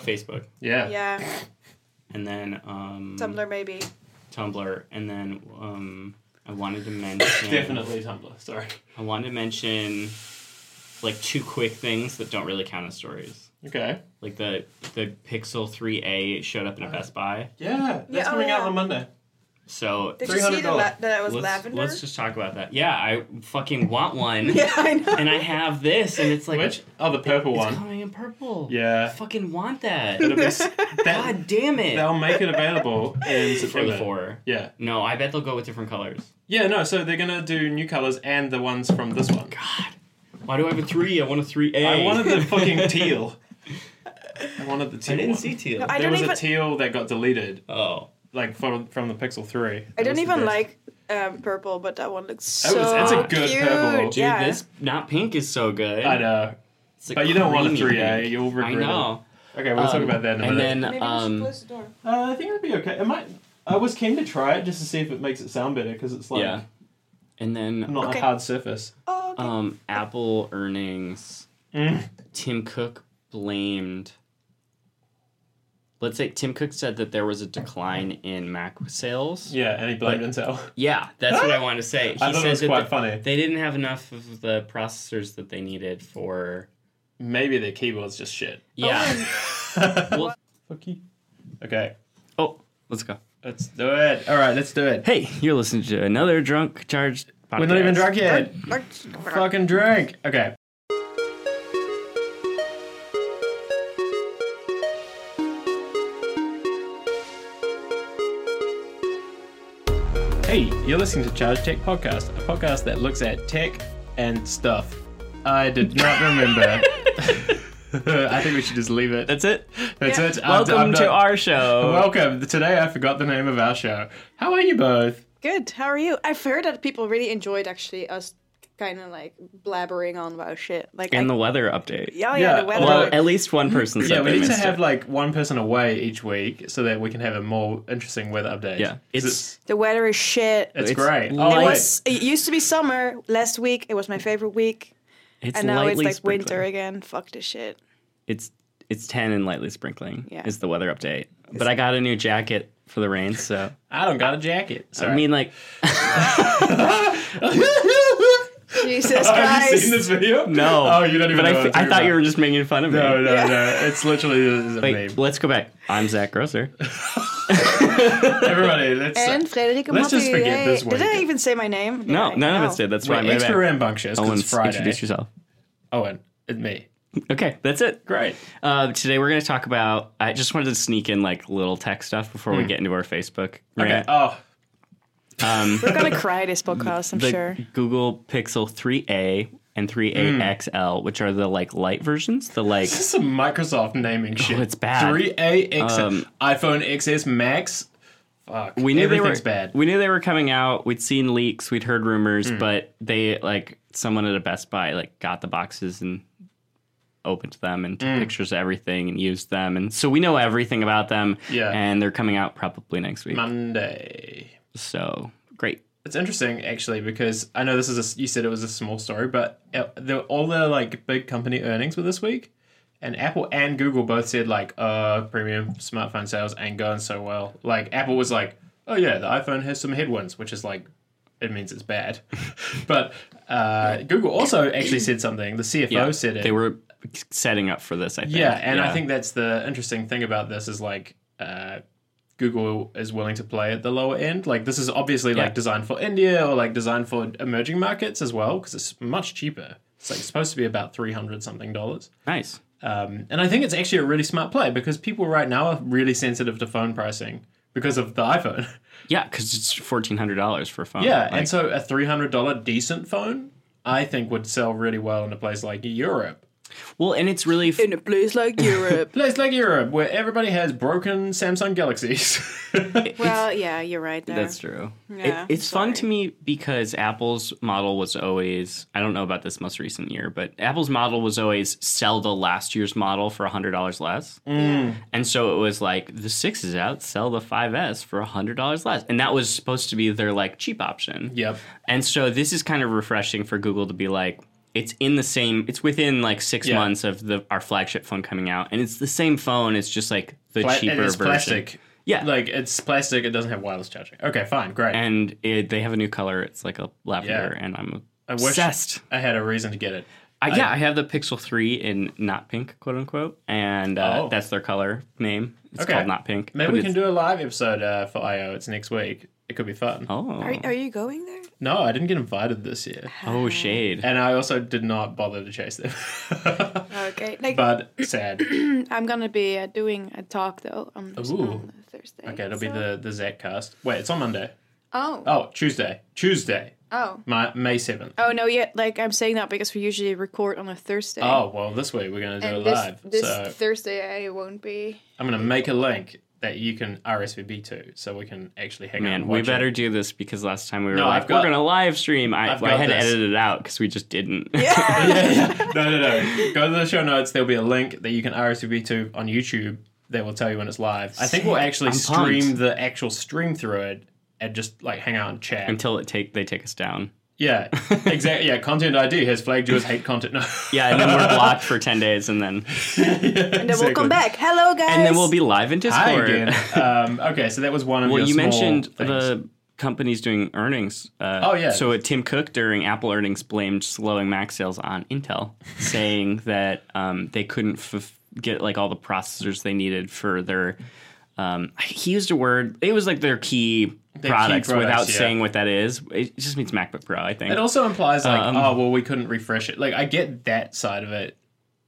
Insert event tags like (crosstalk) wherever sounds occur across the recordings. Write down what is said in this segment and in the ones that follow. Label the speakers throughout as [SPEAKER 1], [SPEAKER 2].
[SPEAKER 1] Facebook,
[SPEAKER 2] Yeah.
[SPEAKER 3] Yeah.
[SPEAKER 1] and then um,
[SPEAKER 3] Tumblr maybe.
[SPEAKER 1] Tumblr, and then um, I wanted to mention
[SPEAKER 2] (laughs) Definitely Tumblr. Sorry.
[SPEAKER 1] I wanted to mention like two quick things that don't really count as stories.
[SPEAKER 2] Okay.
[SPEAKER 1] Like the the Pixel 3A showed up in a Best Buy.
[SPEAKER 2] Yeah. That's
[SPEAKER 3] Yeah, oh,
[SPEAKER 2] coming out
[SPEAKER 3] yeah.
[SPEAKER 2] on Monday.
[SPEAKER 1] So
[SPEAKER 3] Did you see the
[SPEAKER 2] $300.
[SPEAKER 3] la- that it was
[SPEAKER 1] let's,
[SPEAKER 3] lavender?
[SPEAKER 1] let's just talk about that. Yeah, I fucking want one.
[SPEAKER 3] (laughs) yeah, I know.
[SPEAKER 1] And I have this and it's like
[SPEAKER 2] Which? Oh, the purple
[SPEAKER 1] it's
[SPEAKER 2] one.
[SPEAKER 1] coming in purple. I
[SPEAKER 2] Yeah.
[SPEAKER 1] fucking want that.
[SPEAKER 2] It'll be
[SPEAKER 3] (laughs)
[SPEAKER 2] s- that,
[SPEAKER 1] God damn it.
[SPEAKER 2] they'll make it available in
[SPEAKER 1] For
[SPEAKER 2] September.
[SPEAKER 1] the four.
[SPEAKER 2] Yeah.
[SPEAKER 1] No, I bet they'll go with different colors.
[SPEAKER 2] Yeah, no, so they're gonna do new colours and the ones from this one.
[SPEAKER 1] God. Why do I have a three? I want a three A.
[SPEAKER 2] I wanted the
[SPEAKER 1] (laughs)
[SPEAKER 2] fucking teal. I wanted the teal.
[SPEAKER 1] I didn't
[SPEAKER 2] one.
[SPEAKER 1] see teal.
[SPEAKER 3] No, I
[SPEAKER 2] there
[SPEAKER 3] don't
[SPEAKER 2] was a
[SPEAKER 3] even-
[SPEAKER 2] teal that got deleted,
[SPEAKER 1] oh.
[SPEAKER 2] like from, from the Pixel 3.
[SPEAKER 3] I
[SPEAKER 2] It
[SPEAKER 3] don't
[SPEAKER 2] was the
[SPEAKER 3] even
[SPEAKER 2] best.
[SPEAKER 3] like um, purple, but that one looks
[SPEAKER 2] It was-
[SPEAKER 3] so
[SPEAKER 2] it's a good
[SPEAKER 3] cute.
[SPEAKER 2] purple. Dude,
[SPEAKER 1] Dude,
[SPEAKER 3] yeah.
[SPEAKER 1] this not pink is so good.
[SPEAKER 2] I know.
[SPEAKER 1] It's like
[SPEAKER 2] But you don't want a
[SPEAKER 1] creamy
[SPEAKER 2] 3A,
[SPEAKER 1] pink.
[SPEAKER 2] you'll regret
[SPEAKER 1] I know.
[SPEAKER 2] Okay, we'll talk
[SPEAKER 1] Um,
[SPEAKER 2] about that in a
[SPEAKER 1] and
[SPEAKER 2] minute.
[SPEAKER 1] then um,
[SPEAKER 3] the door.
[SPEAKER 2] uh, I think it'll be okay. It might. I was keen to try it just to see if it makes it sound better because it's like
[SPEAKER 1] yeah, and then
[SPEAKER 2] not
[SPEAKER 3] Okay.
[SPEAKER 2] a hard surface.
[SPEAKER 3] Oh, okay.
[SPEAKER 1] um, Apple earnings.
[SPEAKER 2] Mm.
[SPEAKER 1] Tim Cook blamed. Let's say Tim Cook said that there was a decline in Mac sales.
[SPEAKER 2] Yeah, and he blamed Intel.
[SPEAKER 1] Yeah, that's
[SPEAKER 2] (gasps)
[SPEAKER 1] what I wanted to say. He
[SPEAKER 2] I thought
[SPEAKER 1] said
[SPEAKER 2] it was
[SPEAKER 1] that
[SPEAKER 2] quite
[SPEAKER 1] the-
[SPEAKER 2] funny.
[SPEAKER 1] they didn't have enough of the processors that they needed for.
[SPEAKER 2] Maybe their keyboard's just shit.
[SPEAKER 3] Oh.
[SPEAKER 1] Yeah.
[SPEAKER 2] Fuck
[SPEAKER 1] Well,
[SPEAKER 2] you. Okay,
[SPEAKER 1] oh, let's go.
[SPEAKER 2] let's do it. All right, let's do it.
[SPEAKER 1] Hey, you're listening to another drunk charged. Podcast.
[SPEAKER 2] We're not even drunk yet.
[SPEAKER 3] Fuck.
[SPEAKER 2] Fucking drink. Okay. Hey, you're listening to Charge Tech Podcast, a podcast that looks at tech and stuff. I
[SPEAKER 1] (laughs)
[SPEAKER 2] did not remember. I think we should just leave it.
[SPEAKER 1] That's it.
[SPEAKER 2] That's
[SPEAKER 3] Yeah.
[SPEAKER 2] it. I'm-
[SPEAKER 1] Welcome
[SPEAKER 2] I'm
[SPEAKER 1] to
[SPEAKER 2] done.
[SPEAKER 1] our
[SPEAKER 2] (laughs)
[SPEAKER 1] show.
[SPEAKER 2] Welcome. Today I forgot the name of our show. How are you both?
[SPEAKER 3] Good. How are you? I've heard that people really enjoyed actually us kind of like blabbering on about shit. Like, I,
[SPEAKER 1] and the weather update.
[SPEAKER 3] yeah, yeah,
[SPEAKER 2] Yeah,
[SPEAKER 3] the weather.
[SPEAKER 1] Well, at least one person said
[SPEAKER 2] Yeah, we
[SPEAKER 1] they
[SPEAKER 2] need to
[SPEAKER 1] missed
[SPEAKER 2] have
[SPEAKER 1] it.
[SPEAKER 2] like one person away each week so that we can have a more interesting weather update.
[SPEAKER 1] Yeah,
[SPEAKER 2] 'Cause
[SPEAKER 1] it's
[SPEAKER 3] the weather is shit.
[SPEAKER 2] it's,
[SPEAKER 1] it's
[SPEAKER 2] great.
[SPEAKER 1] light.
[SPEAKER 2] Oh,
[SPEAKER 3] it
[SPEAKER 2] wait.
[SPEAKER 3] was. It used to be summer. Last week, it was my favorite week,
[SPEAKER 1] it's
[SPEAKER 3] and now it's
[SPEAKER 1] lightly
[SPEAKER 3] like
[SPEAKER 1] sprinkling.
[SPEAKER 3] winter again. Fuck this shit.
[SPEAKER 1] It's it's ten and lightly sprinkling.
[SPEAKER 3] Yeah.
[SPEAKER 1] is the weather update. But I got a new jacket for the rain, so
[SPEAKER 2] I don't got a jacket. Sorry.
[SPEAKER 1] I
[SPEAKER 2] (laughs)
[SPEAKER 1] mean, like,
[SPEAKER 3] Jesus
[SPEAKER 2] have you seen
[SPEAKER 3] Christ.
[SPEAKER 2] this video?
[SPEAKER 1] no.
[SPEAKER 2] Oh, you don't even.
[SPEAKER 1] But I,
[SPEAKER 2] know
[SPEAKER 1] fe- I thought you were just making fun of me.
[SPEAKER 2] No, no, no. It's literally this is a
[SPEAKER 1] Wait,
[SPEAKER 2] meme.
[SPEAKER 1] let's go back. I'm Zach Grosser.
[SPEAKER 2] Everybody, let's. uh,
[SPEAKER 3] And Frederik
[SPEAKER 2] Let's just forget this
[SPEAKER 3] Did I
[SPEAKER 2] week.
[SPEAKER 3] even say my name?
[SPEAKER 1] No,
[SPEAKER 3] Yeah,
[SPEAKER 1] none of us did. That's why
[SPEAKER 2] Wait,
[SPEAKER 1] I'm
[SPEAKER 2] extra
[SPEAKER 1] back.
[SPEAKER 2] rambunctious. 'cause
[SPEAKER 1] Owen,
[SPEAKER 2] It's Friday.
[SPEAKER 1] introduce yourself. (laughs)
[SPEAKER 2] Owen, it's me.
[SPEAKER 1] Okay, that's it.
[SPEAKER 2] Great.
[SPEAKER 1] Uh, today we're going to talk about. I just wanted to sneak in like little tech stuff before we get into our Facebook.
[SPEAKER 2] Mm. Okay.
[SPEAKER 1] rant.
[SPEAKER 2] Oh, (laughs)
[SPEAKER 1] Um,
[SPEAKER 3] We're gonna cry this podcast, I'm
[SPEAKER 1] the
[SPEAKER 3] sure.
[SPEAKER 1] Google Pixel 3a and
[SPEAKER 2] Mm.
[SPEAKER 1] 3a XL, which are the like light versions. The like
[SPEAKER 2] this is some Microsoft naming shit.
[SPEAKER 1] Oh, it's bad.
[SPEAKER 2] Three A X
[SPEAKER 1] Um,
[SPEAKER 2] iPhone XS Max. Fuck.
[SPEAKER 1] we knew
[SPEAKER 2] everything's
[SPEAKER 1] they were
[SPEAKER 2] bad. Mm.
[SPEAKER 1] We knew they were coming out. We'd seen leaks. We'd heard rumors, but they like someone at a Best Buy like got the boxes and opened them and
[SPEAKER 2] Mm.
[SPEAKER 1] took pictures of everything and used them, and so we know everything about them.
[SPEAKER 2] Yeah.
[SPEAKER 1] and they're coming out probably next week.
[SPEAKER 2] Monday.
[SPEAKER 1] So great.
[SPEAKER 2] It's interesting actually because I know this is a, you said it was a small story, but uh, the, all the like big company earnings were this week, and Apple and Google both said like, "Uh, premium smartphone sales ain't going so well." Like Apple was like, "Oh yeah, the iPhone has some headwinds," which is like, it means it's bad. (laughs) but uh, Google also actually said something. The CFO
[SPEAKER 1] Yeah,
[SPEAKER 2] said it.
[SPEAKER 1] They were setting up for this. I think.
[SPEAKER 2] Yeah, and I think that's the interesting thing about this is like uh, Google is willing to play at the lower end. Like this is obviously
[SPEAKER 1] Yeah.
[SPEAKER 2] like designed for India or like designed for emerging markets as well because it's much cheaper. It's like supposed to be about three hundred something dollars.
[SPEAKER 1] nice.
[SPEAKER 2] Um, and I think it's actually a really smart play because people right now are really sensitive to phone pricing because of the iPhone. (laughs)
[SPEAKER 1] Yeah, because it's fourteen hundred dollars for a phone.
[SPEAKER 2] yeah,
[SPEAKER 1] Like,
[SPEAKER 2] and so a three hundred dollar decent phone, I think would sell really well in a place like Europe.
[SPEAKER 1] well, and it's really f-
[SPEAKER 3] In a place like Europe.
[SPEAKER 2] Place like Europe where everybody has broken Samsung Galaxies.
[SPEAKER 3] (laughs)
[SPEAKER 2] (laughs)
[SPEAKER 3] well, yeah, you're right there.
[SPEAKER 1] That's true. It-
[SPEAKER 3] Yeah,
[SPEAKER 1] it's fun to
[SPEAKER 3] sorry.
[SPEAKER 1] me because Apple's model was always, I don't know about this most recent year, but Apple's model was always sell the last year's model for $100 less.
[SPEAKER 2] Mm.
[SPEAKER 1] And so it was like, the 6 is out, sell the 5S for $100 less. And that was supposed to be their like cheap option.
[SPEAKER 2] yep.
[SPEAKER 1] And so this is kind of refreshing for Google to be like, it's in the same it's within like six
[SPEAKER 2] Yeah.
[SPEAKER 1] months of the our flagship phone coming out and it's the same phone it's just like the
[SPEAKER 2] Pla-
[SPEAKER 1] cheaper
[SPEAKER 2] and it's
[SPEAKER 1] version
[SPEAKER 2] plastic.
[SPEAKER 1] yeah
[SPEAKER 2] Like it's plastic. It doesn't have wireless charging. Okay, fine, great.
[SPEAKER 1] and it, they have a new color it's like a lavender and i'm
[SPEAKER 2] I wish
[SPEAKER 1] obsessed
[SPEAKER 2] I had a reason to get it.
[SPEAKER 1] I, yeah i have the pixel 3 in not pink quote unquote and uh,
[SPEAKER 2] Oh.
[SPEAKER 1] that's their color name it's
[SPEAKER 2] Okay.
[SPEAKER 1] called not pink
[SPEAKER 2] Maybe
[SPEAKER 1] but
[SPEAKER 2] we can
[SPEAKER 1] it's-
[SPEAKER 2] do a live episode uh, for IO. It's next week. It could be fun.
[SPEAKER 1] oh
[SPEAKER 3] Are, are you going there?
[SPEAKER 2] No, I didn't get invited this year,
[SPEAKER 1] oh shade
[SPEAKER 2] and I also did not bother to chase
[SPEAKER 1] (laughs)
[SPEAKER 2] them.
[SPEAKER 3] Okay. Like
[SPEAKER 2] but sad.
[SPEAKER 3] I'm gonna be uh, doing a talk though on, on Thursday.
[SPEAKER 2] Okay, it'll be
[SPEAKER 3] so-
[SPEAKER 2] the the Zach cast. Wait, it's on Monday.
[SPEAKER 3] Oh. Oh.
[SPEAKER 2] Oh, Tuesday. Tuesday,
[SPEAKER 3] Oh.
[SPEAKER 2] my, May seventh.
[SPEAKER 3] no! Yet, like I'm saying that because we usually record on a Thursday.
[SPEAKER 2] Oh well, this week we're gonna do
[SPEAKER 3] and
[SPEAKER 2] it
[SPEAKER 3] this,
[SPEAKER 2] live.
[SPEAKER 3] this
[SPEAKER 2] so
[SPEAKER 3] Thursday I won't be.
[SPEAKER 2] I'm gonna make a link that you can RSVP to, so we can actually hang out.
[SPEAKER 1] Man,
[SPEAKER 2] and
[SPEAKER 1] we
[SPEAKER 2] watch
[SPEAKER 1] better
[SPEAKER 2] It.
[SPEAKER 1] do this because last time we were
[SPEAKER 2] No,
[SPEAKER 1] like,
[SPEAKER 2] I've got-
[SPEAKER 1] we're going to live stream. I,
[SPEAKER 2] I've
[SPEAKER 1] I
[SPEAKER 2] got
[SPEAKER 1] had to
[SPEAKER 2] this.
[SPEAKER 1] edit it out because we just didn't.
[SPEAKER 3] (laughs)
[SPEAKER 2] Yeah, yeah. No, no, no. Go to the show notes. There'll be a link that you can RSVP to on YouTube. That will tell you when it's live. I think we'll actually
[SPEAKER 1] I'm
[SPEAKER 2] stream
[SPEAKER 1] pumped.
[SPEAKER 2] the actual stream through it and just like hang out and chat.
[SPEAKER 1] Until it take they take us down.
[SPEAKER 2] yeah, exactly. Yeah, content ID has flagged you as hate content. No.
[SPEAKER 1] Yeah, (laughs) and then we're
[SPEAKER 2] (laughs)
[SPEAKER 1] blocked for 10 days and then
[SPEAKER 3] And then we'll come back. Hello, guys.
[SPEAKER 1] and then we'll be live in
[SPEAKER 2] Hi
[SPEAKER 1] Discord.
[SPEAKER 2] again. um, okay, so that was one of
[SPEAKER 1] Well,
[SPEAKER 2] your
[SPEAKER 1] you
[SPEAKER 2] small
[SPEAKER 1] mentioned
[SPEAKER 2] things.
[SPEAKER 1] the companies doing earnings. Uh,
[SPEAKER 2] Oh, yeah.
[SPEAKER 1] So uh, Tim Cook during Apple earnings blamed slowing Mac sales on Intel, (laughs) saying that um, they couldn't f- get like all the processors they needed for their. Um, he used a word. It was like their key,
[SPEAKER 2] key
[SPEAKER 1] products,
[SPEAKER 2] products,
[SPEAKER 1] without
[SPEAKER 2] yeah.
[SPEAKER 1] saying what that is. It just means MacBook Pro, I think.
[SPEAKER 2] It also implies like,
[SPEAKER 1] Um,
[SPEAKER 2] oh well, we couldn't refresh it. Like I get that side of it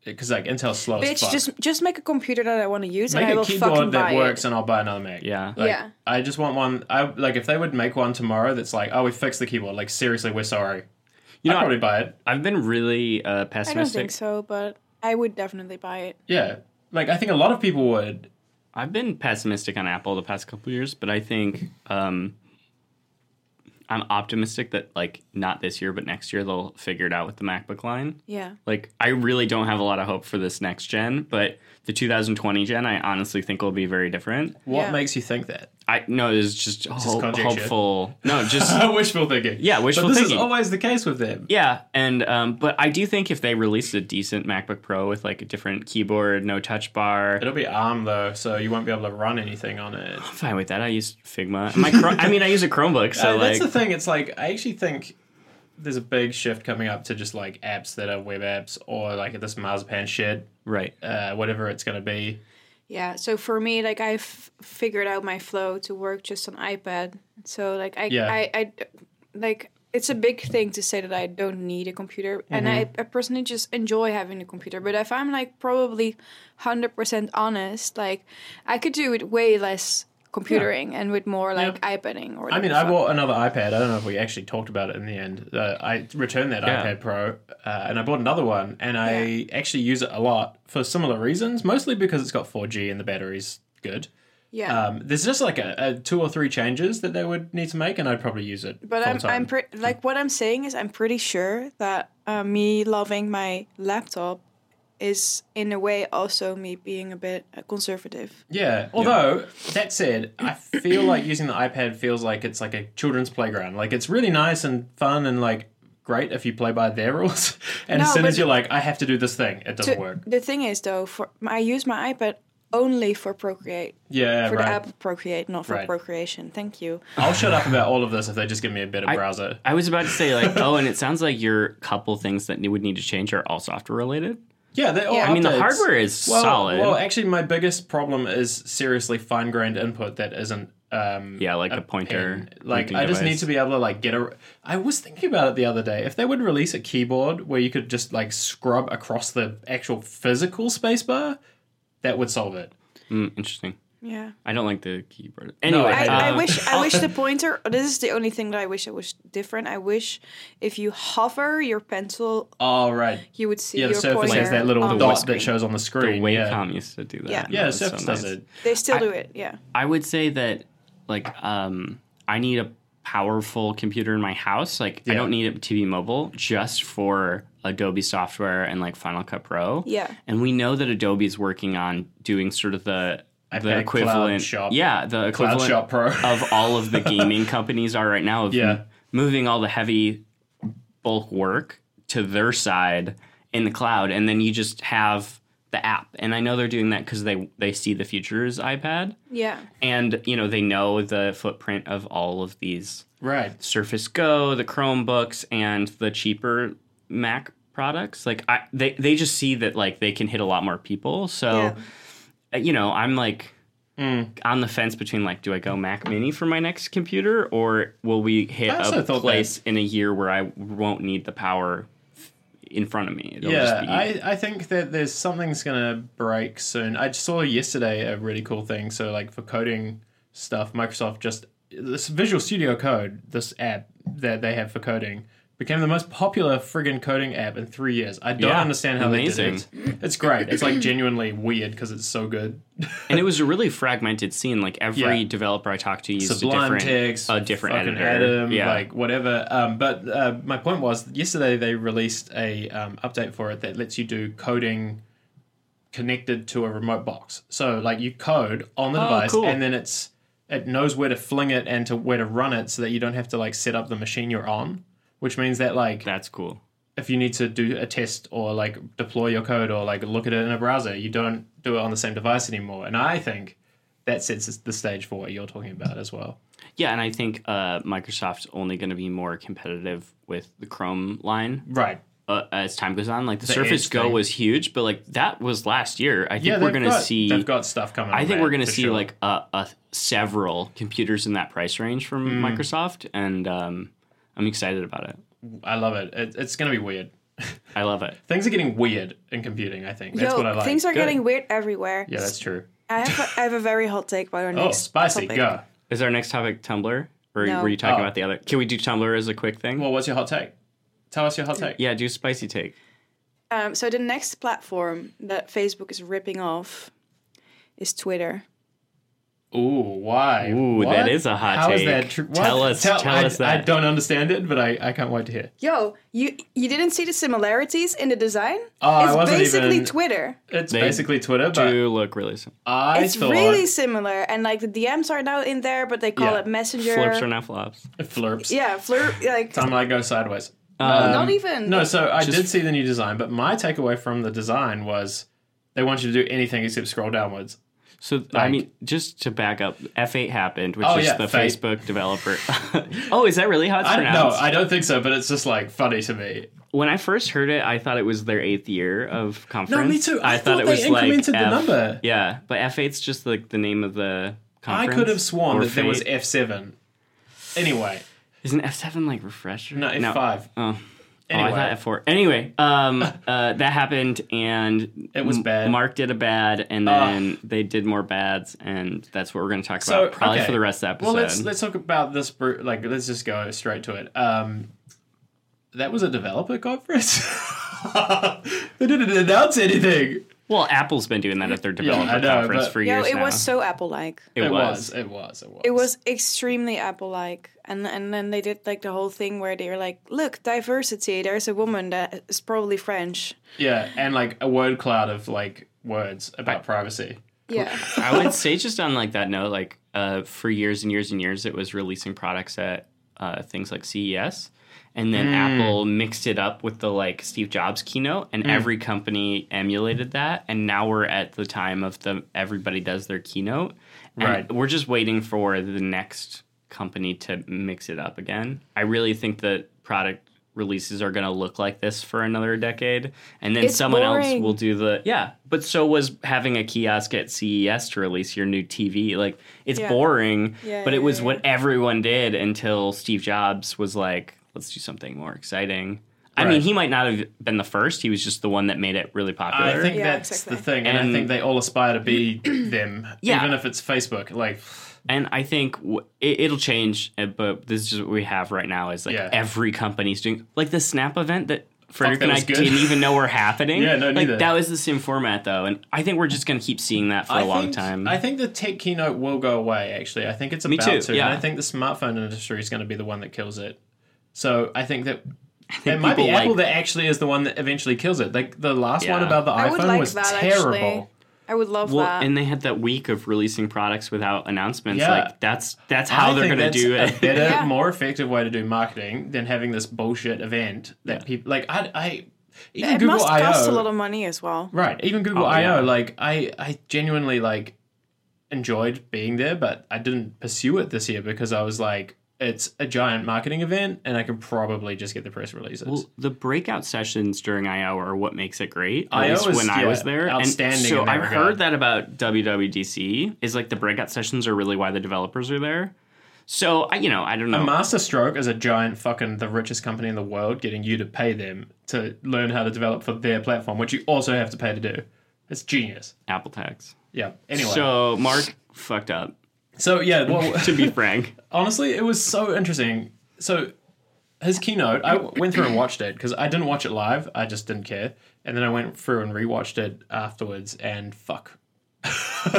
[SPEAKER 2] because like Intel's slow as
[SPEAKER 3] Bitch,
[SPEAKER 2] fuck.
[SPEAKER 3] just just make a computer that I want to use, and I
[SPEAKER 2] make a
[SPEAKER 3] will fucking
[SPEAKER 2] keyboard
[SPEAKER 3] buy
[SPEAKER 2] that works,
[SPEAKER 3] it.
[SPEAKER 2] and I'll buy another Mac.
[SPEAKER 1] Yeah.
[SPEAKER 2] Like,
[SPEAKER 3] Yeah.
[SPEAKER 2] I just want one. I like if they would make one tomorrow that's like, oh, we fixed the keyboard. Like seriously, we're sorry. You
[SPEAKER 1] You
[SPEAKER 2] I'd
[SPEAKER 1] know,
[SPEAKER 2] probably buy it.
[SPEAKER 1] I've been really uh,
[SPEAKER 3] I
[SPEAKER 1] pessimistic.
[SPEAKER 3] don't think so, but I would definitely buy it.
[SPEAKER 2] Yeah. Like I think a lot of people would.
[SPEAKER 1] I've been pessimistic on Apple the past couple years, but I think um, I'm optimistic that like not this year, but next year they'll figure it out with the MacBook line.
[SPEAKER 3] Yeah.
[SPEAKER 1] Like I really don't have a lot of hope for this next gen, but the 2020 gen I honestly think will be very different.
[SPEAKER 2] What
[SPEAKER 3] Yeah.
[SPEAKER 2] makes you think that? (laughs)
[SPEAKER 1] I no, it's just, ho-
[SPEAKER 2] conjecture.
[SPEAKER 1] hopeful. No,
[SPEAKER 2] (laughs)
[SPEAKER 1] just
[SPEAKER 2] wishful thinking.
[SPEAKER 1] Yeah, wishful
[SPEAKER 2] but this
[SPEAKER 1] thinking.
[SPEAKER 2] is always the case with them.
[SPEAKER 1] yeah, and um, but I do think if they released a decent MacBook Pro with like a different keyboard, no touch bar,
[SPEAKER 2] It'll be ARM though, so you won't be able to run anything on it.
[SPEAKER 1] I'm fine with that. I use Figma. My Chrome, I mean, I use a
[SPEAKER 2] (laughs)
[SPEAKER 1] Chromebook, so
[SPEAKER 2] Uh,
[SPEAKER 1] like
[SPEAKER 2] that's the thing. It's like I actually think there's a big shift coming up to just like apps that are web apps or like this marzipan shit,
[SPEAKER 1] right.
[SPEAKER 2] uh, whatever it's gonna be.
[SPEAKER 3] Yeah, so for me, like I've figured out my flow to work just on iPad. So like I,
[SPEAKER 2] Yeah.
[SPEAKER 3] I, I, like it's a big thing to say that I don't need a computer, and I,
[SPEAKER 2] Mm-hmm.
[SPEAKER 3] I personally just enjoy having a computer. But if I'm like probably hundred percent honest, like I could do it way less computering and with more like iPading or.
[SPEAKER 2] I
[SPEAKER 3] whatever
[SPEAKER 2] mean,
[SPEAKER 3] the
[SPEAKER 2] I
[SPEAKER 3] fuck.
[SPEAKER 2] bought another iPad. I don't know if we actually talked about it in the end. Uh, I returned that
[SPEAKER 1] Yeah.
[SPEAKER 2] iPad Pro, uh, and I bought another one, and I actually use it a lot for similar reasons, mostly because it's got 4G and the battery's good.
[SPEAKER 3] yeah.
[SPEAKER 2] Um, there's just like a, a two or three changes that they would need to make, and I'd probably use it.
[SPEAKER 3] But I'm,
[SPEAKER 2] full-time.
[SPEAKER 3] I'm pre- like what I'm saying is I'm pretty sure that uh, me loving my laptop is in a way also me being a bit uh, conservative.
[SPEAKER 2] Yeah. Although that said, I feel like using the iPad feels like it's like a children's playground. Like it's really nice and fun and like great if you play by their rules. (laughs) And as
[SPEAKER 3] No,
[SPEAKER 2] soon
[SPEAKER 3] but-
[SPEAKER 2] as you're like, I have to do this thing, it doesn't
[SPEAKER 3] The-
[SPEAKER 2] work.
[SPEAKER 3] The thing is though, for I use my iPad only for Procreate,
[SPEAKER 2] Yeah.
[SPEAKER 3] for
[SPEAKER 2] right.
[SPEAKER 3] the app Procreate, not for
[SPEAKER 2] Right.
[SPEAKER 3] procreation. Thank you.
[SPEAKER 2] I'll shut up about all of this if they just give me a better browser.
[SPEAKER 1] I was about to say like, oh, and it sounds like your couple things that you would need to change are all software related.
[SPEAKER 2] Yeah. They all.
[SPEAKER 3] Yeah.
[SPEAKER 1] I mean, the
[SPEAKER 2] updates.
[SPEAKER 1] hardware is
[SPEAKER 2] Well,
[SPEAKER 1] solid.
[SPEAKER 2] Well, actually, my biggest problem is seriously fine grained input that isn't. Um,
[SPEAKER 1] yeah, like a, pointer.
[SPEAKER 2] pen. Like
[SPEAKER 1] pointing
[SPEAKER 2] I just
[SPEAKER 1] device.
[SPEAKER 2] need to be able to like get a. I was thinking about it the other day. If they would release a keyboard where you could just like scrub across the actual physical spacebar, that would solve it.
[SPEAKER 1] Mm, interesting.
[SPEAKER 3] Yeah.
[SPEAKER 1] I don't like the keyboard. Anyway,
[SPEAKER 2] I
[SPEAKER 3] I,
[SPEAKER 2] hate
[SPEAKER 1] uh,
[SPEAKER 3] I
[SPEAKER 2] (laughs)
[SPEAKER 3] wish I wish the pointer. This is the only thing that I wish I was different. I wish if you hover your pencil,
[SPEAKER 2] Oh right.
[SPEAKER 3] you would see
[SPEAKER 2] Yeah, the
[SPEAKER 3] your
[SPEAKER 2] Surface
[SPEAKER 3] pointer
[SPEAKER 2] has that little
[SPEAKER 3] on the
[SPEAKER 2] dot
[SPEAKER 3] screen.
[SPEAKER 2] that shows on the
[SPEAKER 1] the
[SPEAKER 2] screen. yeah.
[SPEAKER 1] Wacom used to do that.
[SPEAKER 3] Yeah.
[SPEAKER 1] and that
[SPEAKER 2] Yeah, the
[SPEAKER 1] was so
[SPEAKER 2] Surface does
[SPEAKER 1] nice.
[SPEAKER 2] it.
[SPEAKER 3] They still do it. Yeah.
[SPEAKER 1] I would say that like um, I need a powerful computer in my house. Like I
[SPEAKER 2] Yeah.
[SPEAKER 1] don't need it to be mobile, just for Adobe software and like Final Cut Pro.
[SPEAKER 3] Yeah.
[SPEAKER 1] and we know that Adobe is working on doing sort of the the
[SPEAKER 2] Cloud
[SPEAKER 1] equivalent,
[SPEAKER 2] Shop.
[SPEAKER 1] yeah, the
[SPEAKER 2] Cloud
[SPEAKER 1] equivalent
[SPEAKER 2] Shop Pro. (laughs)
[SPEAKER 1] of all of the gaming companies are right now of
[SPEAKER 2] Yeah.
[SPEAKER 1] moving all the heavy bulk work to their side in the cloud, and then you just have the app. And I know they're doing that because they they see the future is iPad,
[SPEAKER 3] Yeah.
[SPEAKER 1] and you know they know the footprint of all of these
[SPEAKER 2] Right.
[SPEAKER 1] Surface Go, the Chromebooks, and the cheaper Mac products. Like I, they they just see that like they can hit a lot more people. So, uh, you know, I'm like
[SPEAKER 2] Mm.
[SPEAKER 1] on the fence between like, do I go Mac Mini for my next computer, or will we hit
[SPEAKER 2] I also
[SPEAKER 1] a
[SPEAKER 2] thought
[SPEAKER 1] place in a year where I won't need the power in front of me? It'll
[SPEAKER 2] yeah,
[SPEAKER 1] just be,
[SPEAKER 2] I, I think that there's something's gonna break soon. I saw yesterday a really cool thing. So like for coding stuff, Microsoft just this Visual Studio Code, this app that they have for coding, became the most popular friggin' coding app in three years. I don't
[SPEAKER 1] Yeah,
[SPEAKER 2] understand how
[SPEAKER 1] amazing.
[SPEAKER 2] they did it. It's great. It's like genuinely weird because it's so good. (laughs)
[SPEAKER 1] and it was a really fragmented scene. Like every
[SPEAKER 2] Yeah.
[SPEAKER 1] developer I talked to used a
[SPEAKER 2] Sublime
[SPEAKER 1] different
[SPEAKER 2] Text,
[SPEAKER 1] a different
[SPEAKER 2] fucking
[SPEAKER 1] editor.
[SPEAKER 2] Atom,
[SPEAKER 1] yeah,
[SPEAKER 2] like whatever. Um, but uh, my point was, yesterday they released a um, update for it that lets you do coding connected to a remote box. So like you code on the
[SPEAKER 1] Oh,
[SPEAKER 2] device,
[SPEAKER 1] cool.
[SPEAKER 2] and then it's it knows where to fling it and to where to run it, so that you don't have to like set up the machine you're on. Which means that like
[SPEAKER 1] that's cool.
[SPEAKER 2] if you need to do a test or like deploy your code or like look at it in a browser, you don't do it on the same device anymore. And I think that sets the stage for what you're talking about as well.
[SPEAKER 1] Yeah, and I think uh, Microsoft's only going to be more competitive with the Chrome line
[SPEAKER 2] Right.
[SPEAKER 1] uh, as time goes on. Like the,
[SPEAKER 2] The
[SPEAKER 1] Surface
[SPEAKER 2] Edge
[SPEAKER 1] Go
[SPEAKER 2] thing.
[SPEAKER 1] was huge, but like that was last year. I think we're
[SPEAKER 2] they've
[SPEAKER 1] going to
[SPEAKER 2] got-
[SPEAKER 1] see.
[SPEAKER 2] They've got stuff coming.
[SPEAKER 1] I
[SPEAKER 2] on
[SPEAKER 1] think
[SPEAKER 2] that,
[SPEAKER 1] we're going to
[SPEAKER 2] for
[SPEAKER 1] see
[SPEAKER 2] sure.
[SPEAKER 1] like a, a several computers in that price range from
[SPEAKER 2] Mm.
[SPEAKER 1] Microsoft, and um, I'm excited about it.
[SPEAKER 2] I love it. it it's going to be weird.
[SPEAKER 1] I love it.
[SPEAKER 2] Things are getting weird in computing. I think that's
[SPEAKER 3] Yo,
[SPEAKER 2] what I like.
[SPEAKER 3] things are
[SPEAKER 2] Good.
[SPEAKER 3] getting weird everywhere.
[SPEAKER 2] Yeah, that's true.
[SPEAKER 3] I have a, I have a very hot take about our
[SPEAKER 2] Oh,
[SPEAKER 3] next
[SPEAKER 2] spicy.
[SPEAKER 3] topic.
[SPEAKER 2] Go.
[SPEAKER 1] Is our next topic Tumblr, or
[SPEAKER 3] No.
[SPEAKER 1] were you talking
[SPEAKER 2] Oh.
[SPEAKER 1] about the other? Can we do Tumblr as a quick thing?
[SPEAKER 2] Well, what's your hot take? Tell us your hot take.
[SPEAKER 1] yeah, do spicy take.
[SPEAKER 3] Um, so the next platform that Facebook is ripping off is Twitter.
[SPEAKER 2] Ooh, why?
[SPEAKER 1] Ooh,
[SPEAKER 2] What?
[SPEAKER 1] that is a hot
[SPEAKER 2] How is
[SPEAKER 1] take.
[SPEAKER 2] that true?
[SPEAKER 1] Tell us- tell
[SPEAKER 2] I,
[SPEAKER 1] us
[SPEAKER 2] I
[SPEAKER 1] that.
[SPEAKER 2] don't understand it, but I, I can't wait to hear.
[SPEAKER 3] Yo, you you didn't see the similarities in the design?
[SPEAKER 2] Oh, I
[SPEAKER 3] it's
[SPEAKER 2] wasn't
[SPEAKER 3] basically
[SPEAKER 2] even-
[SPEAKER 3] Twitter.
[SPEAKER 2] It's
[SPEAKER 1] They
[SPEAKER 2] basically Twitter, but
[SPEAKER 1] Do look really soon.
[SPEAKER 2] I
[SPEAKER 3] it's
[SPEAKER 2] thought
[SPEAKER 3] really similar, and like the DMs are now in there, but they call
[SPEAKER 2] Yeah.
[SPEAKER 3] it Messenger.
[SPEAKER 1] Flips or not flops.
[SPEAKER 2] flirps.
[SPEAKER 3] Yeah, flirp. Like
[SPEAKER 2] Time I go sideways.
[SPEAKER 1] Uh,
[SPEAKER 3] not even.
[SPEAKER 2] um, No, so I did see the new design, but my takeaway from the design was they want you to do anything except scroll downwards.
[SPEAKER 1] So I mean, just to back up, F8 happened, which
[SPEAKER 2] Oh,
[SPEAKER 1] is
[SPEAKER 2] yeah,
[SPEAKER 1] the
[SPEAKER 2] Fate.
[SPEAKER 1] Facebook developer. (laughs) oh, is that really how it's
[SPEAKER 2] I, no,
[SPEAKER 1] pronounced?
[SPEAKER 2] I don't think so, but it's just like funny to me.
[SPEAKER 1] when I first heard it, I thought it was their eighth year of conference.
[SPEAKER 2] too. I thought they incremented the number.
[SPEAKER 1] Yeah, but F8's just like the name of the
[SPEAKER 2] I
[SPEAKER 1] conference.
[SPEAKER 2] could have sworn
[SPEAKER 1] or
[SPEAKER 2] that there was
[SPEAKER 1] Fate.
[SPEAKER 2] F seven. Anyway,
[SPEAKER 1] Isn't F7 like refresher?
[SPEAKER 2] no F five.
[SPEAKER 1] Oh.
[SPEAKER 2] Anyway.
[SPEAKER 1] Oh, I thought F4. Anyway,
[SPEAKER 2] (laughs)
[SPEAKER 1] um, uh, that happened, and
[SPEAKER 2] It was
[SPEAKER 1] M-
[SPEAKER 2] bad. Ah.
[SPEAKER 1] Mark did a bad, and then they did more bads, and that's what we're going to talk
[SPEAKER 2] So
[SPEAKER 1] about probably
[SPEAKER 2] okay.
[SPEAKER 1] for the rest of the
[SPEAKER 2] Well,
[SPEAKER 1] episode.
[SPEAKER 2] let's let's talk about this. Br- like, let's just go straight to it. Um, that was a developer conference. (laughs) they didn't announce anything.
[SPEAKER 1] Well, Apple's been doing that at their developer
[SPEAKER 2] I know,
[SPEAKER 1] conference
[SPEAKER 2] but-
[SPEAKER 1] for
[SPEAKER 3] Yo,
[SPEAKER 1] years
[SPEAKER 3] it
[SPEAKER 1] now.
[SPEAKER 3] was so Apple-like.
[SPEAKER 1] it, was.
[SPEAKER 2] It was. It was.
[SPEAKER 3] It was extremely Apple-like, and and then they did like the whole thing where they were like, "Look, diversity. There's a woman that is probably French."
[SPEAKER 2] Yeah, and like a word cloud of like words about privacy.
[SPEAKER 3] Yeah,
[SPEAKER 1] I would say just on like that note, like uh, for years and years and years, it was releasing products at uh, things like CES, and
[SPEAKER 3] Hmm.
[SPEAKER 1] then Apple mixed it up with the like Steve Jobs keynote,
[SPEAKER 3] Hmm.
[SPEAKER 1] and every company emulated that. And now we're at the time of the everybody does their keynote, and
[SPEAKER 2] Right.
[SPEAKER 1] We're just waiting for the next company to mix it up again. I really think that product releases are going to look like this for another decade and then
[SPEAKER 3] It's
[SPEAKER 1] someone else
[SPEAKER 3] boring.
[SPEAKER 1] will do the yeah but so was having a kiosk at ces to release your new tv like it's
[SPEAKER 3] Yeah.
[SPEAKER 1] boring
[SPEAKER 3] Yeah,
[SPEAKER 1] but it
[SPEAKER 3] yeah,
[SPEAKER 1] was
[SPEAKER 3] yeah,
[SPEAKER 1] what everyone did until steve jobs was like let's do something more exciting i mean
[SPEAKER 2] Right.
[SPEAKER 1] he might not have been the first he was just the one that made it really popular
[SPEAKER 2] I think
[SPEAKER 3] Yeah,
[SPEAKER 2] that's
[SPEAKER 3] exactly.
[SPEAKER 2] the thing, and,
[SPEAKER 1] And-
[SPEAKER 2] I think they all aspire to be (clears throat) them,
[SPEAKER 1] Yeah.
[SPEAKER 2] even if it's Facebook. Like,
[SPEAKER 1] and I think w- it, it'll change. uh, But this is what we have right now is like
[SPEAKER 2] Yeah.
[SPEAKER 1] every company's doing like the Snap event that Frederick
[SPEAKER 2] that
[SPEAKER 1] and I
[SPEAKER 2] was good.
[SPEAKER 1] didn't even know were happening.
[SPEAKER 2] (laughs) Yeah, no,
[SPEAKER 1] like
[SPEAKER 2] neither.
[SPEAKER 1] that was the same format though, and I think we're just gonna keep seeing that for a long
[SPEAKER 2] think,
[SPEAKER 1] time.
[SPEAKER 2] I think the tech keynote will go away. Actually, I think it's about
[SPEAKER 1] too,
[SPEAKER 2] to.
[SPEAKER 1] yeah.
[SPEAKER 2] And I think the smartphone industry is going to be the one that kills it. So I think that it
[SPEAKER 1] think
[SPEAKER 2] might be
[SPEAKER 1] people like-
[SPEAKER 2] Apple that actually is the one that eventually kills it. Like the last one
[SPEAKER 1] Yeah.
[SPEAKER 2] about the
[SPEAKER 3] I would
[SPEAKER 2] iPhone
[SPEAKER 3] like
[SPEAKER 2] was
[SPEAKER 3] that, actually.
[SPEAKER 2] terrible.
[SPEAKER 3] I would love
[SPEAKER 1] Well,
[SPEAKER 3] that.
[SPEAKER 1] and they had that week of releasing products without announcements.
[SPEAKER 2] Yeah.
[SPEAKER 1] Like that's that's how
[SPEAKER 2] I
[SPEAKER 1] they're
[SPEAKER 2] think
[SPEAKER 1] gonna
[SPEAKER 2] that's
[SPEAKER 1] do
[SPEAKER 2] a
[SPEAKER 1] it.
[SPEAKER 2] better,
[SPEAKER 3] (laughs) Yeah.
[SPEAKER 2] more effective way to do marketing than having this bullshit event that people like. I, I even
[SPEAKER 3] it
[SPEAKER 2] Google
[SPEAKER 3] must
[SPEAKER 2] I/O,
[SPEAKER 3] cost a lot of money as well.
[SPEAKER 2] right? Even Google
[SPEAKER 1] Oh,
[SPEAKER 2] I/O,
[SPEAKER 1] yeah.
[SPEAKER 2] like I, I genuinely like enjoyed being there, but I didn't pursue it this year because I was like, it's a giant marketing event, and I can probably just get the press releases.
[SPEAKER 1] Well, (laughs) the breakout sessions during IO are what makes it great. At
[SPEAKER 2] IO
[SPEAKER 1] least
[SPEAKER 2] is,
[SPEAKER 1] when I
[SPEAKER 2] yeah,
[SPEAKER 1] was there,
[SPEAKER 2] outstanding
[SPEAKER 1] And so
[SPEAKER 2] in that
[SPEAKER 1] I've
[SPEAKER 2] regard.
[SPEAKER 1] heard that about WWDC is like the breakout sessions are really why the developers are there. So I, you know, I don't know.
[SPEAKER 2] A masterstroke is a giant fucking the richest company in the world getting you to pay them to learn how to develop for their platform, which you also have to pay to do. It's genius.
[SPEAKER 1] Apple tax.
[SPEAKER 2] Yeah. Anyway. So,
[SPEAKER 1] So Mark fucked up.
[SPEAKER 2] yeah,
[SPEAKER 1] (laughs)
[SPEAKER 2] well
[SPEAKER 1] To be frank,
[SPEAKER 2] honestly, it was so interesting. So his keynote, I went through and watched it because I didn't watch it live. I just didn't care. And then I went through and rewatched it afterwards and fuck. (laughs)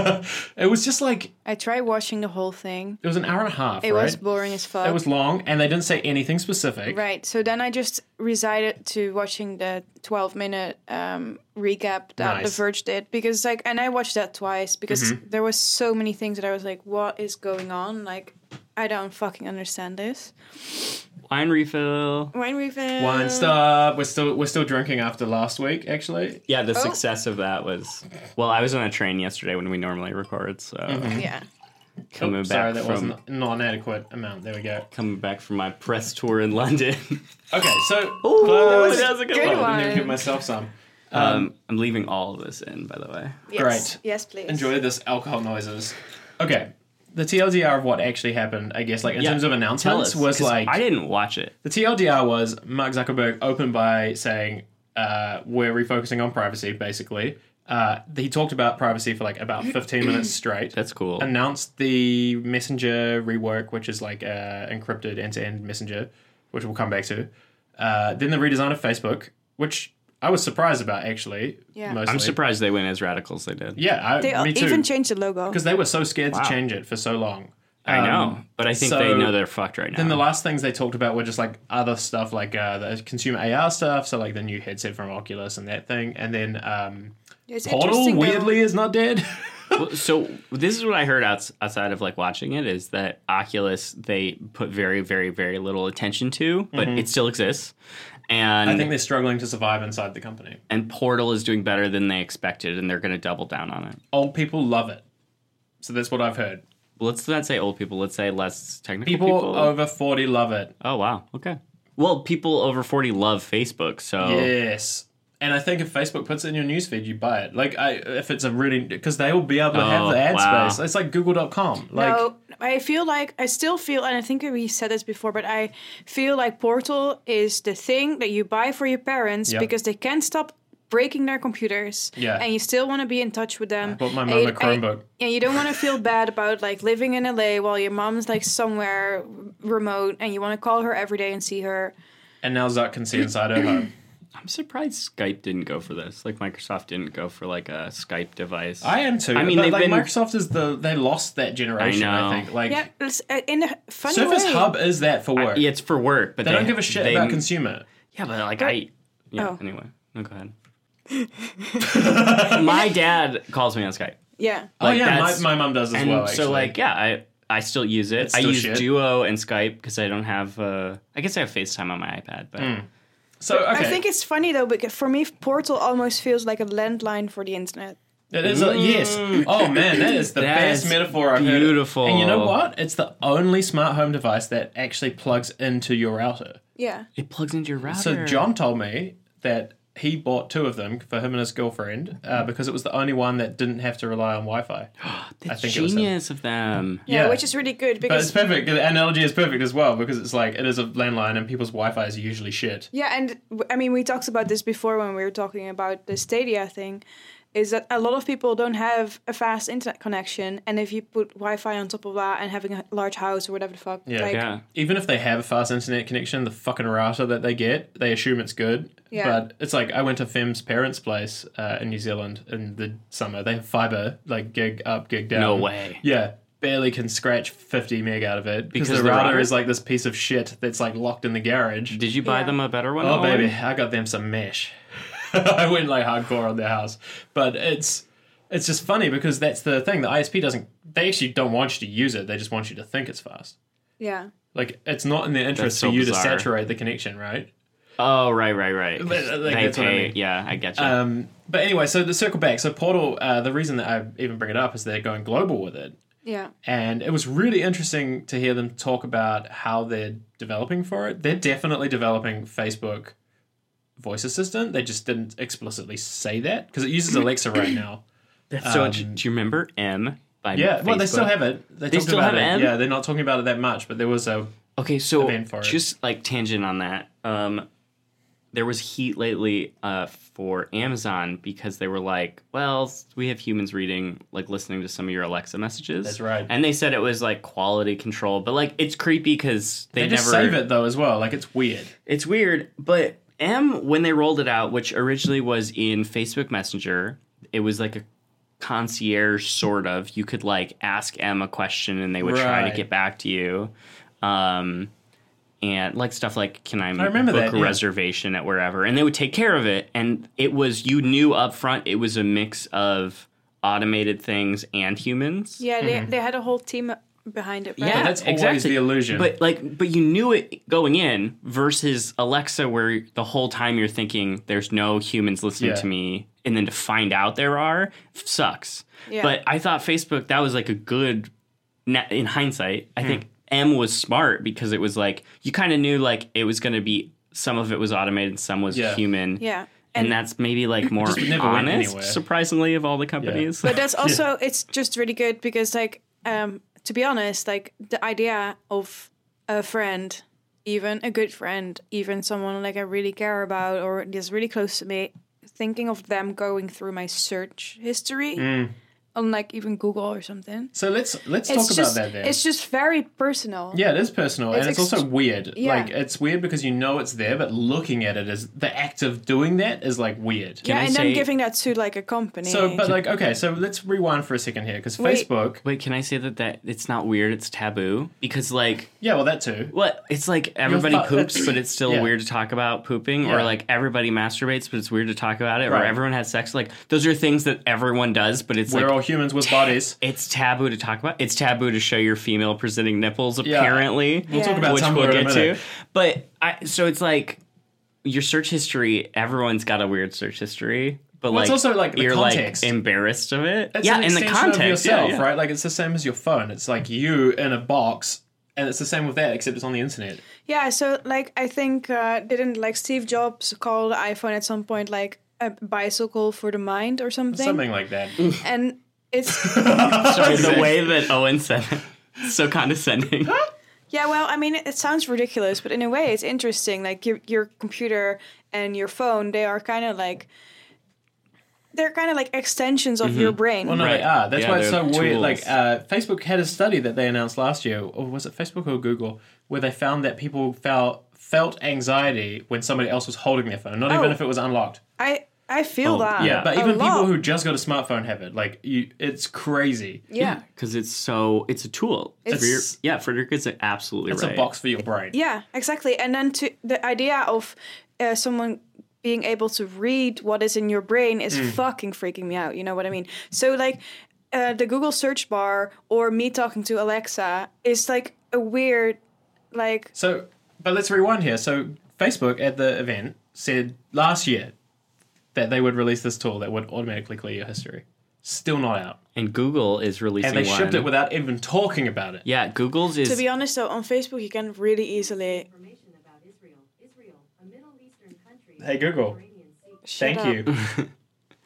[SPEAKER 2] it was just like it
[SPEAKER 3] I tried watching the whole thing.
[SPEAKER 2] was an hour and a half,
[SPEAKER 3] It
[SPEAKER 2] right?
[SPEAKER 3] was boring as fuck.
[SPEAKER 2] it was long and they didn't say anything specific.
[SPEAKER 3] Right. So then I just resided to watching the 12 minute um, recap that The
[SPEAKER 2] Nice. Mm-hmm.
[SPEAKER 3] Verge did because like, and I watched that twice because there was so many things that I was like, what is going on? Like, I don't fucking understand this.
[SPEAKER 1] wine refill.
[SPEAKER 3] Wine refill.
[SPEAKER 2] Wine stop. We're still we're still drinking after last week, actually.
[SPEAKER 1] Yeah, the
[SPEAKER 3] Oh.
[SPEAKER 1] success of that was. Well, I was on a train yesterday when we normally record, so
[SPEAKER 3] Yeah.
[SPEAKER 1] coming
[SPEAKER 2] Oh,
[SPEAKER 1] back
[SPEAKER 2] sorry, that
[SPEAKER 1] from
[SPEAKER 2] wasn't not an adequate amount. There we go.
[SPEAKER 1] coming back from my press tour in London.
[SPEAKER 2] Okay, so
[SPEAKER 1] (laughs) Ooh,
[SPEAKER 2] close.
[SPEAKER 1] that was a good
[SPEAKER 3] Good
[SPEAKER 1] one.
[SPEAKER 2] I didn't even give
[SPEAKER 3] one.
[SPEAKER 2] myself some.
[SPEAKER 1] Um, I'm leaving all of this in, by the way.
[SPEAKER 3] Yes.
[SPEAKER 2] Great.
[SPEAKER 3] Yes, please.
[SPEAKER 2] Enjoy this alcohol noises. Okay, the TLDR of what actually happened, I guess, like in
[SPEAKER 1] Yeah,
[SPEAKER 2] terms of
[SPEAKER 1] Tell
[SPEAKER 2] announcements,
[SPEAKER 1] us
[SPEAKER 2] was
[SPEAKER 1] 'cause
[SPEAKER 2] like
[SPEAKER 1] I didn't watch it.
[SPEAKER 2] the TLDR was Mark Zuckerberg opened by saying uh, we're refocusing on privacy. Basically, uh, he talked about privacy for like about
[SPEAKER 1] (clears throat)
[SPEAKER 2] fifteen minutes straight.
[SPEAKER 1] That's cool.
[SPEAKER 2] announced the messenger rework, which is like uh, encrypted end-to-end messenger, which we'll come back to. Uh, then the redesign of Facebook, which I was surprised about actually.
[SPEAKER 3] Yeah.
[SPEAKER 2] mostly.
[SPEAKER 1] I'm surprised they went as radical as they did.
[SPEAKER 2] Yeah, I,
[SPEAKER 3] They
[SPEAKER 2] me too.
[SPEAKER 3] even changed the logo.
[SPEAKER 2] because they were so scared
[SPEAKER 1] Wow.
[SPEAKER 2] to change it for so long.
[SPEAKER 1] I know,
[SPEAKER 2] Um,
[SPEAKER 1] but I think
[SPEAKER 2] so-
[SPEAKER 1] they know they're fucked right now.
[SPEAKER 2] then the last things they talked about were just like other stuff, like uh, the consumer AR stuff, so like the new headset from Oculus and that thing, and then um,
[SPEAKER 3] It's
[SPEAKER 2] Portal
[SPEAKER 3] interesting, though.
[SPEAKER 2] weirdly is not dead.
[SPEAKER 1] Well, so this is what I heard outs- outside of like watching it is that Oculus they put very very very little attention to, but it still exists. (laughs) And
[SPEAKER 2] Mm-hmm. I think they're struggling to survive inside the company.
[SPEAKER 1] and Portal is doing better than they expected, and they're going to double down on it.
[SPEAKER 2] Old people love it, so that's what I've heard.
[SPEAKER 1] Let's not say old people. Let's say less technical
[SPEAKER 2] People,
[SPEAKER 1] people.
[SPEAKER 2] over 40 love it.
[SPEAKER 1] oh wow, okay. Well, people over forty love Facebook, so
[SPEAKER 2] Yes. And I think if Facebook puts it in your newsfeed, you buy it. Like, I, if it's a really, because they will be able to have
[SPEAKER 1] Oh,
[SPEAKER 2] the ad
[SPEAKER 1] wow.
[SPEAKER 2] space. It's like Google.com. Like,
[SPEAKER 3] No, I feel like I still feel, and I think we said this before, but I feel like Portal is the thing that you buy for your parents
[SPEAKER 2] Yep.
[SPEAKER 3] because they can't stop breaking their computers.
[SPEAKER 2] Yeah.
[SPEAKER 3] And you still want to be in touch with them.
[SPEAKER 2] bought my
[SPEAKER 3] And
[SPEAKER 2] mom
[SPEAKER 3] you-
[SPEAKER 2] a Chromebook.
[SPEAKER 3] And, and you don't want to feel bad about like living in LA while your mom's like somewhere remote and you want to call her every day and see her.
[SPEAKER 2] and now Zuck can see inside her home.
[SPEAKER 1] I'm surprised Skype didn't go for this. Like Microsoft didn't go for like a Skype device.
[SPEAKER 2] (clears throat) I am too.
[SPEAKER 1] I
[SPEAKER 2] I
[SPEAKER 1] mean,
[SPEAKER 2] mean, but
[SPEAKER 1] they've
[SPEAKER 2] like,
[SPEAKER 1] been-
[SPEAKER 2] Microsoft is the, they lost that generation, I,
[SPEAKER 1] know.
[SPEAKER 2] think. Like,
[SPEAKER 3] Yeah, it's, uh, in a funny
[SPEAKER 2] Surface
[SPEAKER 3] way.
[SPEAKER 2] Hub is that for work.
[SPEAKER 1] Yeah, it's for work, but
[SPEAKER 2] They
[SPEAKER 1] they
[SPEAKER 2] don't give a shit
[SPEAKER 1] they-
[SPEAKER 2] about consumer.
[SPEAKER 1] Yeah, but like I. Yeah.
[SPEAKER 3] Oh.
[SPEAKER 1] Anyway, no, go
[SPEAKER 2] (laughs)
[SPEAKER 1] ahead. my dad calls me on Skype,
[SPEAKER 3] Yeah.
[SPEAKER 1] like,
[SPEAKER 2] oh, yeah, my,
[SPEAKER 1] that's-
[SPEAKER 2] my mom does as
[SPEAKER 1] and
[SPEAKER 2] well. Actually.
[SPEAKER 1] so like yeah, I I still use it.
[SPEAKER 2] It's
[SPEAKER 1] I
[SPEAKER 2] still
[SPEAKER 1] use
[SPEAKER 2] shit.
[SPEAKER 1] Duo and Skype because I don't have. Uh, I guess I have FaceTime on my iPad, but
[SPEAKER 2] Hmm. so, okay.
[SPEAKER 3] I think it's funny though, because for me, Portal almost feels like a landline for the internet.
[SPEAKER 2] It is a
[SPEAKER 1] Mm.
[SPEAKER 2] yes. Oh man, that is the
[SPEAKER 1] That
[SPEAKER 2] best
[SPEAKER 1] is
[SPEAKER 2] metaphor I've
[SPEAKER 1] beautiful.
[SPEAKER 2] heard. And you know what? It's the only smart home device that actually plugs into your router.
[SPEAKER 3] Yeah.
[SPEAKER 1] it plugs into your router.
[SPEAKER 2] So John told me that he bought two of them for him and his girlfriend uh, because it was the only one that didn't have to rely on Wi-Fi.
[SPEAKER 1] that's
[SPEAKER 2] think it was him.
[SPEAKER 1] genius of them.
[SPEAKER 3] Yeah,
[SPEAKER 2] Yeah.
[SPEAKER 3] which is really good
[SPEAKER 2] But it's
[SPEAKER 3] because
[SPEAKER 2] perfect. The analogy is perfect as well because it's like it is a landline and people's Wi-Fi is usually shit.
[SPEAKER 3] Yeah, and w- I mean, we talked about this before when we were talking about the Stadia thing. Is that a lot of people don't have a fast internet connection, and if you put Wi-Fi on top of that and having a large house or whatever the fuck,
[SPEAKER 2] Yeah.
[SPEAKER 3] like,
[SPEAKER 1] Yeah.
[SPEAKER 2] Even if they have a fast internet connection, the fucking router that they get, they assume it's good.
[SPEAKER 3] Yeah.
[SPEAKER 2] But it's like I went to Fem's parents' place uh, in New Zealand in the summer. They have fiber, like gig up, gig down.
[SPEAKER 1] No way.
[SPEAKER 2] Yeah, barely can scratch 50 meg out of it because,
[SPEAKER 1] Because
[SPEAKER 2] the,
[SPEAKER 1] the
[SPEAKER 2] router,
[SPEAKER 1] router-
[SPEAKER 2] is like this piece of shit that's like locked in the garage.
[SPEAKER 1] Did you buy
[SPEAKER 3] Yeah.
[SPEAKER 1] them a better one?
[SPEAKER 2] oh,
[SPEAKER 1] Owen?
[SPEAKER 2] (laughs) baby, I got them some mesh. I went like hardcore on their house, but it's It's just funny because that's the thing. The ISP doesn't. They actually don't want you to use it. They just want you to think it's fast.
[SPEAKER 3] Yeah.
[SPEAKER 2] Like it's not in their
[SPEAKER 1] That's
[SPEAKER 2] interest
[SPEAKER 1] so
[SPEAKER 2] for you
[SPEAKER 1] bizarre.
[SPEAKER 2] to saturate the connection, right?
[SPEAKER 1] Oh, right, right, right.
[SPEAKER 2] Like,
[SPEAKER 1] They
[SPEAKER 2] that's what I
[SPEAKER 1] pay-
[SPEAKER 2] mean.
[SPEAKER 1] Yeah, I get you.
[SPEAKER 2] Um, but anyway, so to circle back, so Portal. Uh, the reason that I even bring it up is they're going global with it,
[SPEAKER 3] Yeah.
[SPEAKER 2] and it was really interesting to hear them talk about how they're developing for it. They're definitely developing Facebook voice assistant. They just didn't explicitly say that because it uses Alexa right now.
[SPEAKER 1] That's so. much-
[SPEAKER 2] um,
[SPEAKER 1] do you remember M? By
[SPEAKER 2] Yeah, well, they
[SPEAKER 1] Facebook?
[SPEAKER 2] still have it. They, talked
[SPEAKER 1] still
[SPEAKER 2] about
[SPEAKER 1] have
[SPEAKER 2] it.
[SPEAKER 1] M?
[SPEAKER 2] Yeah, they're not talking about it that much, but there was a
[SPEAKER 1] Okay, so
[SPEAKER 2] event for it.
[SPEAKER 1] just like tangent on that, um, there was heat lately uh, for Amazon because they were like, "Well, we have humans reading, like listening to some of your Alexa messages."
[SPEAKER 2] That's right.
[SPEAKER 1] And they said it was like quality control, but like it's creepy because they,
[SPEAKER 2] they,
[SPEAKER 1] never
[SPEAKER 2] just save it though as well. Like it's weird.
[SPEAKER 1] It's weird, but M when they rolled it out, which originally was in Facebook Messenger, it was like a concierge sort of. You could like ask M a question and they would try to
[SPEAKER 2] Right.
[SPEAKER 1] get back to you. Um and like stuff like can I,
[SPEAKER 2] remember
[SPEAKER 1] book
[SPEAKER 2] that,
[SPEAKER 1] a
[SPEAKER 2] yeah.
[SPEAKER 1] reservation at wherever and they would take care of it and it was you knew up front it was a mix of automated things and humans.
[SPEAKER 3] Yeah. They, they had a whole team behind it. Right?
[SPEAKER 1] Yeah,
[SPEAKER 2] But that's always
[SPEAKER 1] exactly.
[SPEAKER 2] the illusion.
[SPEAKER 1] But like, but you knew it going in versus Alexa, where the whole time you're thinking there's no humans listening
[SPEAKER 2] Yeah.
[SPEAKER 1] to me, and then to find out there are f- sucks.
[SPEAKER 3] Yeah.
[SPEAKER 1] But I thought Facebook that was like a good. na- In hindsight, I think
[SPEAKER 2] Hmm.
[SPEAKER 1] M was smart because it was like you kind of knew like it was going to be some of it was automated, some was
[SPEAKER 2] Yeah.
[SPEAKER 1] human.
[SPEAKER 3] Yeah.
[SPEAKER 1] And, that's maybe
[SPEAKER 2] (clears throat)
[SPEAKER 1] like more
[SPEAKER 2] never went
[SPEAKER 1] honest,
[SPEAKER 2] anywhere.
[SPEAKER 1] surprisingly, of all the companies.
[SPEAKER 3] but that's also it's just really good because like um to be honest like the idea of a friend even a good friend even someone like i really care about or is really close to me thinking of them going through my search history on like even google or something
[SPEAKER 2] So let's Mm. let's
[SPEAKER 3] it's
[SPEAKER 2] talk
[SPEAKER 3] just
[SPEAKER 2] about that then.
[SPEAKER 3] it's just very personal
[SPEAKER 2] yeah, it is personal, and
[SPEAKER 3] It's
[SPEAKER 2] it's
[SPEAKER 3] ex-
[SPEAKER 2] also weird.
[SPEAKER 3] Yeah.
[SPEAKER 2] Like it's weird because you know it's there, but looking at it is the act of doing that is like weird.
[SPEAKER 3] yeah
[SPEAKER 1] I
[SPEAKER 3] and then
[SPEAKER 1] say-
[SPEAKER 3] giving that to like a company
[SPEAKER 2] So, but like, okay, so let's rewind for a second here because
[SPEAKER 3] Wait.
[SPEAKER 2] Facebook.
[SPEAKER 1] (laughs) Wait, can I say that that it's not weird? It's taboo because like
[SPEAKER 2] Yeah, well, that too.
[SPEAKER 1] What? It's like everybody
[SPEAKER 2] thought-
[SPEAKER 1] poops, but it's still
[SPEAKER 2] (clears throat) Yeah.
[SPEAKER 1] weird to talk about pooping, or
[SPEAKER 2] Yeah.
[SPEAKER 1] like everybody masturbates, but it's weird to talk about it, or
[SPEAKER 2] Right.
[SPEAKER 1] everyone has sex. Like those are things that everyone does, but it's
[SPEAKER 2] We're
[SPEAKER 1] like
[SPEAKER 2] all humans with bodies.
[SPEAKER 1] it's taboo to talk about. It's taboo to show your female presenting nipples,
[SPEAKER 2] Yeah.
[SPEAKER 1] apparently.
[SPEAKER 3] We'll talk
[SPEAKER 2] about
[SPEAKER 1] which
[SPEAKER 2] Tumblr
[SPEAKER 1] we'll
[SPEAKER 2] in a
[SPEAKER 1] get to.
[SPEAKER 2] minute.
[SPEAKER 1] But I, so it's like your search history. Everyone's got a weird search history, but
[SPEAKER 2] Well,
[SPEAKER 1] like
[SPEAKER 2] it's also, like, the
[SPEAKER 1] you're
[SPEAKER 2] context.
[SPEAKER 1] like embarrassed of it. (laughs)
[SPEAKER 2] It's
[SPEAKER 1] yeah,
[SPEAKER 2] an
[SPEAKER 1] in the
[SPEAKER 2] extension of
[SPEAKER 1] context,
[SPEAKER 2] yourself,
[SPEAKER 1] yeah, yeah.
[SPEAKER 2] right? Like it's the same as your phone. It's like you in a box, and it's the same with that, except it's on the internet.
[SPEAKER 3] Yeah, so like I think uh, didn't like Steve Jobs call the iPhone at some point like a bicycle for the mind or something,
[SPEAKER 2] Something like that.
[SPEAKER 3] and
[SPEAKER 2] (laughs)
[SPEAKER 3] it's
[SPEAKER 1] Sorry, the way that Owen said it, so condescending.
[SPEAKER 3] yeah. Well, I mean, it, it sounds ridiculous, but in a way, it's interesting. Like your your computer and your phone, they are kind of like they're kind of like extensions of your brain.
[SPEAKER 2] Mm-hmm. Well, no,
[SPEAKER 1] Right.
[SPEAKER 2] they are. ah, That's
[SPEAKER 1] Yeah,
[SPEAKER 2] why it's so
[SPEAKER 1] they're
[SPEAKER 2] weird.
[SPEAKER 1] tools.
[SPEAKER 2] Like uh, Facebook had a study that they announced last year, or was it Facebook or Google, where they found that people felt felt anxiety when somebody else was holding their phone, not even
[SPEAKER 3] Oh.
[SPEAKER 2] if it was unlocked.
[SPEAKER 3] I I feel
[SPEAKER 2] Oh,
[SPEAKER 3] that.
[SPEAKER 1] yeah,
[SPEAKER 2] But
[SPEAKER 3] a
[SPEAKER 2] even
[SPEAKER 3] lot.
[SPEAKER 2] people who just got a smartphone have it. Like, you, it's crazy.
[SPEAKER 1] (clears throat)
[SPEAKER 3] yeah.
[SPEAKER 1] because it's so it's a tool.
[SPEAKER 3] It's-
[SPEAKER 1] for your, yeah, Frederick is absolutely
[SPEAKER 2] It's
[SPEAKER 1] right.
[SPEAKER 2] a box for your brain.
[SPEAKER 3] Yeah, exactly. And then to the idea of uh, someone being able to read what is in your brain is
[SPEAKER 2] Mm.
[SPEAKER 3] fucking freaking me out. You know what I mean? So like uh, the Google search bar or me talking to Alexa is like a weird like
[SPEAKER 2] So, but let's rewind here. So, Facebook at the event said last year that they would release this tool that would automatically clear your history. Still not out.
[SPEAKER 1] And Google is releasing
[SPEAKER 2] And they
[SPEAKER 1] one.
[SPEAKER 2] shipped it without even talking about it.
[SPEAKER 1] yeah, Google's is
[SPEAKER 3] to be honest though on Facebook you can really easily
[SPEAKER 4] information about Israel. Israel, a Middle Eastern country.
[SPEAKER 2] Hey, Google.
[SPEAKER 4] Mediterranean Sea.
[SPEAKER 3] shut
[SPEAKER 2] Thank
[SPEAKER 3] up.
[SPEAKER 2] you.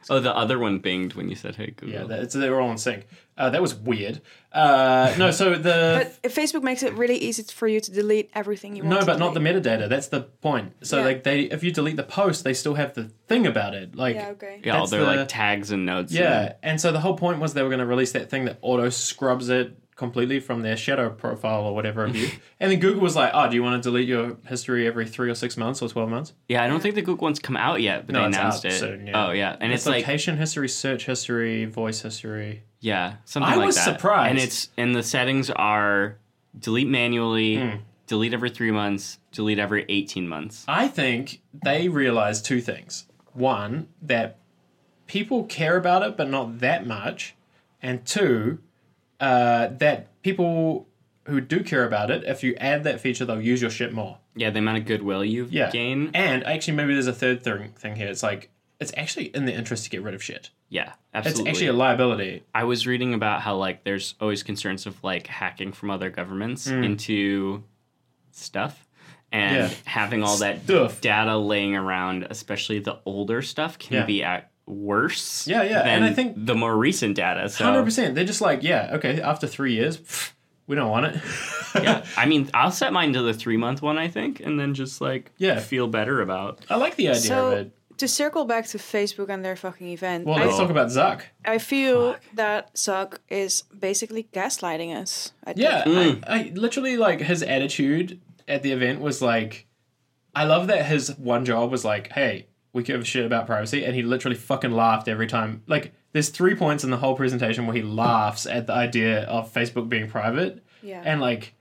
[SPEAKER 1] oh the other one binged when you said hey Google.
[SPEAKER 2] Yeah, that's, they were all in sync. Uh, that was weird. Uh, no, so the
[SPEAKER 3] (laughs) But Facebook makes it really easy for you to delete everything you want.
[SPEAKER 2] no,
[SPEAKER 3] to
[SPEAKER 2] but not the
[SPEAKER 3] delete.
[SPEAKER 2] metadata. That's the point. So
[SPEAKER 3] Yeah.
[SPEAKER 2] like they, if you delete the post, they still have the thing about it. Like
[SPEAKER 3] Yeah, okay.
[SPEAKER 1] yeah, all
[SPEAKER 2] that's
[SPEAKER 1] their
[SPEAKER 2] the-
[SPEAKER 1] like tags and notes.
[SPEAKER 2] yeah. And so the whole point was they were going to release that thing that auto scrubs it completely from their shadow profile or whatever
[SPEAKER 1] (laughs)
[SPEAKER 2] of you. and then Google was like, "Oh, do you want to delete your history every three or six months or twelve months?"
[SPEAKER 1] yeah. I don't think the Google one's come out yet, but
[SPEAKER 2] No,
[SPEAKER 1] they
[SPEAKER 2] it's
[SPEAKER 1] announced
[SPEAKER 2] out
[SPEAKER 1] it.
[SPEAKER 2] soon, yeah.
[SPEAKER 1] Oh yeah, and it's, like
[SPEAKER 2] location history, search history, voice history.
[SPEAKER 1] yeah, something
[SPEAKER 2] I
[SPEAKER 1] like
[SPEAKER 2] was
[SPEAKER 1] that.
[SPEAKER 2] surprised.
[SPEAKER 1] And it's and the settings are delete manually,
[SPEAKER 2] Hmm.
[SPEAKER 1] delete every three months, delete every eighteen months.
[SPEAKER 2] I think they realized two things. One, that people care about it, but not that much. And two, uh, that people who do care about it, if you add that feature, they'll use your shit more.
[SPEAKER 1] Yeah, the amount of goodwill you
[SPEAKER 2] Yeah.
[SPEAKER 1] gain.
[SPEAKER 2] And actually, maybe there's a third thing, thing here. It's like, it's actually in the interest to get rid of shit.
[SPEAKER 1] yeah,
[SPEAKER 2] It's
[SPEAKER 1] absolutely.
[SPEAKER 2] actually a liability.
[SPEAKER 1] I was reading about how like there's always concerns of like hacking from other governments into stuff and
[SPEAKER 2] Hmm. Yeah.
[SPEAKER 1] having all that
[SPEAKER 2] Stuff.
[SPEAKER 1] data laying around, especially the older stuff can
[SPEAKER 2] Yeah.
[SPEAKER 1] be at worse.
[SPEAKER 2] Yeah, yeah,
[SPEAKER 1] Than
[SPEAKER 2] and I think-
[SPEAKER 1] the more recent data. So
[SPEAKER 2] 100%. They're just like, yeah, okay, after three years, pff, we don't want it.
[SPEAKER 1] yeah, I mean, I'll set mine to the three month one, I think, and then just like
[SPEAKER 2] Yeah.
[SPEAKER 1] feel better about.
[SPEAKER 2] (laughs) I like the idea of
[SPEAKER 3] So
[SPEAKER 2] it.
[SPEAKER 3] to circle back to Facebook and their fucking event,
[SPEAKER 2] Well,
[SPEAKER 3] I,
[SPEAKER 1] Oh.
[SPEAKER 2] let's talk about Zuck.
[SPEAKER 3] I feel that Zuck is basically gaslighting us. I think.
[SPEAKER 2] Yeah, I, I literally like his attitude at the event was like, I love that his one job was like, hey, we give a shit about privacy, and he literally fucking laughed every time. Like, there's three points in the whole presentation where he laughs at the idea of Facebook being private,
[SPEAKER 3] Yeah.
[SPEAKER 2] and like.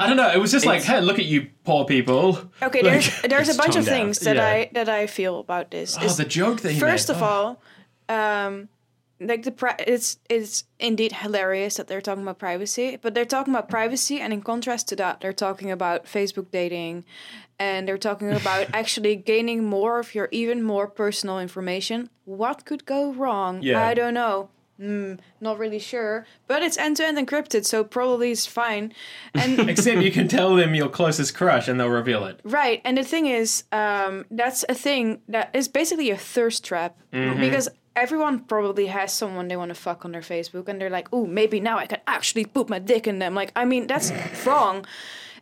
[SPEAKER 2] I don't know. It was just like,
[SPEAKER 1] It's-
[SPEAKER 2] "Hey, look at you, poor people." Like,
[SPEAKER 3] Okay, there's there's a
[SPEAKER 1] it's
[SPEAKER 3] bunch of
[SPEAKER 1] toned down.
[SPEAKER 3] things that
[SPEAKER 2] Yeah.
[SPEAKER 3] I that I feel about this.
[SPEAKER 2] oh,
[SPEAKER 3] Is-
[SPEAKER 2] the joke that he
[SPEAKER 3] first
[SPEAKER 2] made.
[SPEAKER 3] of
[SPEAKER 2] Oh.
[SPEAKER 3] all, um, like the pri- it's it's indeed hilarious that they're talking about privacy, but they're talking about privacy, and in contrast to that, they're talking about Facebook dating, and
[SPEAKER 2] (laughs)
[SPEAKER 3] they're talking about actually gaining more of your even more personal information. What could go wrong?
[SPEAKER 2] Yeah.
[SPEAKER 3] I don't know. Hmm, not really sure, but it's end to end encrypted, so probably it's fine. And
[SPEAKER 2] except you can tell them your closest crush, and they'll reveal it.
[SPEAKER 3] Right, and the thing is, um, that's a thing that is basically a thirst trap
[SPEAKER 2] Mm-hmm.
[SPEAKER 3] because everyone probably has someone they want to fuck on their Facebook, and they're like, "Oh, maybe now I can actually put my dick in them." Like, I
[SPEAKER 2] (laughs)
[SPEAKER 3] mean, that's wrong,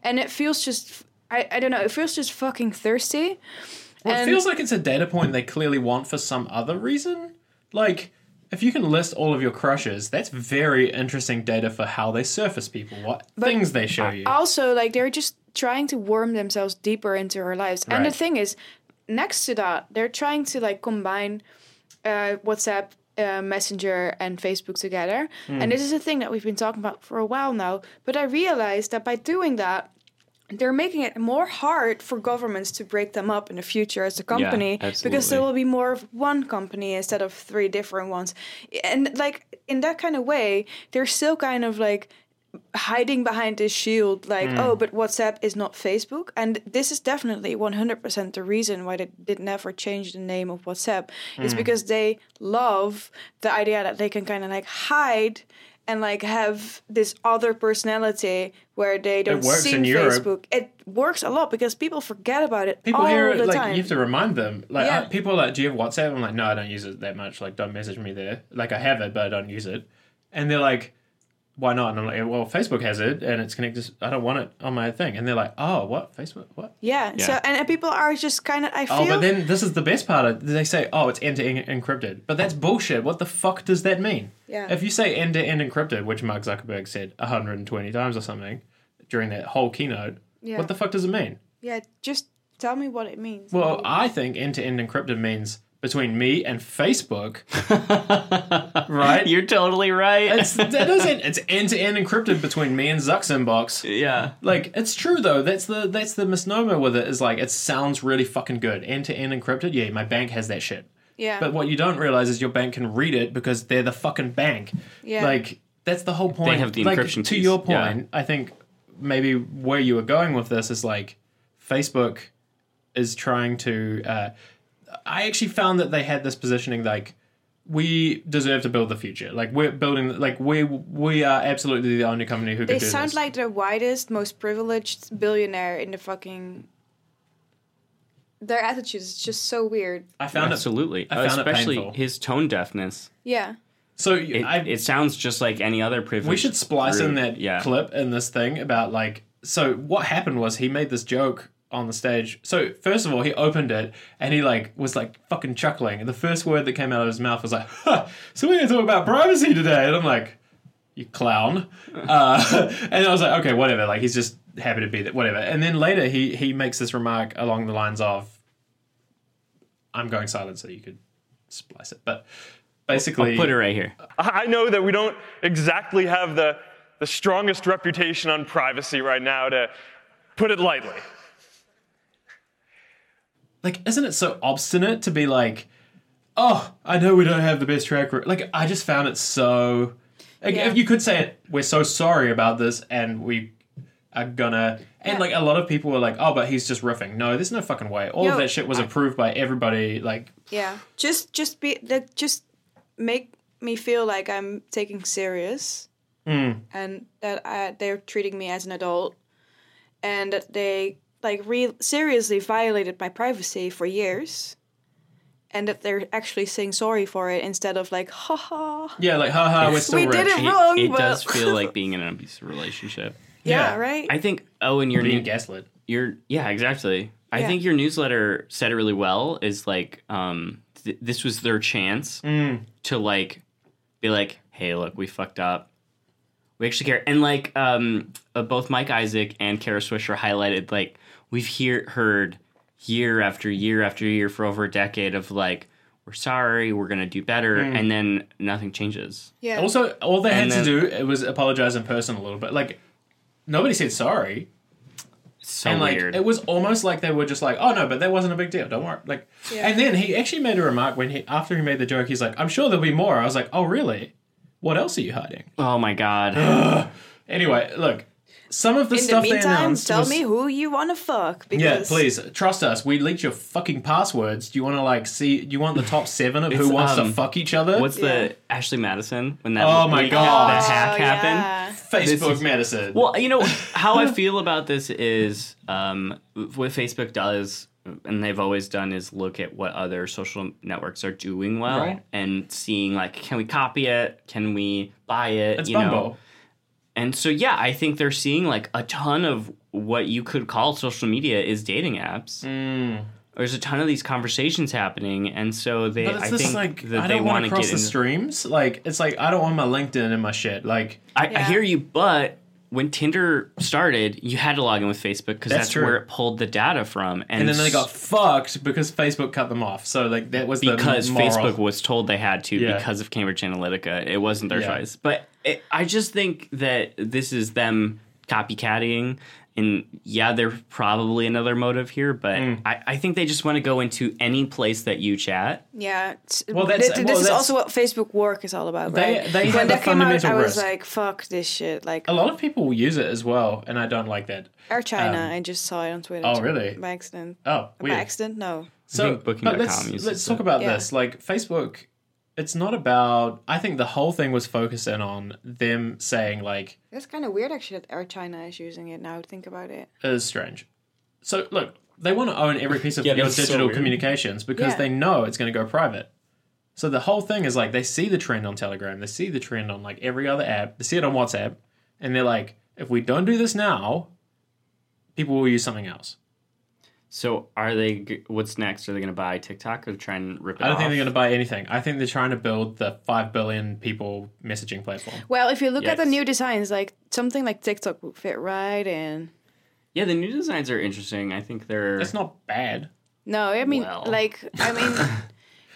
[SPEAKER 3] and it feels just. I, I don't know. It feels just fucking thirsty.
[SPEAKER 2] Well,
[SPEAKER 3] And-
[SPEAKER 2] it feels like it's a data point they clearly want for some other reason. Like, if you can list all of your crushes, that's very interesting data for how they surface people, what things they show you.
[SPEAKER 3] Also, like they're just trying to worm themselves deeper into our lives. And the
[SPEAKER 2] Right.
[SPEAKER 3] thing is, next to that, they're trying to like combine uh, WhatsApp, uh, Messenger, and Facebook together.
[SPEAKER 2] Hmm.
[SPEAKER 3] And this is a thing that we've been talking about for a while now. But I realized that by doing that, they're making it more hard for governments to break them up in the future as a company because there
[SPEAKER 1] absolutely.
[SPEAKER 3] will be more of one company instead of three different ones. And like in that kind of way, they're still kind of like hiding behind this shield like
[SPEAKER 2] Hmm.
[SPEAKER 3] oh but WhatsApp is not Facebook and this is definitely 100% the reason why they did never change the name of WhatsApp is
[SPEAKER 2] Hmm.
[SPEAKER 3] because they love the idea that they can kind of like hide and like have this other personality where they don't
[SPEAKER 2] works
[SPEAKER 3] see
[SPEAKER 2] in Europe.
[SPEAKER 3] Facebook it works a lot because people forget about it
[SPEAKER 2] people
[SPEAKER 3] all
[SPEAKER 2] here,
[SPEAKER 3] the
[SPEAKER 2] like,
[SPEAKER 3] time
[SPEAKER 2] you have to remind them. Like,
[SPEAKER 3] Yeah.
[SPEAKER 2] I- people are like, do you have WhatsApp? I'm like, no, I don't use it that much. Like, don't message me there. Like, I have it, but I don't use it. And they're like, why not? And I'm like, well, Facebook has it, and it's connected. I don't want it on my thing. And they're like, oh, what? Facebook? What?
[SPEAKER 3] yeah, so
[SPEAKER 1] Yeah.
[SPEAKER 3] and, and people are just kind of I feel
[SPEAKER 2] Oh, but then this is the best part. Of, they say, oh, it's end to end encrypted. But that's bullshit. What the fuck does that mean?
[SPEAKER 3] Yeah.
[SPEAKER 2] If you say end to end encrypted, which Mark Zuckerberg said 120 times or something during that whole keynote,
[SPEAKER 3] Yeah.
[SPEAKER 2] what the fuck does it mean?
[SPEAKER 3] yeah just tell me what it means
[SPEAKER 2] Well, I think end to end encrypted means between me and
[SPEAKER 3] (laughs)
[SPEAKER 2] Facebook, right?
[SPEAKER 1] (laughs) You're totally right.
[SPEAKER 2] it's, that doesn't. It's end to end encrypted between me and Zuck's inbox.
[SPEAKER 1] (laughs) yeah.
[SPEAKER 2] Like it's true though. That's the that's the misnomer with it. Is like it sounds really fucking good. End to end encrypted. Yeah, my bank has that shit.
[SPEAKER 3] yeah
[SPEAKER 2] But what you don't realize is your bank can read it because they're the fucking bank.
[SPEAKER 3] Yeah.
[SPEAKER 2] Like that's the whole point.
[SPEAKER 1] have the
[SPEAKER 2] Like,
[SPEAKER 1] encryption
[SPEAKER 2] To
[SPEAKER 1] keys,
[SPEAKER 2] your
[SPEAKER 1] yeah.
[SPEAKER 2] point, I think maybe where you were going with this is like Facebook is trying to. Uh, I actually found that they had this positioning like we deserve to build the future. Like we're building. Like we we are absolutely the only company who
[SPEAKER 3] They
[SPEAKER 2] can do
[SPEAKER 3] sound
[SPEAKER 2] this.
[SPEAKER 3] like the widest, most privileged billionaire in the fucking. Their attitude is just so weird.
[SPEAKER 2] I found it.
[SPEAKER 1] absolutely.
[SPEAKER 2] I found it
[SPEAKER 1] Especially
[SPEAKER 2] painful.
[SPEAKER 1] his tone deafness.
[SPEAKER 3] Yeah.
[SPEAKER 2] So
[SPEAKER 1] It,
[SPEAKER 2] I,
[SPEAKER 1] it sounds just like any other privilege.
[SPEAKER 2] We should splice in that
[SPEAKER 1] yeah.
[SPEAKER 2] clip in this thing about like. So what happened was he made this joke on the stage. So first of all, he opened it and he like was like fucking chuckling, and the first word that came out of his mouth was like, huh, "So we're gonna talk about privacy today," and I'm like,
[SPEAKER 1] (laughs)
[SPEAKER 2] "You clown," uh, and I was like, "Okay, whatever." Like he's just happy to be that, whatever. And then later he he makes this remark along the lines of, "I'm going silent so you could splice it," but basically,
[SPEAKER 1] I'll put it right here.
[SPEAKER 5] I I know that we don't exactly have the, the strongest reputation on privacy right now, to put it lightly.
[SPEAKER 2] like isn't it so obstinate to be like oh, I know we don't have the best track record. Like, I just found it so. Like,
[SPEAKER 3] Yeah.
[SPEAKER 2] If you could say it, we're so sorry about this, and we are gonna. And
[SPEAKER 3] Yeah.
[SPEAKER 2] like a lot of people were like, oh, but he's just riffing. No, there's no fucking way. All
[SPEAKER 3] Yo.
[SPEAKER 2] of that shit was approved by everybody. Like,
[SPEAKER 3] Yeah. Just just be that just make me feel like I'm taking serious and that I, they're treating me as an adult and that they like re- seriously violated my privacy for years and that they're actually saying sorry for it instead of like ha ha
[SPEAKER 2] yeah, like, haha, we're
[SPEAKER 1] It's-
[SPEAKER 2] still
[SPEAKER 3] we
[SPEAKER 2] rich.
[SPEAKER 3] did it wrong
[SPEAKER 1] It, it
[SPEAKER 3] but
[SPEAKER 1] does feel like being in an abusive relationship.
[SPEAKER 3] yeah,
[SPEAKER 2] Yeah.
[SPEAKER 3] right
[SPEAKER 1] I think Owen, your
[SPEAKER 2] Being
[SPEAKER 1] new,
[SPEAKER 2] gaslit.
[SPEAKER 1] your yeah, exactly. I
[SPEAKER 3] Yeah.
[SPEAKER 1] think your newsletter said it really well. Is like um, th- this was their chance to like be like, hey, look, we fucked up. We actually care, and like um, uh, both Mike Isaac and Kara Swisher highlighted like we've hear- heard year after year after year for over a decade of like we're sorry, we're gonna do better, and then nothing changes.
[SPEAKER 3] yeah
[SPEAKER 2] Also, all they had
[SPEAKER 1] And
[SPEAKER 2] to do it was apologize in person a little bit. Like, nobody said sorry.
[SPEAKER 1] It's so
[SPEAKER 2] and like
[SPEAKER 1] weird.
[SPEAKER 2] it was almost like they were just like, oh no, but that wasn't a big deal. Don't worry. Like,
[SPEAKER 3] Yeah.
[SPEAKER 2] and then he actually made a remark when he after he made the joke, he's like, I'm sure there'll be more. I was like, oh really? What else are you hiding?
[SPEAKER 1] oh my
[SPEAKER 2] (gasps)
[SPEAKER 1] god.
[SPEAKER 2] Anyway, look, some of the
[SPEAKER 3] in the
[SPEAKER 2] stuff they
[SPEAKER 3] meantime
[SPEAKER 2] announced.
[SPEAKER 3] tell
[SPEAKER 2] was-
[SPEAKER 3] me who you want to fuck because
[SPEAKER 2] Yeah, please trust us. We leaked your fucking passwords. Do you want to like see? Do you want the
[SPEAKER 1] (laughs)
[SPEAKER 2] top seven of who
[SPEAKER 1] It's,
[SPEAKER 2] wants
[SPEAKER 1] um,
[SPEAKER 2] to fuck each other?
[SPEAKER 1] What's
[SPEAKER 3] Yeah.
[SPEAKER 1] the Ashley Madison when that?
[SPEAKER 2] Oh my
[SPEAKER 1] leak-
[SPEAKER 2] God.
[SPEAKER 1] that hack
[SPEAKER 3] Oh,
[SPEAKER 1] happened.
[SPEAKER 3] yeah.
[SPEAKER 2] Facebook
[SPEAKER 1] is-
[SPEAKER 2] medicine?
[SPEAKER 1] Well,
[SPEAKER 2] (laughs)
[SPEAKER 1] you know how I feel about this is um, what Facebook does, and they've always done is look at what other social networks are doing well
[SPEAKER 2] Right.
[SPEAKER 1] and seeing like, can we copy it? Can we buy it?
[SPEAKER 2] it's
[SPEAKER 1] you know?
[SPEAKER 2] Bumble.
[SPEAKER 1] And so yeah, I think they're seeing like a ton of what you could call social media is dating apps.
[SPEAKER 2] Hmm.
[SPEAKER 1] There's a ton of these conversations happening, and so they.
[SPEAKER 2] But it's
[SPEAKER 1] I
[SPEAKER 2] just
[SPEAKER 1] think
[SPEAKER 2] like
[SPEAKER 1] that
[SPEAKER 2] I
[SPEAKER 1] they
[SPEAKER 2] don't
[SPEAKER 1] want to get
[SPEAKER 2] cross the
[SPEAKER 1] into
[SPEAKER 2] streams. Like it's like I don't want my LinkedIn and my shit. Like
[SPEAKER 1] I, I
[SPEAKER 3] Yeah.
[SPEAKER 1] hear you, but when Tinder started, you had to log in with Facebook because
[SPEAKER 2] That's
[SPEAKER 1] that's,
[SPEAKER 2] true.
[SPEAKER 1] where it pulled the data from. And,
[SPEAKER 2] and then they got
[SPEAKER 1] s-
[SPEAKER 2] fucked because Facebook cut them off. So like that was
[SPEAKER 1] because
[SPEAKER 2] the moral.
[SPEAKER 1] Facebook was told they had to
[SPEAKER 2] Yeah.
[SPEAKER 1] because of Cambridge Analytica. It wasn't their
[SPEAKER 2] Yeah.
[SPEAKER 1] choice. But it, I just think that this is them copycatting. And yeah, there's probably another motive here, but
[SPEAKER 2] Mm.
[SPEAKER 1] I, I think they just want to go into any place that you chat.
[SPEAKER 3] Yeah. it's-
[SPEAKER 2] Well, that's-
[SPEAKER 3] th-
[SPEAKER 2] well,
[SPEAKER 3] this is
[SPEAKER 2] that's-
[SPEAKER 3] also what Facebook work is all about,
[SPEAKER 2] They-
[SPEAKER 3] right?
[SPEAKER 2] they have
[SPEAKER 3] when
[SPEAKER 2] the
[SPEAKER 3] that came out,
[SPEAKER 2] fundamental
[SPEAKER 3] I was
[SPEAKER 2] risk. Oh,
[SPEAKER 3] like, "Fuck this shit!" Like
[SPEAKER 2] A lot of people use it as well, and I don't like that.
[SPEAKER 3] Air China, I just saw it on Twitter.
[SPEAKER 2] um, Oh, really?
[SPEAKER 3] By accident.
[SPEAKER 2] Oh,
[SPEAKER 3] By
[SPEAKER 2] weird.
[SPEAKER 3] accident? No.
[SPEAKER 2] So,
[SPEAKER 1] think Booking.com
[SPEAKER 2] but let's
[SPEAKER 1] uses
[SPEAKER 2] let's
[SPEAKER 1] it.
[SPEAKER 2] talk about
[SPEAKER 3] Yeah.
[SPEAKER 2] this. Like Facebook, it's not about. I think the whole thing was focused in on them saying like
[SPEAKER 3] That's kind of weird, actually, that Air China is using it now. Think about it.
[SPEAKER 2] it is strange. So look, they want to own every piece of
[SPEAKER 1] Yeah,
[SPEAKER 2] your
[SPEAKER 1] that's so
[SPEAKER 2] digital
[SPEAKER 1] weird.
[SPEAKER 2] communications because
[SPEAKER 3] Yeah.
[SPEAKER 2] they know it's going to go private. So the whole thing is like they see the trend on Telegram, they see the trend on like every other app, they see it on WhatsApp, and they're like, if we don't do this now, people will use something else.
[SPEAKER 1] So are they? g- What's next? Are they going to buy TikTok or try and rip it
[SPEAKER 2] I don't think
[SPEAKER 1] off?
[SPEAKER 2] they're going to buy anything. I think they're trying to build the five billion people messaging platform.
[SPEAKER 3] Well, if you look at the
[SPEAKER 1] Yikes.
[SPEAKER 3] new designs, like something like TikTok would fit right in.
[SPEAKER 1] yeah, the new designs are interesting. I think they're.
[SPEAKER 2] It's not bad,
[SPEAKER 3] No, I mean,
[SPEAKER 1] Well.
[SPEAKER 3] like,
[SPEAKER 2] (laughs)
[SPEAKER 3] I mean,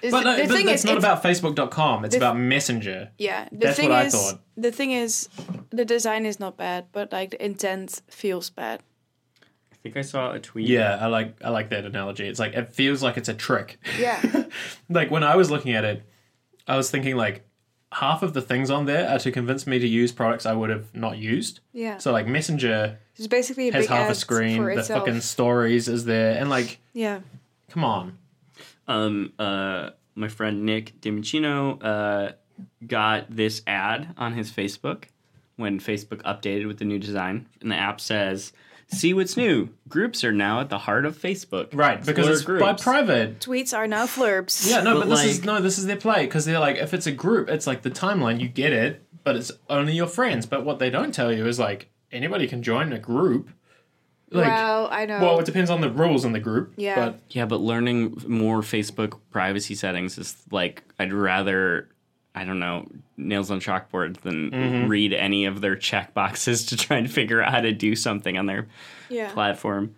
[SPEAKER 3] it's-
[SPEAKER 2] but, no,
[SPEAKER 3] the
[SPEAKER 2] but
[SPEAKER 3] thing
[SPEAKER 2] that's
[SPEAKER 3] is,
[SPEAKER 2] not
[SPEAKER 3] it's-
[SPEAKER 2] about Facebook.com. It's
[SPEAKER 3] the-
[SPEAKER 2] about Messenger.
[SPEAKER 3] Yeah, the
[SPEAKER 2] That's
[SPEAKER 3] thing
[SPEAKER 2] what I
[SPEAKER 3] is,
[SPEAKER 2] thought.
[SPEAKER 3] the thing is, the design is not bad, but like the intent feels bad.
[SPEAKER 1] I think I saw a tweet.
[SPEAKER 2] Yeah, I like I like that analogy. It's like it feels like it's a trick.
[SPEAKER 3] Yeah,
[SPEAKER 2] like when I was looking at it, I was thinking like half of the things on there are to convince me to use products I would have not used.
[SPEAKER 3] yeah.
[SPEAKER 2] So like Messenger
[SPEAKER 3] (laughs) It's basically a
[SPEAKER 2] has
[SPEAKER 3] big
[SPEAKER 2] half a
[SPEAKER 3] ad
[SPEAKER 2] screen,
[SPEAKER 3] for
[SPEAKER 2] the
[SPEAKER 3] itself.
[SPEAKER 2] fucking stories is there, and like
[SPEAKER 3] yeah.
[SPEAKER 2] come on.
[SPEAKER 1] um, uh, my friend Nick Dimicino uh, got this ad on his Facebook when Facebook updated with the new design, and the app says, "See what's new. Groups are now at the heart of Facebook.
[SPEAKER 2] Right, because
[SPEAKER 1] Explore
[SPEAKER 2] it's by private.
[SPEAKER 3] Tweets are now flurbs.
[SPEAKER 2] Yeah, no, but,
[SPEAKER 1] But,
[SPEAKER 2] this is
[SPEAKER 1] like-
[SPEAKER 2] no, this is their play because they're like, if it's a group, it's like the timeline, you get it, but it's only your friends. But what they don't tell you is like anybody can join a group. Like,
[SPEAKER 3] well, I know.
[SPEAKER 2] well, it depends on the rules in the group.
[SPEAKER 3] Yeah.
[SPEAKER 2] but
[SPEAKER 1] Yeah, but learning more Facebook privacy settings is like I'd rather." I don't know, nails on chalkboard than
[SPEAKER 2] Mm-hmm.
[SPEAKER 1] read any of their check boxes (laughs) to try and figure out how to do something on their
[SPEAKER 3] yeah.
[SPEAKER 1] platform.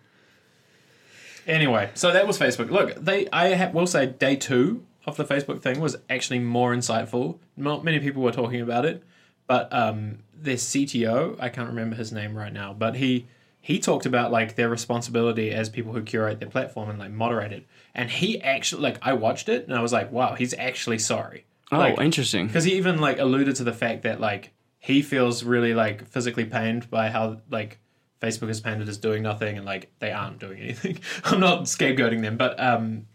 [SPEAKER 2] Anyway, so that was Facebook. Look, they I ha- will say day two of the Facebook thing was actually more insightful. Not many people were talking about it, but um, their CTO, I can't remember his name right now, but he he talked about like their responsibility as people who curate their platform and like moderate it. And he actually like I watched it and I was like, wow, he's actually sorry.
[SPEAKER 1] Oh,
[SPEAKER 2] Like,
[SPEAKER 1] interesting.
[SPEAKER 2] because he even like alluded to the fact that like he feels really like physically pained by how like Facebook is painted as doing nothing and like they aren't doing anything. (laughs) I'm not scapegoating them, but um,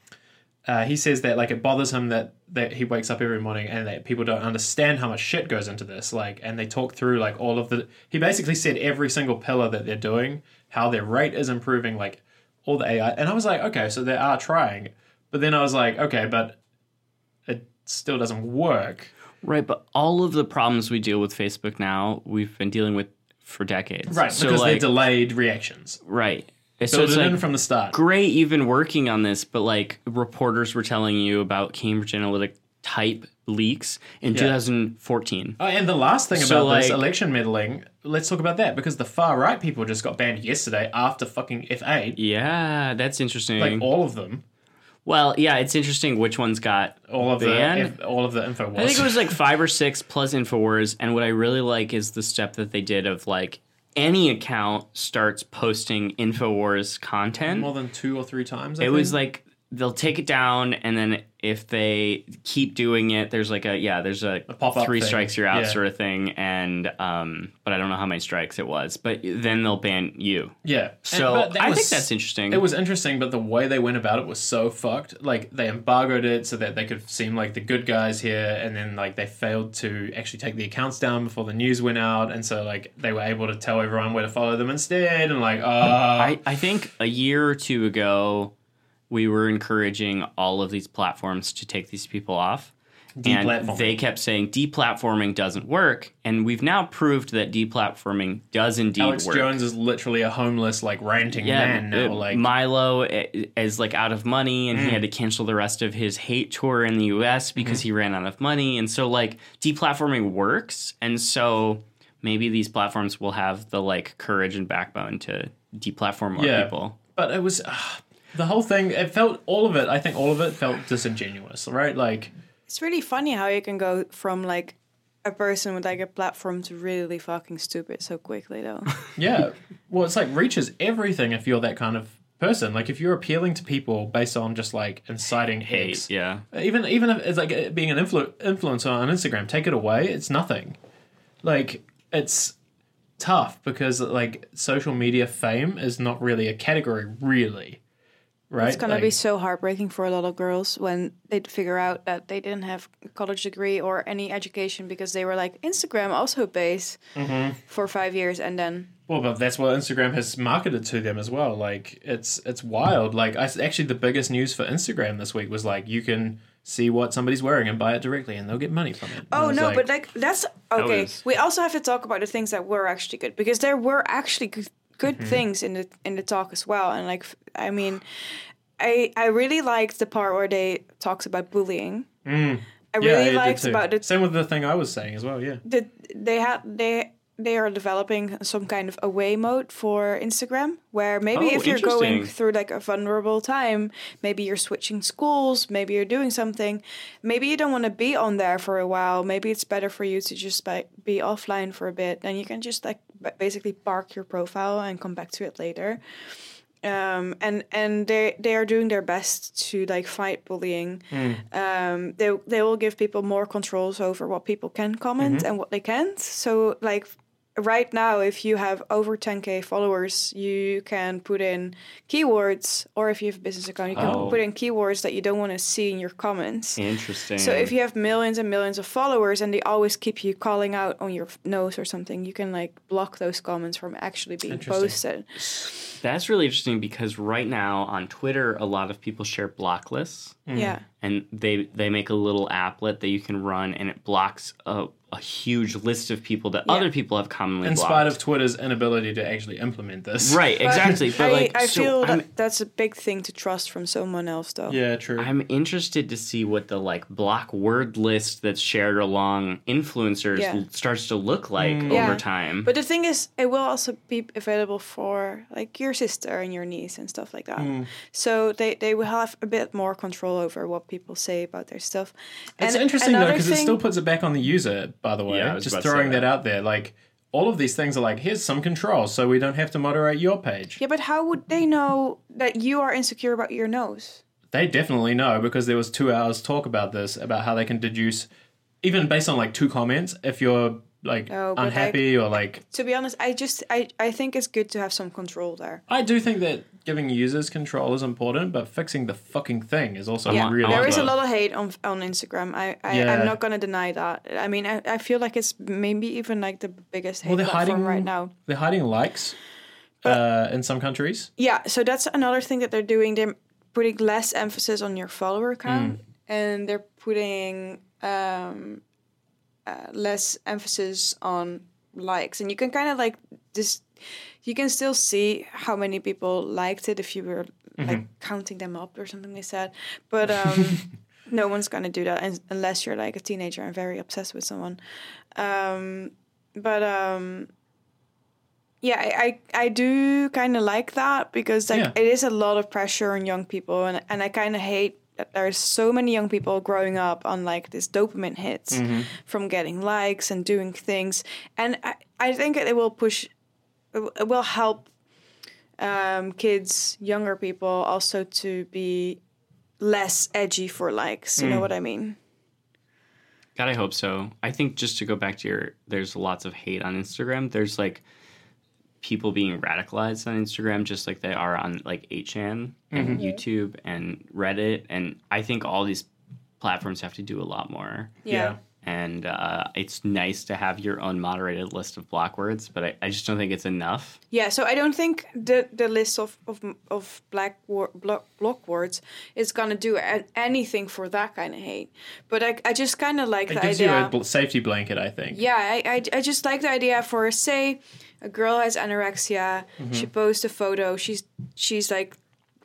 [SPEAKER 2] uh, he says that like it bothers him that that he wakes up every morning and that people don't understand how much shit goes into this. Like, and they talk through like all of the. He basically said every single pillar that they're doing, how their rate is improving, like all the AI. And I was like, okay, so they are trying, but then I was like, okay, but it still doesn't work.
[SPEAKER 1] Right, but all of the problems we deal with Facebook now, we've been dealing with for decades.
[SPEAKER 2] Right,
[SPEAKER 1] So
[SPEAKER 2] because they
[SPEAKER 1] like,
[SPEAKER 2] delayed reactions.
[SPEAKER 1] right. So
[SPEAKER 2] Build
[SPEAKER 1] it's
[SPEAKER 2] it
[SPEAKER 1] like
[SPEAKER 2] in from the start.
[SPEAKER 1] great even working on this, but like reporters were telling you about Cambridge Analytic type leaks in 2014.
[SPEAKER 2] Oh, and the last thing
[SPEAKER 1] So,
[SPEAKER 2] about this
[SPEAKER 1] like-
[SPEAKER 2] election meddling, let's talk about that because the far right people just got banned yesterday after fucking F8.
[SPEAKER 1] Yeah, that's interesting.
[SPEAKER 2] Like oh. all of them,
[SPEAKER 1] well, yeah, it's interesting which ones got
[SPEAKER 2] all of
[SPEAKER 1] banned.
[SPEAKER 2] the F, all of the info was.
[SPEAKER 1] I think it was like five or six plus Infowars, and what I really like is the step that they did of like any account starts posting Infowars content.
[SPEAKER 2] more than two or three times. I
[SPEAKER 1] it
[SPEAKER 2] think.
[SPEAKER 1] was like they'll take it down, and then if they keep doing it, there's like a yeah, there's a,
[SPEAKER 2] pop-up
[SPEAKER 1] three
[SPEAKER 2] thing.
[SPEAKER 1] strikes you're out
[SPEAKER 2] Yeah.
[SPEAKER 1] sort of thing, and um, but I don't know how many strikes it was, but then they'll ban you.
[SPEAKER 2] yeah.
[SPEAKER 1] So
[SPEAKER 2] And- but that
[SPEAKER 1] I
[SPEAKER 2] was-
[SPEAKER 1] think that's interesting.
[SPEAKER 2] It was interesting, but the way they went about it was so fucked. Like they embargoed it so that they could seem like the good guys here, and then like they failed to actually take the accounts down before the news went out, and so like they were able to tell everyone where to follow them instead, and like, uh,
[SPEAKER 1] I, I think a year or two ago, we were encouraging all of these platforms to take these people off. And
[SPEAKER 2] Deplatforming.
[SPEAKER 1] they kept saying deplatforming doesn't work. And we've now proved that deplatforming does indeed
[SPEAKER 2] Alex
[SPEAKER 1] work.
[SPEAKER 2] Jones is literally a homeless, like ranting man now.
[SPEAKER 1] uh,
[SPEAKER 2] like, Mm.
[SPEAKER 1] Milo i- is like out of money, and he had to cancel the rest of his hate tour in the U.S.
[SPEAKER 2] Mm-hmm.
[SPEAKER 1] because he ran out of money. And so, like deplatforming works, and so maybe these platforms will have the like courage and backbone to deplatform more
[SPEAKER 2] Yeah.
[SPEAKER 1] people.
[SPEAKER 2] but it was ah, the whole thing. It felt all of it. I think all of it felt disingenuous, right? Like,
[SPEAKER 3] It's really funny how you can go from like a person with like a platform to really fucking stupid so
[SPEAKER 2] (laughs)
[SPEAKER 3] quickly though.
[SPEAKER 2] yeah. well, it's like reaches everything if you're that kind of person. Like, if you're appealing to people based on just like inciting hate,
[SPEAKER 1] Hate, yeah.
[SPEAKER 2] even even if it's like uh, being an influ- influencer on Instagram, take it away, it's nothing. Like it's tough because like social media fame is not really a category, really. Right?
[SPEAKER 3] It's gonna
[SPEAKER 2] Like,
[SPEAKER 3] be so heartbreaking for a lot of girls when they figure out that they didn't have a college degree or any education because they were like Instagram also pays
[SPEAKER 2] Mm-hmm.
[SPEAKER 3] for five years and then
[SPEAKER 2] Well, but that's what Instagram has marketed to them as well. Like it's it's wild. Like I actually the biggest news for Instagram this week was like you can see what somebody's wearing and buy it directly, and they'll get money from it. And I
[SPEAKER 3] Oh
[SPEAKER 2] was
[SPEAKER 3] no, but like that's okay.
[SPEAKER 1] was-
[SPEAKER 3] We also have to talk about the things that were actually good because there were actually good, good
[SPEAKER 2] Mm-hmm.
[SPEAKER 3] things in the in the talk as well. And like, f- I mean, I I really liked the part where they talks about bullying. I
[SPEAKER 2] Mm. yeah,
[SPEAKER 3] really
[SPEAKER 2] it did
[SPEAKER 3] liked
[SPEAKER 2] too.
[SPEAKER 3] about it.
[SPEAKER 2] Same with the thing I was saying as well. Yeah,
[SPEAKER 3] that they had they they are developing some kind of away mode for Instagram where maybe
[SPEAKER 1] Oh,
[SPEAKER 3] if you're going
[SPEAKER 1] interesting.
[SPEAKER 3] through like a vulnerable time, maybe you're switching schools, maybe you're doing something, maybe you don't want to be on there for a while, maybe it's better for you to just like be offline for a bit, then you can just like ba- basically park your profile and come back to it later. Um, and and they they are doing their best to like fight bullying um, they they will give people more controls over what people can comment and what they can't. So like right now, if you have over 10k followers, you can put in keywords, or if you have a business account, you can
[SPEAKER 1] Oh. Mm.
[SPEAKER 3] put in keywords that you don't want to see in your comments.
[SPEAKER 1] Interesting.
[SPEAKER 3] So if you have millions and millions of followers and they always keep you calling out on your f- nose or something, you can like block those comments from actually being posted.
[SPEAKER 1] That's really interesting because right now on Twitter, a lot of people share block lists,
[SPEAKER 2] Mm.
[SPEAKER 3] Yeah.
[SPEAKER 1] and they they make a little applet that you can run, and it blocks a, a huge list of people that
[SPEAKER 3] Yeah.
[SPEAKER 1] other people have commonly
[SPEAKER 2] in
[SPEAKER 1] blocked.
[SPEAKER 2] spite of Twitter's inability to actually implement this.
[SPEAKER 1] (laughs) right,
[SPEAKER 3] But
[SPEAKER 1] exactly. But
[SPEAKER 3] I,
[SPEAKER 1] like,
[SPEAKER 3] I
[SPEAKER 1] so
[SPEAKER 3] feel
[SPEAKER 1] I'm,
[SPEAKER 3] that that's a big thing to trust from someone else, though.
[SPEAKER 2] Yeah, true.
[SPEAKER 1] I'm interested to see what the like block word list that's shared along influencers
[SPEAKER 3] Yeah.
[SPEAKER 1] l- starts to look like over
[SPEAKER 3] Yeah.
[SPEAKER 1] time.
[SPEAKER 3] But the thing is, it will also be available for like your sister and your niece and stuff like that.
[SPEAKER 1] Mm.
[SPEAKER 3] So they, they will have a bit more control over what people say about their stuff.
[SPEAKER 2] It's
[SPEAKER 3] And
[SPEAKER 2] interesting though
[SPEAKER 3] another
[SPEAKER 2] because it
[SPEAKER 3] thing-
[SPEAKER 2] still puts it back on the user. By the way,
[SPEAKER 1] Yeah, I was
[SPEAKER 2] just
[SPEAKER 1] about to say
[SPEAKER 2] throwing that.
[SPEAKER 1] that.
[SPEAKER 2] out there, like all of these things are like, here's some controls, so we don't have to moderate your page.
[SPEAKER 3] Yeah, but how would they know that you are insecure about your nose?
[SPEAKER 2] They definitely know because there was two hours talk about this, about how they can deduce, even based on like two comments, if you're like
[SPEAKER 3] Oh, but
[SPEAKER 2] unhappy or like.
[SPEAKER 3] To be honest, I just I, I think it's good to have some control there.
[SPEAKER 2] I do think that giving users control is important, but fixing the fucking thing is also
[SPEAKER 1] Yeah,
[SPEAKER 2] really
[SPEAKER 1] I
[SPEAKER 3] There
[SPEAKER 1] want
[SPEAKER 3] is a
[SPEAKER 1] that.
[SPEAKER 3] lot of hate on on Instagram. I, I
[SPEAKER 2] Yeah.
[SPEAKER 3] I'm not gonna deny that. I mean, I, I feel like it's maybe even like the biggest hate
[SPEAKER 2] Well, they're
[SPEAKER 3] platform
[SPEAKER 2] hiding
[SPEAKER 3] right now.
[SPEAKER 2] They're hiding likes uh, in some countries.
[SPEAKER 3] Yeah, so that's another thing that they're doing. They're putting less emphasis on your follower
[SPEAKER 2] Mm.
[SPEAKER 3] count, and they're putting um, uh, less emphasis on likes. And you can kind of like this. You can still see how many people liked it if you were
[SPEAKER 2] Mm-hmm.
[SPEAKER 3] like counting them up or something. They said, but um,
[SPEAKER 2] (laughs)
[SPEAKER 3] no one's gonna do that un- unless you're like a teenager and very obsessed with someone. Um, but um, yeah, I I, I do kind of like that because like
[SPEAKER 2] Yeah.
[SPEAKER 3] it is a lot of pressure on young people, and and I kind of hate that there's so many young people growing up on like this dopamine hits from getting likes and doing things, and I I think it will push, it will- it will help um, kids, younger people also to be less edgy for likes. You know what I mean?
[SPEAKER 1] God, I hope so. I think just to go back to your, there's lots of hate on Instagram. There's like people being radicalized on Instagram, just like they are on like 8chan and YouTube and Reddit. And I think all these platforms have to do a lot more.
[SPEAKER 2] Yeah.
[SPEAKER 1] And uh, it's nice to have your own moderated list of block words, but I, I just don't think it's enough.
[SPEAKER 3] Yeah, so I don't think the the list of of, of black wor- block, block words is gonna do a- anything for that kind of hate. But I, I just kind of like
[SPEAKER 2] It
[SPEAKER 3] the
[SPEAKER 2] gives
[SPEAKER 3] idea.
[SPEAKER 2] you a bl- safety blanket, I think.
[SPEAKER 3] yeah, I, I I just like the idea for say a girl has anorexia, she posts a photo, she's she's like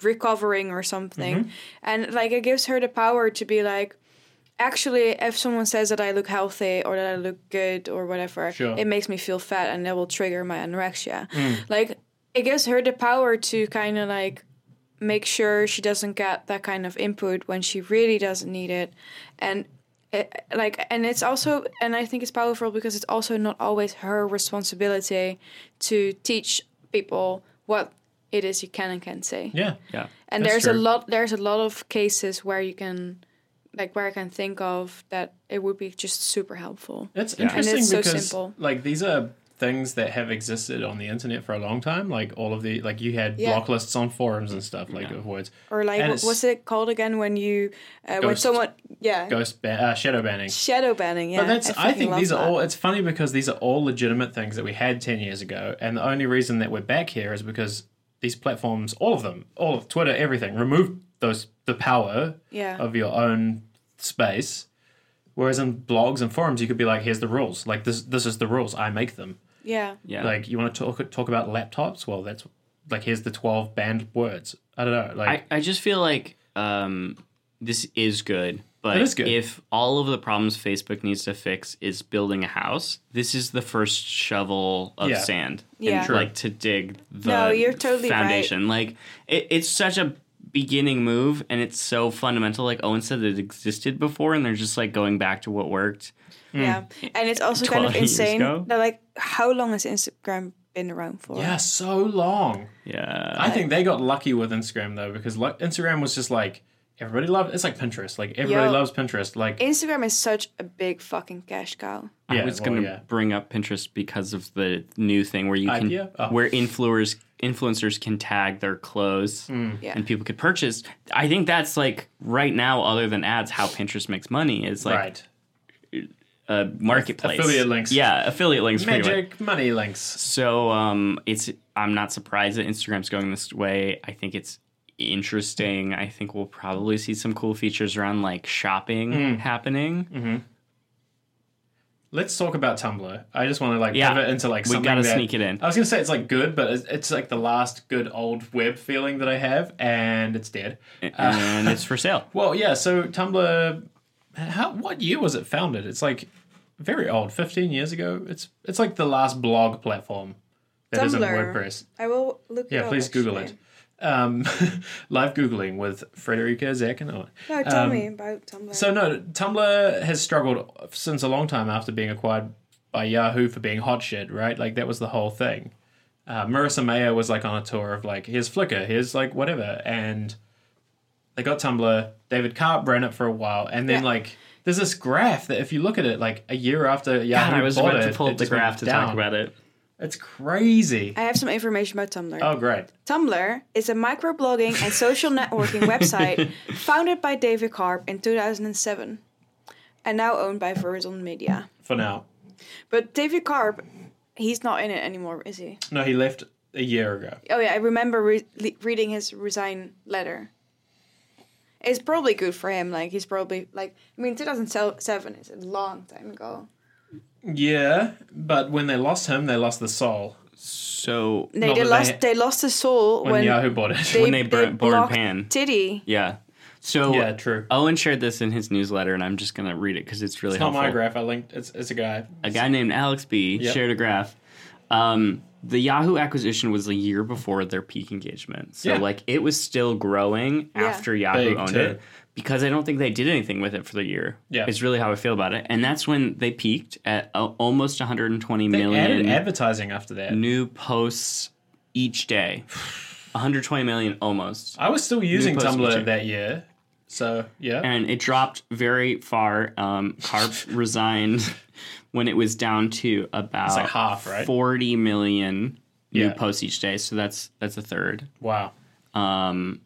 [SPEAKER 3] recovering or something, and like it gives her the power to be like. Actually, if someone says that I look healthy or that I look good or whatever,
[SPEAKER 2] Sure.
[SPEAKER 3] it makes me feel fat and that will trigger my anorexia. Like it gives her the power to kind of like make sure she doesn't get that kind of input when she really doesn't need it, and it, like and it's also and I think it's powerful because it's also not always her responsibility to teach people what it is you can and can't say
[SPEAKER 2] Yeah.
[SPEAKER 1] Yeah.
[SPEAKER 3] and
[SPEAKER 2] That's
[SPEAKER 3] there's a
[SPEAKER 2] true.
[SPEAKER 3] lot there's a lot of cases where you can like where i can think of that it would be just super helpful
[SPEAKER 2] It's
[SPEAKER 1] And
[SPEAKER 2] interesting
[SPEAKER 3] it's so
[SPEAKER 2] because
[SPEAKER 3] simple.
[SPEAKER 2] like these are things that have existed on the internet for a long time. Like all of the like you had
[SPEAKER 3] Yeah.
[SPEAKER 2] block lists on forums and stuff like of words.
[SPEAKER 3] or like
[SPEAKER 2] And
[SPEAKER 3] what,
[SPEAKER 2] it's-
[SPEAKER 3] what's it called again when you uh, when
[SPEAKER 2] Ghost.
[SPEAKER 3] someone yeah
[SPEAKER 2] Ghost ban- uh, shadow banning.
[SPEAKER 3] shadow banning yeah
[SPEAKER 2] But that's I,
[SPEAKER 3] fucking
[SPEAKER 2] think
[SPEAKER 3] love
[SPEAKER 2] these are
[SPEAKER 3] that.
[SPEAKER 2] all it's funny because these are all legitimate things that we had 10 years ago and the only reason that we're back here is because these platforms all of them all of Twitter everything remove those the power
[SPEAKER 3] Yeah.
[SPEAKER 2] of your own space whereas in blogs and forums you could be like here's the rules like this this is the rules I make them
[SPEAKER 3] yeah
[SPEAKER 1] Yeah.
[SPEAKER 2] like you want to talk talk about laptops well that's like here's the 12 banned words I don't know like
[SPEAKER 1] I, I just feel like um, this is good, but
[SPEAKER 2] It is good.
[SPEAKER 1] if all of the problems Facebook needs to fix is building a house, this is the first shovel of
[SPEAKER 2] Yeah.
[SPEAKER 1] sand.
[SPEAKER 3] Yeah.
[SPEAKER 1] And,
[SPEAKER 2] True.
[SPEAKER 1] like to dig the
[SPEAKER 3] No, you're totally right.
[SPEAKER 1] foundation. Like it, it's such a beginning move and it's so fundamental. Like Owen said, it existed before and they're just like going back to what worked.
[SPEAKER 3] yeah
[SPEAKER 2] Mm.
[SPEAKER 3] and it's also kind of
[SPEAKER 1] 12 years
[SPEAKER 3] insane
[SPEAKER 1] ago.
[SPEAKER 3] that like how long has instagram been around for
[SPEAKER 2] yeah so long
[SPEAKER 1] Yeah.
[SPEAKER 2] I think they got lucky with Instagram though, because like Instagram was just like everybody loved. It's like Pinterest. Like everybody
[SPEAKER 3] Yo.
[SPEAKER 2] loves Pinterest. Like
[SPEAKER 3] instagram is such a big fucking cash cow
[SPEAKER 1] I
[SPEAKER 2] yeah,
[SPEAKER 1] was
[SPEAKER 2] well,
[SPEAKER 1] going to
[SPEAKER 2] yeah.
[SPEAKER 1] bring up Pinterest because of the new thing where you can,
[SPEAKER 2] Idea? Oh.
[SPEAKER 1] where influencers influencers can tag their clothes
[SPEAKER 2] Mm.
[SPEAKER 3] Yeah.
[SPEAKER 1] and people could purchase. I think that's like right now, other than ads, how Pinterest makes money is like
[SPEAKER 2] right
[SPEAKER 1] a marketplace,
[SPEAKER 2] Affiliate links.
[SPEAKER 1] Yeah, affiliate links. pretty much.
[SPEAKER 2] magic money links.
[SPEAKER 1] So um, it's I'm not surprised that Instagram's going this way. I think it's interesting. I think we'll probably see some cool features around like shopping
[SPEAKER 2] Mm.
[SPEAKER 1] happening.
[SPEAKER 2] Mm-hmm. Let's talk about Tumblr. I just want to like
[SPEAKER 1] Yeah.
[SPEAKER 2] pivot into like
[SPEAKER 1] We
[SPEAKER 2] something
[SPEAKER 1] gotta
[SPEAKER 2] that-
[SPEAKER 1] sneak it in.
[SPEAKER 2] I was gonna say it's like good, but it's, it's like the last good old web feeling that I have, and it's dead.
[SPEAKER 1] And it's for
[SPEAKER 2] (laughs)
[SPEAKER 1] sale.
[SPEAKER 2] Well, yeah. So Tumblr, how what year was it founded? It's like very old, fifteen years ago. It's it's like the last blog platform that isn't
[SPEAKER 3] Tumblr.
[SPEAKER 2] WordPress.
[SPEAKER 3] i will look it
[SPEAKER 2] Yeah,
[SPEAKER 3] up,
[SPEAKER 2] please Google
[SPEAKER 3] actually.
[SPEAKER 2] it. Um, (laughs) live Googling with Frederica, Zach, and Owen.
[SPEAKER 3] no
[SPEAKER 2] Um,
[SPEAKER 3] tell me about tumblr
[SPEAKER 2] So, no, Tumblr has struggled since a long time after being acquired by Yahoo for being hot shit, right? Like that was the whole thing. Uh, Marissa Mayer was like on a tour of like here's Flickr, here's like whatever, and they got Tumblr. David Carp ran it for a while, and then
[SPEAKER 3] Yeah.
[SPEAKER 2] like there's this graph that if you look at it, like a year after Yahoo
[SPEAKER 1] God, I was
[SPEAKER 2] bought
[SPEAKER 1] about
[SPEAKER 2] it,
[SPEAKER 1] to pull
[SPEAKER 2] it
[SPEAKER 1] up the
[SPEAKER 2] just went
[SPEAKER 1] graph to talk
[SPEAKER 2] down.
[SPEAKER 1] about it.
[SPEAKER 2] It's crazy.
[SPEAKER 3] I have some information about Tumblr.
[SPEAKER 2] Oh, great.
[SPEAKER 3] Tumblr is a microblogging and social networking
[SPEAKER 2] (laughs)
[SPEAKER 3] website founded by David Carp in 2007 and now owned by Verizon Media.
[SPEAKER 2] For now,
[SPEAKER 3] But David Carp, he's not in it anymore, is he?
[SPEAKER 2] no, he left a year ago.
[SPEAKER 3] Oh yeah, I remember re- le- reading his resign letter. It's probably good for him. Like he's probably like I mean, 2007 is a long time ago.
[SPEAKER 2] Yeah, but when they lost him, they lost the soul
[SPEAKER 1] So
[SPEAKER 3] They,
[SPEAKER 2] Not
[SPEAKER 3] they
[SPEAKER 2] that
[SPEAKER 3] lost
[SPEAKER 2] they-
[SPEAKER 3] they lost his soul
[SPEAKER 2] when,
[SPEAKER 3] when
[SPEAKER 2] Yahoo bought it. (laughs)
[SPEAKER 3] they,
[SPEAKER 1] When they bur- burned
[SPEAKER 3] blocked
[SPEAKER 1] Pan.
[SPEAKER 3] Titty.
[SPEAKER 1] yeah, so
[SPEAKER 2] yeah, true.
[SPEAKER 1] Owen shared this in his newsletter, and I'm just gonna read it because it's really
[SPEAKER 2] It's not
[SPEAKER 1] helpful.
[SPEAKER 2] my graph. I linked. It's it's a guy.
[SPEAKER 1] a guy named Alex B
[SPEAKER 2] Yep.
[SPEAKER 1] shared a graph. Um, the Yahoo acquisition was a year before their peak engagement, so
[SPEAKER 2] Yeah.
[SPEAKER 1] like it was still growing
[SPEAKER 3] Yeah.
[SPEAKER 1] after Yahoo
[SPEAKER 2] Big,
[SPEAKER 1] owned
[SPEAKER 2] too.
[SPEAKER 1] it because I don't think they did anything with it for the year.
[SPEAKER 2] Yeah.
[SPEAKER 1] is really how I feel about it, and that's when they peaked at uh, almost 120
[SPEAKER 2] They
[SPEAKER 1] million
[SPEAKER 2] added advertising after that.
[SPEAKER 1] new posts each
[SPEAKER 2] (sighs)
[SPEAKER 1] day. 120 million almost.
[SPEAKER 2] I was still using
[SPEAKER 1] post
[SPEAKER 2] Tumblr
[SPEAKER 1] feature.
[SPEAKER 2] that year, so yeah.
[SPEAKER 1] and it dropped very far. Um,
[SPEAKER 2] (laughs)
[SPEAKER 1] Carp resigned when it was down to about
[SPEAKER 2] like half, right?
[SPEAKER 1] forty million new
[SPEAKER 2] Yeah.
[SPEAKER 1] posts each day. So that's that's a third.
[SPEAKER 2] Wow.
[SPEAKER 1] Um,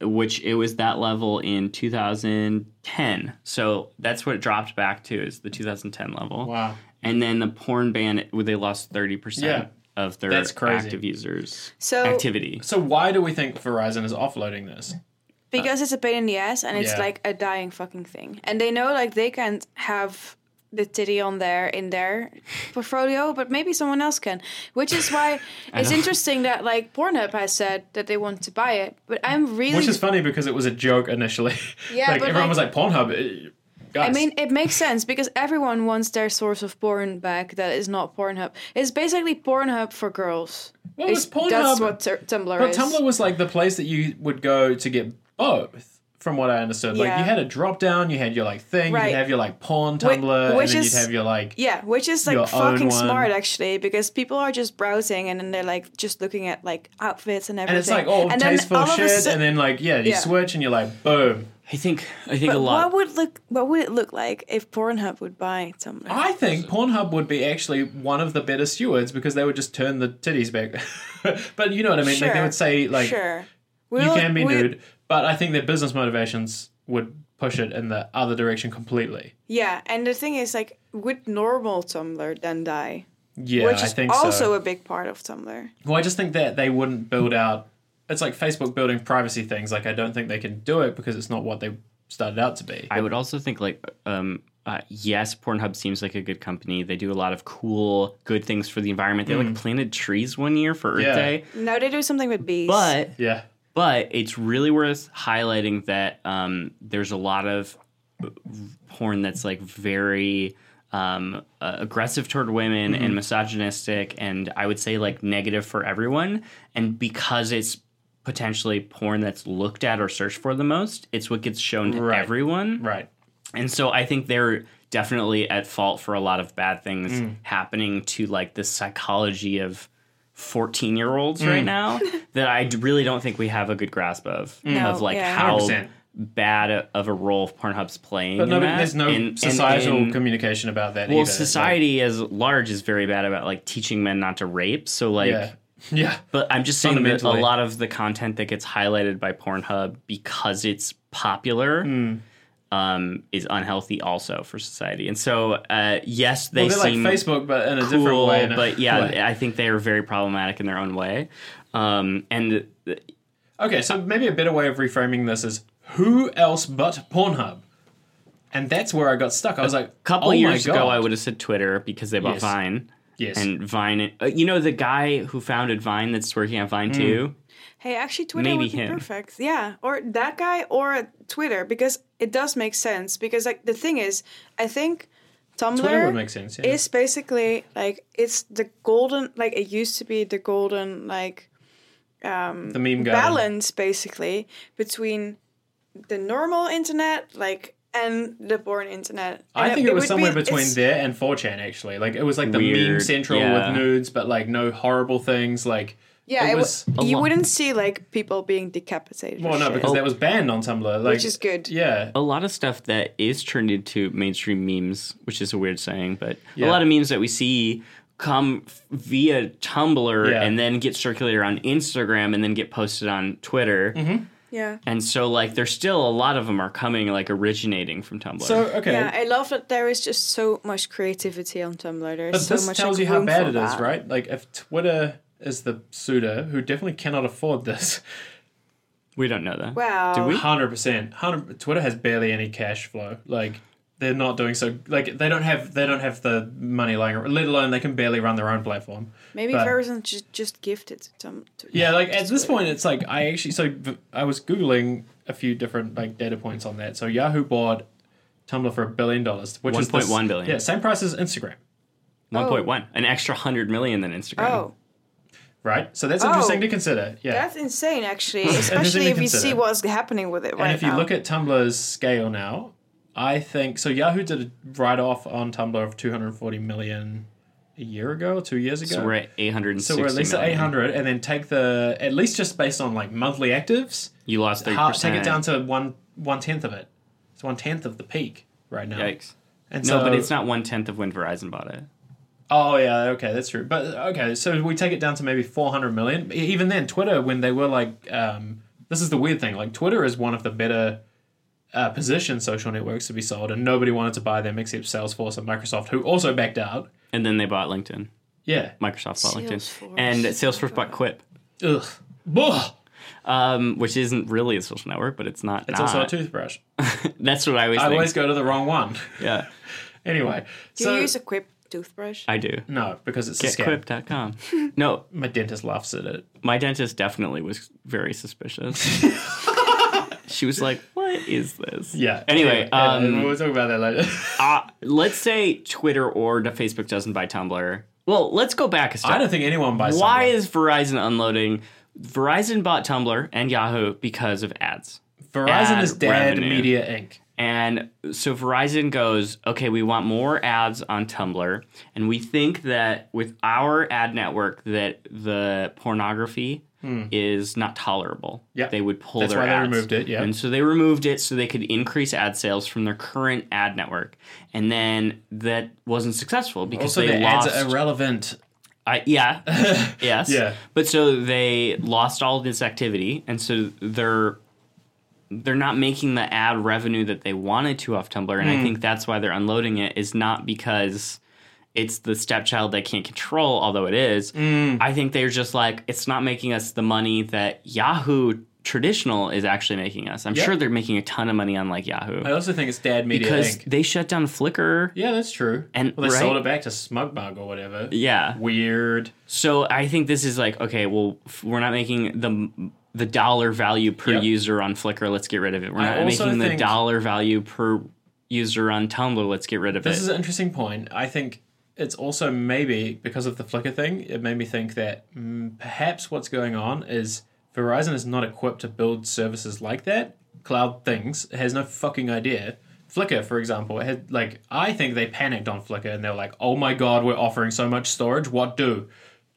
[SPEAKER 1] which it was that level in 2010. So that's what it dropped back to is the 2010 level.
[SPEAKER 2] Wow.
[SPEAKER 1] And then the porn ban, where they lost 30%
[SPEAKER 2] Yeah.
[SPEAKER 1] of their
[SPEAKER 2] That's crazy.
[SPEAKER 1] active users
[SPEAKER 3] So
[SPEAKER 1] activity.
[SPEAKER 2] So why do we think Verizon is offloading this?
[SPEAKER 3] because it's a pain in the ass and it's
[SPEAKER 2] Yeah.
[SPEAKER 3] like a dying fucking thing and they know like they can't have the titty on there in their portfolio but maybe someone else can which is
[SPEAKER 2] (laughs)
[SPEAKER 3] why it's interesting that like pornhub has said that they want to buy it but i'm really
[SPEAKER 2] Which is funny because it was a joke initially. (laughs)
[SPEAKER 3] Yeah,
[SPEAKER 2] like
[SPEAKER 3] but,
[SPEAKER 2] everyone
[SPEAKER 3] like-
[SPEAKER 2] was like Pornhub. eh, Guys,
[SPEAKER 3] I mean, it makes sense because everyone wants their source of porn back that is not Pornhub. It's basically Pornhub for girls.
[SPEAKER 2] Well,
[SPEAKER 3] It's-
[SPEAKER 2] it's Pornhub,
[SPEAKER 3] That's what tur- Tumblr
[SPEAKER 2] but
[SPEAKER 3] is.
[SPEAKER 2] Tumblr was like the place that you would go to get both. From what I understood, like
[SPEAKER 3] Yeah.
[SPEAKER 2] you had a drop down, you had your like thing,
[SPEAKER 3] Right.
[SPEAKER 2] you'd have your like porn Tumblr,
[SPEAKER 3] which
[SPEAKER 2] and then
[SPEAKER 3] is-
[SPEAKER 2] you'd have your like
[SPEAKER 3] Yeah, which is
[SPEAKER 2] Your
[SPEAKER 3] like
[SPEAKER 2] own
[SPEAKER 3] fucking
[SPEAKER 2] one.
[SPEAKER 3] smart actually, because people are just browsing and then they're like just looking at like outfits and everything.
[SPEAKER 2] and it's like oh tasteful
[SPEAKER 3] all of a
[SPEAKER 2] shit,
[SPEAKER 3] sud-
[SPEAKER 2] and then like yeah, you
[SPEAKER 3] Yeah.
[SPEAKER 2] switch and you're like boom.
[SPEAKER 1] I think I think
[SPEAKER 3] but
[SPEAKER 1] a lot.
[SPEAKER 3] what would look what would it look like if Pornhub would buy Tumblr?
[SPEAKER 2] I think Pornhub would be actually one of the better stewards because they would just turn the titties back. (laughs) but you know what I mean? Like they would say like
[SPEAKER 3] sure.
[SPEAKER 2] you
[SPEAKER 3] We'll-
[SPEAKER 2] can be
[SPEAKER 3] we-
[SPEAKER 2] nude, but I think their business motivations would push it in the other direction completely.
[SPEAKER 3] Yeah, and the thing is, like, would normal Tumblr then die?
[SPEAKER 2] Yeah,
[SPEAKER 3] which
[SPEAKER 2] I
[SPEAKER 3] is
[SPEAKER 2] think
[SPEAKER 3] also
[SPEAKER 2] so.
[SPEAKER 3] a big part of Tumblr.
[SPEAKER 2] Well, I just think that they wouldn't build out. It's like Facebook building privacy things. Like I don't think they can do it because it's not what they started out to be.
[SPEAKER 1] I would also think like um uh, yes, Pornhub seems like a good company. They do a lot of cool, good things for the environment. They like planted trees one year for Earth
[SPEAKER 2] Mm. Yeah.
[SPEAKER 1] Day,
[SPEAKER 3] No, they do something with bees.
[SPEAKER 1] but
[SPEAKER 2] Yeah,
[SPEAKER 1] but it's really worth highlighting that um there's a lot of uh, porn that's like very um uh, aggressive toward women
[SPEAKER 2] Mm-hmm.
[SPEAKER 1] and misogynistic and I would say like negative for everyone. And because it's potentially porn that's looked at or searched for the most, it's what gets shown to
[SPEAKER 2] Right.
[SPEAKER 1] everyone.
[SPEAKER 2] right.
[SPEAKER 1] And so I think they're definitely at fault for a lot of bad things
[SPEAKER 2] Mm.
[SPEAKER 1] happening to like the psychology of 14 year
[SPEAKER 2] Mm.
[SPEAKER 1] olds right
[SPEAKER 2] (laughs)
[SPEAKER 1] now that I d- really don't think we have a good grasp of
[SPEAKER 2] Mm.
[SPEAKER 3] No,
[SPEAKER 1] of like
[SPEAKER 3] yeah.
[SPEAKER 1] how
[SPEAKER 2] 100%.
[SPEAKER 1] bad a- of a role Pornhub's playing.
[SPEAKER 2] But
[SPEAKER 1] in
[SPEAKER 2] no, but
[SPEAKER 1] that.
[SPEAKER 2] there's no
[SPEAKER 1] And- and-
[SPEAKER 2] societal
[SPEAKER 1] and-
[SPEAKER 2] communication about that.
[SPEAKER 1] well,
[SPEAKER 2] either. It's like-
[SPEAKER 1] society as large is very bad about like teaching men not to rape. So like.
[SPEAKER 2] yeah, (laughs) yeah.
[SPEAKER 1] But I'm just saying that a
[SPEAKER 2] Fundamentally.
[SPEAKER 1] lot of the content that gets highlighted by Pornhub because it's popular
[SPEAKER 2] Hmm.
[SPEAKER 1] um, is unhealthy also for society. And so, uh, yes, they
[SPEAKER 2] well, they're
[SPEAKER 1] seem
[SPEAKER 2] like Facebook, but in a different
[SPEAKER 1] cool,
[SPEAKER 2] way. and a-
[SPEAKER 1] but yeah,
[SPEAKER 2] Right.
[SPEAKER 1] I think they are very problematic in their own way. Um, and th-
[SPEAKER 2] Okay, so maybe a better way of reframing this is who else but Pornhub? And that's where I got stuck. I was like,
[SPEAKER 1] a couple
[SPEAKER 2] oh
[SPEAKER 1] years
[SPEAKER 2] my God.
[SPEAKER 1] ago, I would have said Twitter because they bought
[SPEAKER 2] Yes.
[SPEAKER 1] Vine.
[SPEAKER 2] Yes.
[SPEAKER 1] And Vine, uh, you know, the guy who founded Vine that's working on Vine
[SPEAKER 2] Hmm.
[SPEAKER 1] too.
[SPEAKER 3] hey, actually, Twitter
[SPEAKER 1] Maybe
[SPEAKER 3] would be
[SPEAKER 1] him.
[SPEAKER 3] perfect. Yeah, or that guy or Twitter because it does make sense. Because like the thing is, I think Tumblr
[SPEAKER 2] Twitter would make sense. Yeah.
[SPEAKER 3] It's basically like it's the golden like it used to be the golden like
[SPEAKER 2] The meme guy.
[SPEAKER 3] balance basically between the normal internet like and the born internet.
[SPEAKER 2] I
[SPEAKER 3] And
[SPEAKER 2] think it was
[SPEAKER 3] would
[SPEAKER 2] somewhere
[SPEAKER 3] be-
[SPEAKER 2] between
[SPEAKER 3] it's-
[SPEAKER 2] there and 4chan actually. Like it was like the meme
[SPEAKER 1] Weird,
[SPEAKER 2] central
[SPEAKER 1] yeah.
[SPEAKER 2] with nudes, but like no horrible things. Like
[SPEAKER 3] Yeah,
[SPEAKER 2] it
[SPEAKER 3] it
[SPEAKER 2] was
[SPEAKER 3] was.
[SPEAKER 1] a
[SPEAKER 3] you
[SPEAKER 1] lot.
[SPEAKER 3] wouldn't see like people being decapitated. or
[SPEAKER 2] well, no,
[SPEAKER 3] shit.
[SPEAKER 1] Oh.
[SPEAKER 2] because that was banned on Tumblr. Like,
[SPEAKER 3] Which is good.
[SPEAKER 2] Yeah,
[SPEAKER 1] a lot of stuff that is turned into mainstream memes, which is a weird saying, but
[SPEAKER 2] Yeah.
[SPEAKER 1] a lot of memes that we see come f- via Tumblr
[SPEAKER 2] Yeah.
[SPEAKER 1] and then get circulated on Instagram and then get posted on Twitter.
[SPEAKER 2] Mm-hmm.
[SPEAKER 3] yeah.
[SPEAKER 1] And so, like, there's still a lot of them are coming, like, originating from Tumblr.
[SPEAKER 2] So uh, okay,
[SPEAKER 3] Yeah, I love that there is just so much creativity on Tumblr. There's
[SPEAKER 2] but
[SPEAKER 3] so
[SPEAKER 2] this
[SPEAKER 3] much
[SPEAKER 2] tells
[SPEAKER 3] like,
[SPEAKER 2] you how
[SPEAKER 3] room
[SPEAKER 2] bad
[SPEAKER 3] for
[SPEAKER 2] it is,
[SPEAKER 3] that.
[SPEAKER 2] right? Like if Twitter is the suitor who definitely cannot afford this,
[SPEAKER 1] we don't know that.
[SPEAKER 3] Wow.
[SPEAKER 1] Do we?
[SPEAKER 2] hundred percent, hundred. Twitter has barely any cash flow. Like they're not doing so. Like they don't have they don't have the money lying, around, let alone they can barely run their own platform.
[SPEAKER 3] Maybe
[SPEAKER 2] But-
[SPEAKER 3] Verizon just just gift it to Tumblr.
[SPEAKER 2] Yeah, like at this point, it's like I actually so v- I was googling a few different like data points on that. So Yahoo bought Tumblr for a billion dollars, which is this-
[SPEAKER 1] 1.1 billion.
[SPEAKER 2] Yeah, same price as Instagram,
[SPEAKER 1] 1.1. An extra 100 million than Instagram.
[SPEAKER 3] Oh,
[SPEAKER 2] right? So that's
[SPEAKER 3] Oh.
[SPEAKER 2] interesting to consider. Yeah,
[SPEAKER 3] that's insane,
[SPEAKER 2] (laughs)
[SPEAKER 3] actually.
[SPEAKER 2] Interesting
[SPEAKER 3] Especially
[SPEAKER 2] to
[SPEAKER 3] if you see
[SPEAKER 2] consider.
[SPEAKER 3] what's happening with it right
[SPEAKER 2] and if you
[SPEAKER 3] now.
[SPEAKER 2] look at Tumblr's scale now, I think so. Yahoo did a write off on Tumblr of two hundred forty million a year ago, two years ago.
[SPEAKER 1] So we're at 860
[SPEAKER 2] So we're at least at
[SPEAKER 1] million.
[SPEAKER 2] eight hundred, and then take the at least just based on like monthly actives,
[SPEAKER 1] You lost 30%.
[SPEAKER 2] half, take it down to one one tenth of it. It's one tenth of the peak right now.
[SPEAKER 1] Yikes.
[SPEAKER 2] And
[SPEAKER 1] No,
[SPEAKER 2] so,
[SPEAKER 1] but it's not one tenth of when Verizon bought it.
[SPEAKER 2] Oh yeah, okay, that's true. But okay, so we take it down to maybe four hundred million. E- Even then, Twitter when they were like, um, this is the weird thing. Like Twitter is one of the better uh, positioned social networks to be sold, and nobody wanted to buy them except Salesforce and Microsoft, who also backed out.
[SPEAKER 1] And then they bought LinkedIn.
[SPEAKER 2] Yeah.
[SPEAKER 1] Microsoft bought
[SPEAKER 3] Salesforce.
[SPEAKER 1] LinkedIn. And Salesforce bought Quip.
[SPEAKER 2] Ugh. Blah.
[SPEAKER 1] um, which isn't really a social network, but it's not.
[SPEAKER 2] It's
[SPEAKER 1] not.
[SPEAKER 2] also a toothbrush.
[SPEAKER 1] (laughs) That's what I always
[SPEAKER 2] I
[SPEAKER 1] think.
[SPEAKER 2] always go to the wrong one. (laughs)
[SPEAKER 1] yeah,
[SPEAKER 2] anyway,
[SPEAKER 3] do
[SPEAKER 2] so
[SPEAKER 3] you use a Quip toothbrush?
[SPEAKER 1] I do.
[SPEAKER 2] no, because it's a Mm, scam. (laughs)
[SPEAKER 1] Getquip.com. no,
[SPEAKER 2] My dentist laughs at it.
[SPEAKER 1] my dentist definitely was very
[SPEAKER 2] (laughs)
[SPEAKER 1] suspicious. she was like, "What is this?"
[SPEAKER 2] Yeah.
[SPEAKER 1] Anyway,
[SPEAKER 2] yeah, yeah,
[SPEAKER 1] um,
[SPEAKER 2] we'll talk about that later.
[SPEAKER 1] uh, let's say Twitter or the Facebook doesn't buy Tumblr. Well, let's go back a step.
[SPEAKER 2] (laughs) I don't think anyone buys.
[SPEAKER 1] Why
[SPEAKER 2] Tumblr.
[SPEAKER 1] is Verizon unloading? Verizon bought Tumblr and Yahoo because of ads.
[SPEAKER 2] Verizon is
[SPEAKER 1] ad
[SPEAKER 2] Dad
[SPEAKER 1] revenue.
[SPEAKER 2] Media Inc.
[SPEAKER 1] And so Verizon goes, okay, we want more ads on Tumblr, and we think that with our ad network that the pornography is not tolerable.
[SPEAKER 2] Hmm. Yeah.
[SPEAKER 1] they would pull
[SPEAKER 2] That's
[SPEAKER 1] their
[SPEAKER 2] why they
[SPEAKER 1] ads.
[SPEAKER 2] removed it, yeah.
[SPEAKER 1] and so they removed it so they could increase ad sales from their current ad network, and then that wasn't successful because
[SPEAKER 2] Also,
[SPEAKER 1] they
[SPEAKER 2] the
[SPEAKER 1] lost.
[SPEAKER 2] ads are irrelevant.
[SPEAKER 1] I,
[SPEAKER 2] (laughs)
[SPEAKER 1] yeah, yes,
[SPEAKER 2] Yeah.
[SPEAKER 1] But so they lost all this activity, and so they're they're not making the ad revenue that they wanted to off Tumblr, and
[SPEAKER 2] Hmm.
[SPEAKER 1] I think that's why they're unloading it. Is not because it's the stepchild they can't control, although it is.
[SPEAKER 2] Hmm.
[SPEAKER 1] I think they're just like it's not making us the money that Yahoo traditional is actually making us. I'm
[SPEAKER 2] Yeah.
[SPEAKER 1] sure they're making a ton of money on like Yahoo
[SPEAKER 2] I also think it's Dad Media
[SPEAKER 1] because
[SPEAKER 2] Inc.
[SPEAKER 1] they shut down Flickr.
[SPEAKER 2] yeah, that's true.
[SPEAKER 1] And-
[SPEAKER 2] well, they sold
[SPEAKER 1] right?
[SPEAKER 2] it back to SmugMug or whatever.
[SPEAKER 1] Yeah.
[SPEAKER 2] Weird.
[SPEAKER 1] So I think this is like okay, well, f- we're not making the the dollar value per
[SPEAKER 2] Yep.
[SPEAKER 1] user on Flickr. Let's get rid of it. We're
[SPEAKER 2] I
[SPEAKER 1] not
[SPEAKER 2] also
[SPEAKER 1] making the
[SPEAKER 2] think-
[SPEAKER 1] dollar value per user on Tumblr. Let's get rid of
[SPEAKER 2] This
[SPEAKER 1] it.
[SPEAKER 2] is an interesting point. I think it's also maybe because of the Flickr thing. It made me think that mm, perhaps what's going on is Verizon is not equipped to build services like that. Cloud things it has no fucking idea. Flickr, for example, it had like I think they panicked on Flickr and they were like, "Oh my god, we're offering so much storage. What do?"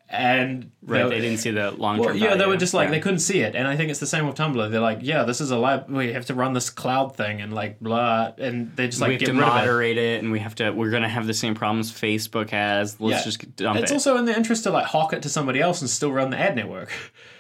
[SPEAKER 2] And
[SPEAKER 1] right? They didn't see the long term.
[SPEAKER 2] Well, yeah, they were just like they couldn't see it, and I think it's the same with Tumblr. They're like, yeah, this is a lab. We have to run this cloud thing, and like blah, and they just like
[SPEAKER 1] we have
[SPEAKER 2] get
[SPEAKER 1] to
[SPEAKER 2] rid of it.
[SPEAKER 1] moderate it. and we have to. We're gonna have the same problems Facebook has. Let's
[SPEAKER 2] Yeah.
[SPEAKER 1] just dump
[SPEAKER 2] it's
[SPEAKER 1] it.
[SPEAKER 2] also in the interest to like hawk it to somebody else and still run the ad network.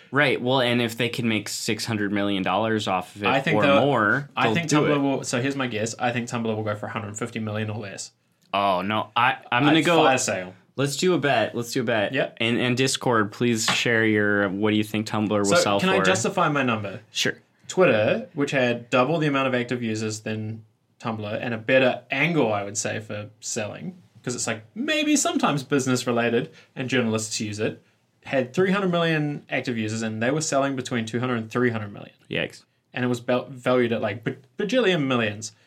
[SPEAKER 1] right. Well, and if they can make six hundred million dollars off of it
[SPEAKER 2] I think
[SPEAKER 1] or
[SPEAKER 2] they'll-
[SPEAKER 1] more,
[SPEAKER 2] I
[SPEAKER 1] they'll
[SPEAKER 2] think
[SPEAKER 1] do
[SPEAKER 2] Tumblr
[SPEAKER 1] it.
[SPEAKER 2] will. So here's my guess. I think Tumblr will go for 150 million or less.
[SPEAKER 1] Oh no, I I'm gonna
[SPEAKER 2] Like,
[SPEAKER 1] go
[SPEAKER 2] fire sale.
[SPEAKER 1] Let's do a bet. Let's do a bet.
[SPEAKER 2] Yep.
[SPEAKER 1] And and Discord, please share your what do you think Tumblr will
[SPEAKER 2] So
[SPEAKER 1] sell
[SPEAKER 2] can
[SPEAKER 1] for?
[SPEAKER 2] I justify my number?
[SPEAKER 1] sure.
[SPEAKER 2] Twitter, which had double the amount of active users than Tumblr and a better angle, I would say, for selling, because it's like maybe sometimes business related and journalists use it, had 300 million active users and they were selling between 200 and 300 million.
[SPEAKER 1] Yikes.
[SPEAKER 2] And it was bel- valued at like ba- bajillion millions.
[SPEAKER 3] (laughs)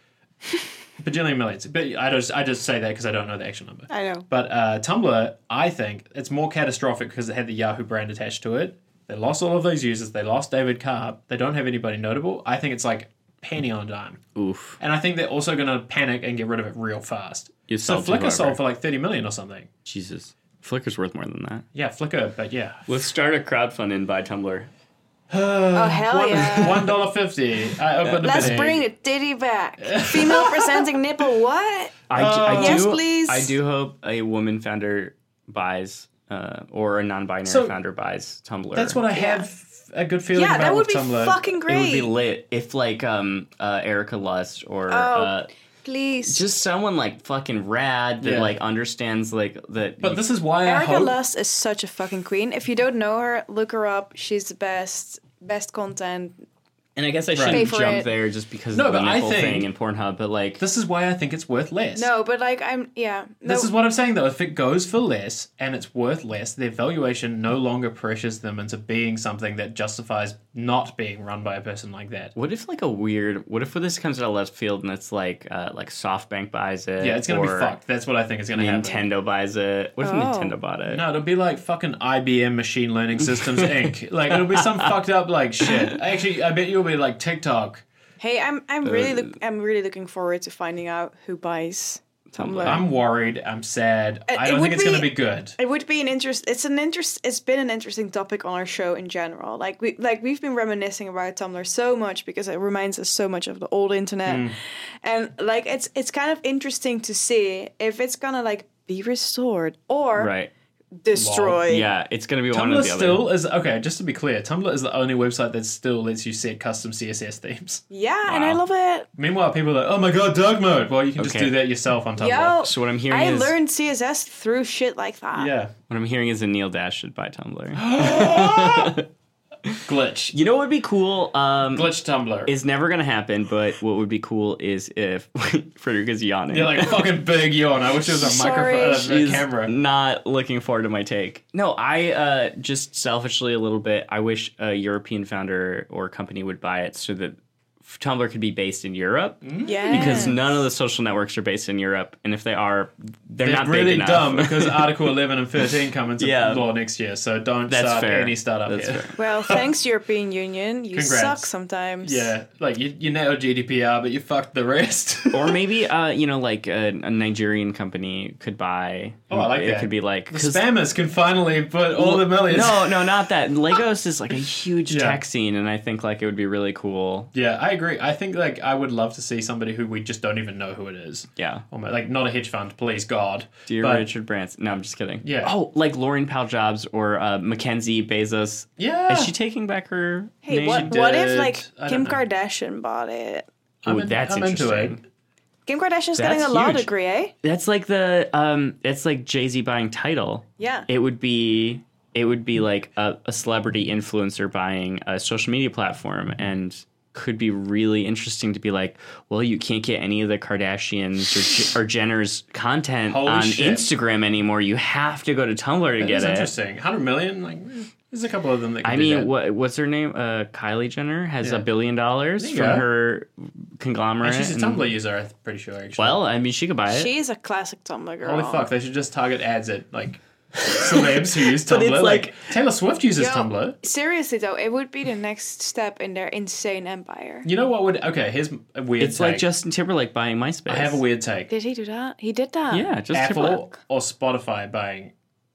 [SPEAKER 2] bajillion millions. But I just, I just say that because I don't know the actual number.
[SPEAKER 3] I know.
[SPEAKER 2] But uh, Tumblr, I think it's more catastrophic because it had the Yahoo brand attached to it. They lost all of those users. They lost David Carp. They don't have anybody notable. I think it's like penny on a dime.
[SPEAKER 1] Oof.
[SPEAKER 2] And I think they're also going to panic and get rid of it real fast.
[SPEAKER 1] You
[SPEAKER 2] So
[SPEAKER 1] sell to
[SPEAKER 2] Flickr
[SPEAKER 1] whoever.
[SPEAKER 2] sold for like 30 million or something.
[SPEAKER 1] Jesus. Flickr's worth more than that.
[SPEAKER 2] Yeah, Flickr, but yeah.
[SPEAKER 1] Let's start a crowdfund and buy Tumblr.
[SPEAKER 3] Oh hell
[SPEAKER 2] One-
[SPEAKER 3] yeah!
[SPEAKER 2] $1.50. I opened a
[SPEAKER 3] Let's
[SPEAKER 2] bidding.
[SPEAKER 3] bring the
[SPEAKER 2] (laughs)
[SPEAKER 3] titty back. Female presenting nipple. What?
[SPEAKER 1] I, d- I
[SPEAKER 2] Oh.
[SPEAKER 1] do,
[SPEAKER 3] Yes, please.
[SPEAKER 1] I do hope a woman founder buys uh, or a non-binary
[SPEAKER 2] So,
[SPEAKER 1] founder buys Tumblr.
[SPEAKER 2] That's what I have a good feeling
[SPEAKER 3] Yeah,
[SPEAKER 2] about
[SPEAKER 3] that would
[SPEAKER 2] with
[SPEAKER 3] be
[SPEAKER 2] Tumblr.
[SPEAKER 3] fucking
[SPEAKER 1] It would
[SPEAKER 3] great.
[SPEAKER 1] be lit if like um uh, Erica Lust
[SPEAKER 2] Oh.
[SPEAKER 1] or uh,
[SPEAKER 3] Please.
[SPEAKER 1] just someone like fucking rad that
[SPEAKER 2] Yeah.
[SPEAKER 1] like understands like that.
[SPEAKER 2] but
[SPEAKER 1] you-
[SPEAKER 2] this is why I
[SPEAKER 3] Erica
[SPEAKER 2] hope.
[SPEAKER 3] Lust is such a fucking queen. If you don't know her, look her up. She's the best. Best content.
[SPEAKER 1] and I guess I
[SPEAKER 3] Pay
[SPEAKER 1] shouldn't
[SPEAKER 3] for
[SPEAKER 1] jump
[SPEAKER 3] it.
[SPEAKER 1] there just because
[SPEAKER 2] No,
[SPEAKER 1] of the
[SPEAKER 2] but I
[SPEAKER 1] nipple
[SPEAKER 2] think-
[SPEAKER 1] thing in Pornhub. But like,
[SPEAKER 2] this is why I think it's worth less.
[SPEAKER 3] No, but like I'm. Yeah. No,
[SPEAKER 2] This is what I'm saying though. If it goes for less and it's worth less, their valuation no longer pressures them into being something that justifies not being run by a person like that.
[SPEAKER 1] what if like a weird? What if this comes out of left field and it's like uh, like SoftBank buys it?
[SPEAKER 2] Yeah, it's gonna be
[SPEAKER 1] or
[SPEAKER 2] fucked. That's what I think is gonna happen.
[SPEAKER 1] Nintendo buys it. What if
[SPEAKER 3] Oh.
[SPEAKER 1] Nintendo bought it?
[SPEAKER 2] No, it'll be like fucking IBM Machine Learning Systems Inc. Like it'll be some fucked up like shit. Actually, I bet you'll be like TikTok.
[SPEAKER 3] hey, I'm. I'm
[SPEAKER 1] Uh,
[SPEAKER 3] really. Look, I'm really looking forward to finding out who buys Tumblr.
[SPEAKER 2] I'm worried. I'm sad.
[SPEAKER 3] Uh,
[SPEAKER 2] I
[SPEAKER 3] it
[SPEAKER 2] don't
[SPEAKER 3] would
[SPEAKER 2] think it's gonna
[SPEAKER 3] be-
[SPEAKER 2] be good.
[SPEAKER 3] It would be an interest. It's an interest. It's been an interesting topic on our show in general. Like we like we've been reminiscing about Tumblr so much because it reminds us so much of the old internet,
[SPEAKER 1] Mm.
[SPEAKER 3] and like it's it's kind of interesting to see if it's gonna like be restored or
[SPEAKER 1] Right.
[SPEAKER 3] destroyed.
[SPEAKER 1] Yeah, it's gonna be one
[SPEAKER 2] Tumblr
[SPEAKER 1] of the other.
[SPEAKER 2] still is okay. Just to be clear, Tumblr is the only website that still lets you set custom CSS themes.
[SPEAKER 3] Yeah, and I
[SPEAKER 1] Wow.
[SPEAKER 3] love it.
[SPEAKER 2] Meanwhile, people are like, "Oh my god, dark mode!" Well, you can just
[SPEAKER 1] Okay.
[SPEAKER 2] do that yourself on Tumblr.
[SPEAKER 3] Yo,
[SPEAKER 1] So what I'm hearing
[SPEAKER 3] I
[SPEAKER 1] is-
[SPEAKER 3] learned CSS through shit like that.
[SPEAKER 2] Yeah,
[SPEAKER 1] What I'm hearing is a Neil Dash should buy
[SPEAKER 2] (gasps)
[SPEAKER 1] Tumblr.
[SPEAKER 2] glitch,
[SPEAKER 1] you know what would be cool? Um,
[SPEAKER 2] glitch Tumblr.
[SPEAKER 1] is never gonna happen. But what would be cool is if (laughs) Frederick is yawning.
[SPEAKER 2] You're like fucking big yawn. I wish it was a
[SPEAKER 3] Sorry.
[SPEAKER 2] microphone, uh, a
[SPEAKER 1] She's
[SPEAKER 2] camera.
[SPEAKER 1] not looking forward to my take. No, I uh, just selfishly a little bit. I wish a European founder or company would buy it so that Tumblr could be based in Europe
[SPEAKER 2] Mm.
[SPEAKER 3] Yeah.
[SPEAKER 1] because none of the social networks are based in Europe, and if they are, they're,
[SPEAKER 2] They're
[SPEAKER 1] not big
[SPEAKER 2] really
[SPEAKER 1] enough. (laughs)
[SPEAKER 2] dumb because Article 11 and 13 come into
[SPEAKER 1] Yeah.
[SPEAKER 2] law next year, so don't
[SPEAKER 1] That's
[SPEAKER 2] start
[SPEAKER 1] fair.
[SPEAKER 2] any startup
[SPEAKER 1] That's
[SPEAKER 2] here.
[SPEAKER 1] fair.
[SPEAKER 2] (laughs)
[SPEAKER 3] Well, thanks European Union. You
[SPEAKER 2] Congrats.
[SPEAKER 3] suck sometimes.
[SPEAKER 2] Yeah, like you, you nailed GDPR, but you fucked the rest.
[SPEAKER 1] or maybe uh, you know, like a, a Nigerian company could buy.
[SPEAKER 2] Oh, I like
[SPEAKER 1] it
[SPEAKER 2] that.
[SPEAKER 1] could be like
[SPEAKER 2] the
[SPEAKER 1] 'cause-
[SPEAKER 2] (laughs) spammers can finally put all the millions.
[SPEAKER 1] No, no, not that. Lagos is like a huge
[SPEAKER 2] (laughs) Yeah.
[SPEAKER 1] tech scene, and I think like it would be really cool.
[SPEAKER 2] Yeah, I agree. I think like I would love to see somebody who we just don't even know who it is.
[SPEAKER 1] Yeah.
[SPEAKER 2] Almost, like not a hedge fund, please God.
[SPEAKER 1] Dear
[SPEAKER 2] But-
[SPEAKER 1] Richard Branson. No, I'm just kidding.
[SPEAKER 2] Yeah.
[SPEAKER 1] Oh, like Lauren Paljobs or uh, Mackenzie Bezos.
[SPEAKER 2] Yeah.
[SPEAKER 1] Is she taking back her
[SPEAKER 3] Hey,
[SPEAKER 1] name?
[SPEAKER 3] what, what if
[SPEAKER 2] did-
[SPEAKER 3] like
[SPEAKER 2] I
[SPEAKER 3] Kim
[SPEAKER 2] don't know.
[SPEAKER 3] Kardashian bought it?
[SPEAKER 1] Ooh,
[SPEAKER 2] I'm in-
[SPEAKER 1] that's
[SPEAKER 2] I'm into
[SPEAKER 1] interesting.
[SPEAKER 2] it.
[SPEAKER 3] Kim
[SPEAKER 1] That's
[SPEAKER 3] Kardashian's getting a law
[SPEAKER 1] huge.
[SPEAKER 3] degree, eh?
[SPEAKER 1] That's like the um. That's like Jay Z buying title.
[SPEAKER 3] Yeah.
[SPEAKER 1] It would be. It would be like a, a celebrity influencer buying a social media platform and could be really interesting to be like, well, you can't get any of the Kardashians or, or Jenner's content
[SPEAKER 2] Holy
[SPEAKER 1] on
[SPEAKER 2] shit.
[SPEAKER 1] Instagram anymore. You have to go to Tumblr to
[SPEAKER 2] That's
[SPEAKER 1] get it.
[SPEAKER 2] interesting. Hundred million, like eh, there's a couple of them that. Can
[SPEAKER 1] I
[SPEAKER 2] do
[SPEAKER 1] mean,
[SPEAKER 2] that.
[SPEAKER 1] what what's her name? Uh, Kylie Jenner has a
[SPEAKER 2] Yeah.
[SPEAKER 1] billion dollars
[SPEAKER 2] There
[SPEAKER 1] from
[SPEAKER 2] you go.
[SPEAKER 1] her conglomerate.
[SPEAKER 2] And she's a
[SPEAKER 1] and-
[SPEAKER 2] Tumblr user. I'm pretty sure. Actually,
[SPEAKER 1] Well, I mean, she could buy it.
[SPEAKER 3] She is a classic Tumblr girl.
[SPEAKER 2] holy fuck, they should just target ads
[SPEAKER 1] (laughs)
[SPEAKER 2] at like celebs who use Tumblr.
[SPEAKER 1] it's
[SPEAKER 2] like,
[SPEAKER 1] like-
[SPEAKER 2] Taylor Swift uses
[SPEAKER 3] Yo,
[SPEAKER 2] Tumblr.
[SPEAKER 3] Seriously though, it would be the next step in their insane empire.
[SPEAKER 2] You know what would? Okay, here's a weird.
[SPEAKER 1] it's like
[SPEAKER 2] take.
[SPEAKER 1] Justin Timberlake buying MySpace.
[SPEAKER 2] I have a weird take.
[SPEAKER 3] Did he do that? He did that.
[SPEAKER 1] yeah, just Timberlake.
[SPEAKER 2] Apple or Spotify buying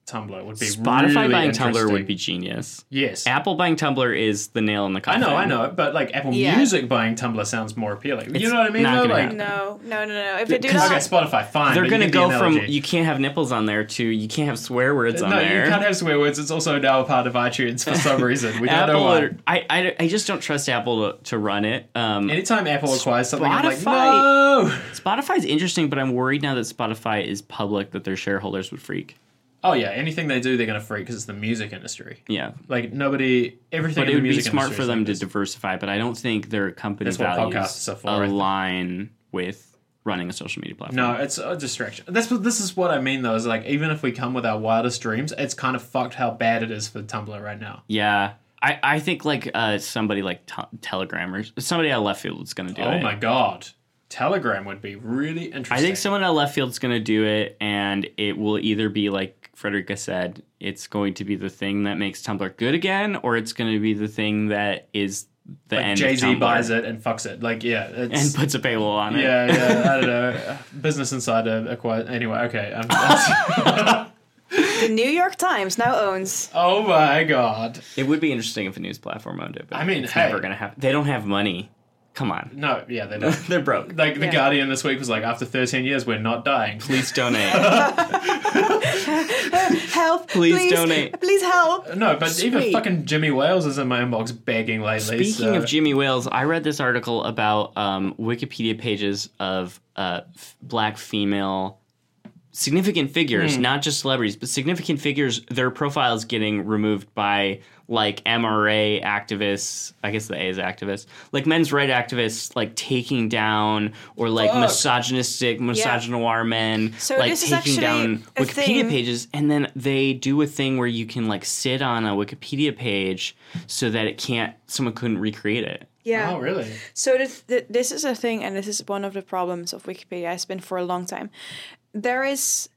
[SPEAKER 2] Tumblr would be
[SPEAKER 1] Spotify
[SPEAKER 2] really
[SPEAKER 1] buying Tumblr
[SPEAKER 2] interesting.
[SPEAKER 1] would be genius.
[SPEAKER 2] yes.
[SPEAKER 1] Apple buying Tumblr is the nail in the
[SPEAKER 2] I
[SPEAKER 1] coffin.
[SPEAKER 2] know, I know, but like Apple
[SPEAKER 3] Yeah.
[SPEAKER 2] Music buying Tumblr sounds more appealing.
[SPEAKER 1] It's
[SPEAKER 2] you know what I mean?
[SPEAKER 1] not
[SPEAKER 2] though?
[SPEAKER 1] gonna
[SPEAKER 2] like,
[SPEAKER 1] happen.
[SPEAKER 3] No, no, no, no. If they do
[SPEAKER 2] okay,
[SPEAKER 3] that,
[SPEAKER 2] Spotify, fine.
[SPEAKER 1] They're
[SPEAKER 2] going
[SPEAKER 1] gonna go
[SPEAKER 2] to
[SPEAKER 1] from you can't have nipples on there to you can't have swear words on
[SPEAKER 2] no,
[SPEAKER 1] there.
[SPEAKER 2] you can't have swear words. It's also now a part of iTunes for some reason. We don't know
[SPEAKER 1] Apple,
[SPEAKER 2] why.
[SPEAKER 1] or- I, I, I just don't trust Apple to, to run it. Um,
[SPEAKER 2] Anytime Apple acquires something, I'm
[SPEAKER 1] Spotify-
[SPEAKER 2] like, no.
[SPEAKER 1] Spotify's interesting, but I'm worried now that Spotify is public that their shareholders would freak.
[SPEAKER 2] Oh yeah, anything they do, they're gonna freak because it's the music industry.
[SPEAKER 1] Yeah,
[SPEAKER 2] Like nobody, everything.
[SPEAKER 1] but
[SPEAKER 2] in
[SPEAKER 1] it
[SPEAKER 2] the
[SPEAKER 1] would be
[SPEAKER 2] music
[SPEAKER 1] smart
[SPEAKER 2] industry
[SPEAKER 1] for
[SPEAKER 2] is
[SPEAKER 1] them
[SPEAKER 2] like
[SPEAKER 1] to
[SPEAKER 2] this.
[SPEAKER 1] diversify. But I don't think their company
[SPEAKER 2] That's what podcasts
[SPEAKER 1] values
[SPEAKER 2] are for, I think.
[SPEAKER 1] align with running a social media platform.
[SPEAKER 2] No, it's a distraction. That's what this is. What I mean though is like, even if we come with our wildest dreams, it's kind of fucked how bad it is for Tumblr right now.
[SPEAKER 1] Yeah. I, I think like uh, somebody like t- Telegram or s- somebody out of left field is going to do it.
[SPEAKER 2] Oh my god, Telegram would be really interesting.
[SPEAKER 1] I think someone out of left field is going to do it, and it will either be like Frederica said, it's going to be the thing that makes Tumblr good again, or it's going to be the thing that is the
[SPEAKER 2] Like
[SPEAKER 1] end.
[SPEAKER 2] Jay Z buys
[SPEAKER 1] it
[SPEAKER 2] it and fucks it. Like yeah, it's,
[SPEAKER 1] and puts a paywall on it.
[SPEAKER 2] (laughs) yeah, yeah. I don't know. (laughs) Business Insider acquired. Anyway, okay. I'm,
[SPEAKER 3] The New York Times now owns.
[SPEAKER 2] (laughs) oh my god.
[SPEAKER 1] It would be interesting if a news platform owned it, but
[SPEAKER 2] I mean,
[SPEAKER 1] it's
[SPEAKER 2] hey.
[SPEAKER 1] never gonna happen. They don't have money. Come on,
[SPEAKER 2] (laughs) No, yeah, they
[SPEAKER 1] (laughs)
[SPEAKER 2] don't.
[SPEAKER 1] they're broke.
[SPEAKER 2] Like the
[SPEAKER 3] Yeah.
[SPEAKER 2] Guardian this week was like, after 13 years, we're not dying.
[SPEAKER 1] Please
[SPEAKER 2] (laughs)
[SPEAKER 1] donate.
[SPEAKER 3] Help!
[SPEAKER 1] Please
[SPEAKER 3] Please,
[SPEAKER 1] donate.
[SPEAKER 3] Please help!
[SPEAKER 2] No, but even
[SPEAKER 3] Sweet.
[SPEAKER 2] fucking Jimmy Wales is in my inbox begging lately.
[SPEAKER 1] Speaking
[SPEAKER 2] so-
[SPEAKER 1] of Jimmy Wales, I read this article about um, Wikipedia pages of uh, f- black female significant figures,
[SPEAKER 2] Hmm.
[SPEAKER 1] not just celebrities, but significant figures. Their profiles getting removed by like MRA activists. I guess the A is activists, like men's right activists, like taking down or like
[SPEAKER 2] Fuck.
[SPEAKER 1] misogynistic, misogynoir men,
[SPEAKER 3] So
[SPEAKER 1] like
[SPEAKER 3] this is
[SPEAKER 1] taking
[SPEAKER 3] actually
[SPEAKER 1] down
[SPEAKER 3] a
[SPEAKER 1] Wikipedia
[SPEAKER 3] thing.
[SPEAKER 1] pages, and then they do a thing where you can like sit on a Wikipedia page so that it can't someone couldn't recreate it.
[SPEAKER 3] Yeah.
[SPEAKER 2] Oh, really?
[SPEAKER 3] So this, th- this is a thing, and this is one of the problems of Wikipedia. Has been for a long time. There is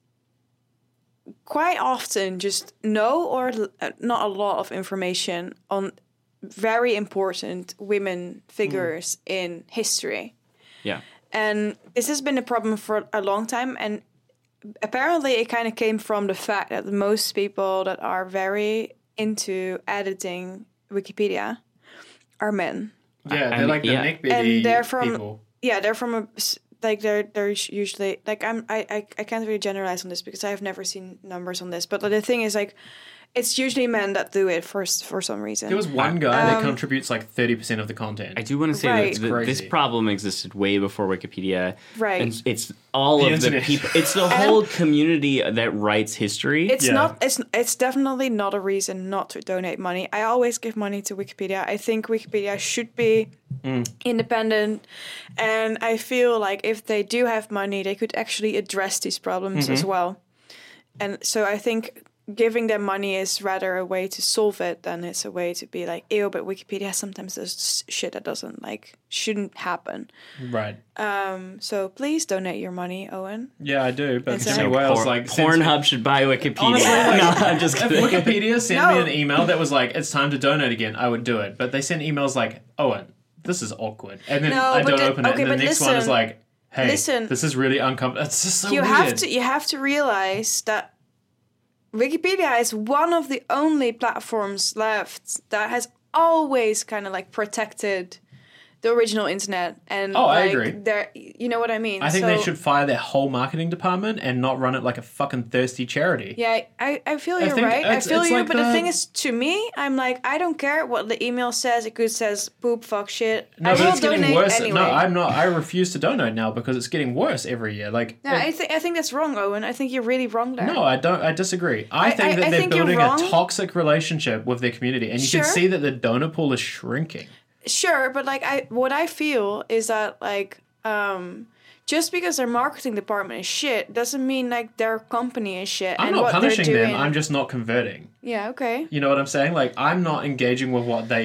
[SPEAKER 3] quite often just no or l- uh, not a lot of information on very important women figures in history,
[SPEAKER 1] Yeah,
[SPEAKER 3] and this has been a problem for a long time. And apparently, it kind of came from the fact that most people that are very into editing Wikipedia are men
[SPEAKER 2] Yeah, they're
[SPEAKER 1] I'm-
[SPEAKER 2] like the
[SPEAKER 1] yeah.
[SPEAKER 2] neck
[SPEAKER 3] and they're from
[SPEAKER 2] people.
[SPEAKER 3] yeah they're from a s- like they're they're us- usually like i'm I, I i can't really generalize on this because i have never seen numbers on this but the thing is like it's usually men that do it for s- for some reason
[SPEAKER 2] There was one guy that contributes like 30% of the content.
[SPEAKER 1] uh, um, I do want to say
[SPEAKER 3] Right.
[SPEAKER 1] that
[SPEAKER 3] It's
[SPEAKER 1] th- this
[SPEAKER 2] crazy.
[SPEAKER 1] problem existed way before Wikipedia.
[SPEAKER 3] Right.
[SPEAKER 1] and it's all
[SPEAKER 2] The
[SPEAKER 1] of
[SPEAKER 2] internet.
[SPEAKER 1] the people. It's
[SPEAKER 3] (laughs)
[SPEAKER 1] the whole community that writes history.
[SPEAKER 3] it's
[SPEAKER 2] Yeah.
[SPEAKER 3] not it's it's definitely not a reason not to donate money i always give money to wikipedia i think wikipedia should be independent and i feel like if they do have money they could actually address these problems as well and so i think giving them money is rather a way to solve it than it's a way to be like ew but wikipedia sometimes does shit that doesn't like shouldn't happen
[SPEAKER 2] right.
[SPEAKER 1] Uh,
[SPEAKER 3] so please donate your money owen
[SPEAKER 2] Yeah, I do. But
[SPEAKER 3] It's
[SPEAKER 2] Jimmy
[SPEAKER 3] like
[SPEAKER 2] Wales,
[SPEAKER 1] Por-
[SPEAKER 2] like, sends me-
[SPEAKER 1] Pornhub should buy Wikipedia.
[SPEAKER 2] Honestly, like-
[SPEAKER 1] no, I'm just
[SPEAKER 2] If
[SPEAKER 1] kidding.
[SPEAKER 2] Wikipedia sent me
[SPEAKER 3] No.
[SPEAKER 2] an email that was like, it's time to donate again, I would do it. But they sent emails like, Owen, this is awkward. And then
[SPEAKER 3] No,
[SPEAKER 2] I
[SPEAKER 3] but
[SPEAKER 2] don't
[SPEAKER 3] the-
[SPEAKER 2] open it.
[SPEAKER 3] okay,
[SPEAKER 2] and the
[SPEAKER 3] but
[SPEAKER 2] next one is
[SPEAKER 3] listen.
[SPEAKER 2] like, hey,
[SPEAKER 3] Listen.
[SPEAKER 2] this is really uncomfortable. It's just so
[SPEAKER 3] you
[SPEAKER 2] weird.
[SPEAKER 3] have to you have to realize that Wikipedia is one of the only platforms left that has always kind of like protected the original internet and
[SPEAKER 2] Oh, I
[SPEAKER 3] like,
[SPEAKER 2] agree.
[SPEAKER 3] there you know what I mean
[SPEAKER 2] I think they
[SPEAKER 3] So-
[SPEAKER 2] should fire their whole marketing department and not run it like a fucking thirsty charity.
[SPEAKER 3] yeah, I, I feel you
[SPEAKER 2] think
[SPEAKER 3] right. I
[SPEAKER 2] it's-
[SPEAKER 3] feel
[SPEAKER 2] it's
[SPEAKER 3] you,
[SPEAKER 2] like
[SPEAKER 3] but the,
[SPEAKER 2] the-
[SPEAKER 3] thing is, to me, I'm like, I don't care what the email says. It could says poop, fuck, shit.
[SPEAKER 2] No,
[SPEAKER 3] I
[SPEAKER 2] but
[SPEAKER 3] will
[SPEAKER 2] it's getting
[SPEAKER 3] donate
[SPEAKER 2] worse.
[SPEAKER 3] anyway.
[SPEAKER 2] No, I'm not. I refuse to donate now because it's getting worse every year. Like,
[SPEAKER 3] No, I think I think that's wrong, Owen. I think you're really wrong there.
[SPEAKER 2] No, I don't. I disagree. I, think
[SPEAKER 3] I-
[SPEAKER 2] that
[SPEAKER 3] I
[SPEAKER 2] they're
[SPEAKER 3] think you're
[SPEAKER 2] building a
[SPEAKER 3] wrong.
[SPEAKER 2] toxic relationship with their community, and you
[SPEAKER 3] Sure.
[SPEAKER 2] can see that the donor pool is shrinking.
[SPEAKER 3] sure but like i what i feel is that like um just because their marketing department is shit doesn't mean like their company is shit
[SPEAKER 2] I'm
[SPEAKER 3] and
[SPEAKER 2] not
[SPEAKER 3] what
[SPEAKER 2] punishing
[SPEAKER 3] they're
[SPEAKER 2] them.
[SPEAKER 3] doing
[SPEAKER 2] I'm just not converting.
[SPEAKER 3] yeah okay
[SPEAKER 2] You know what I'm saying? Like, I'm not engaging with what they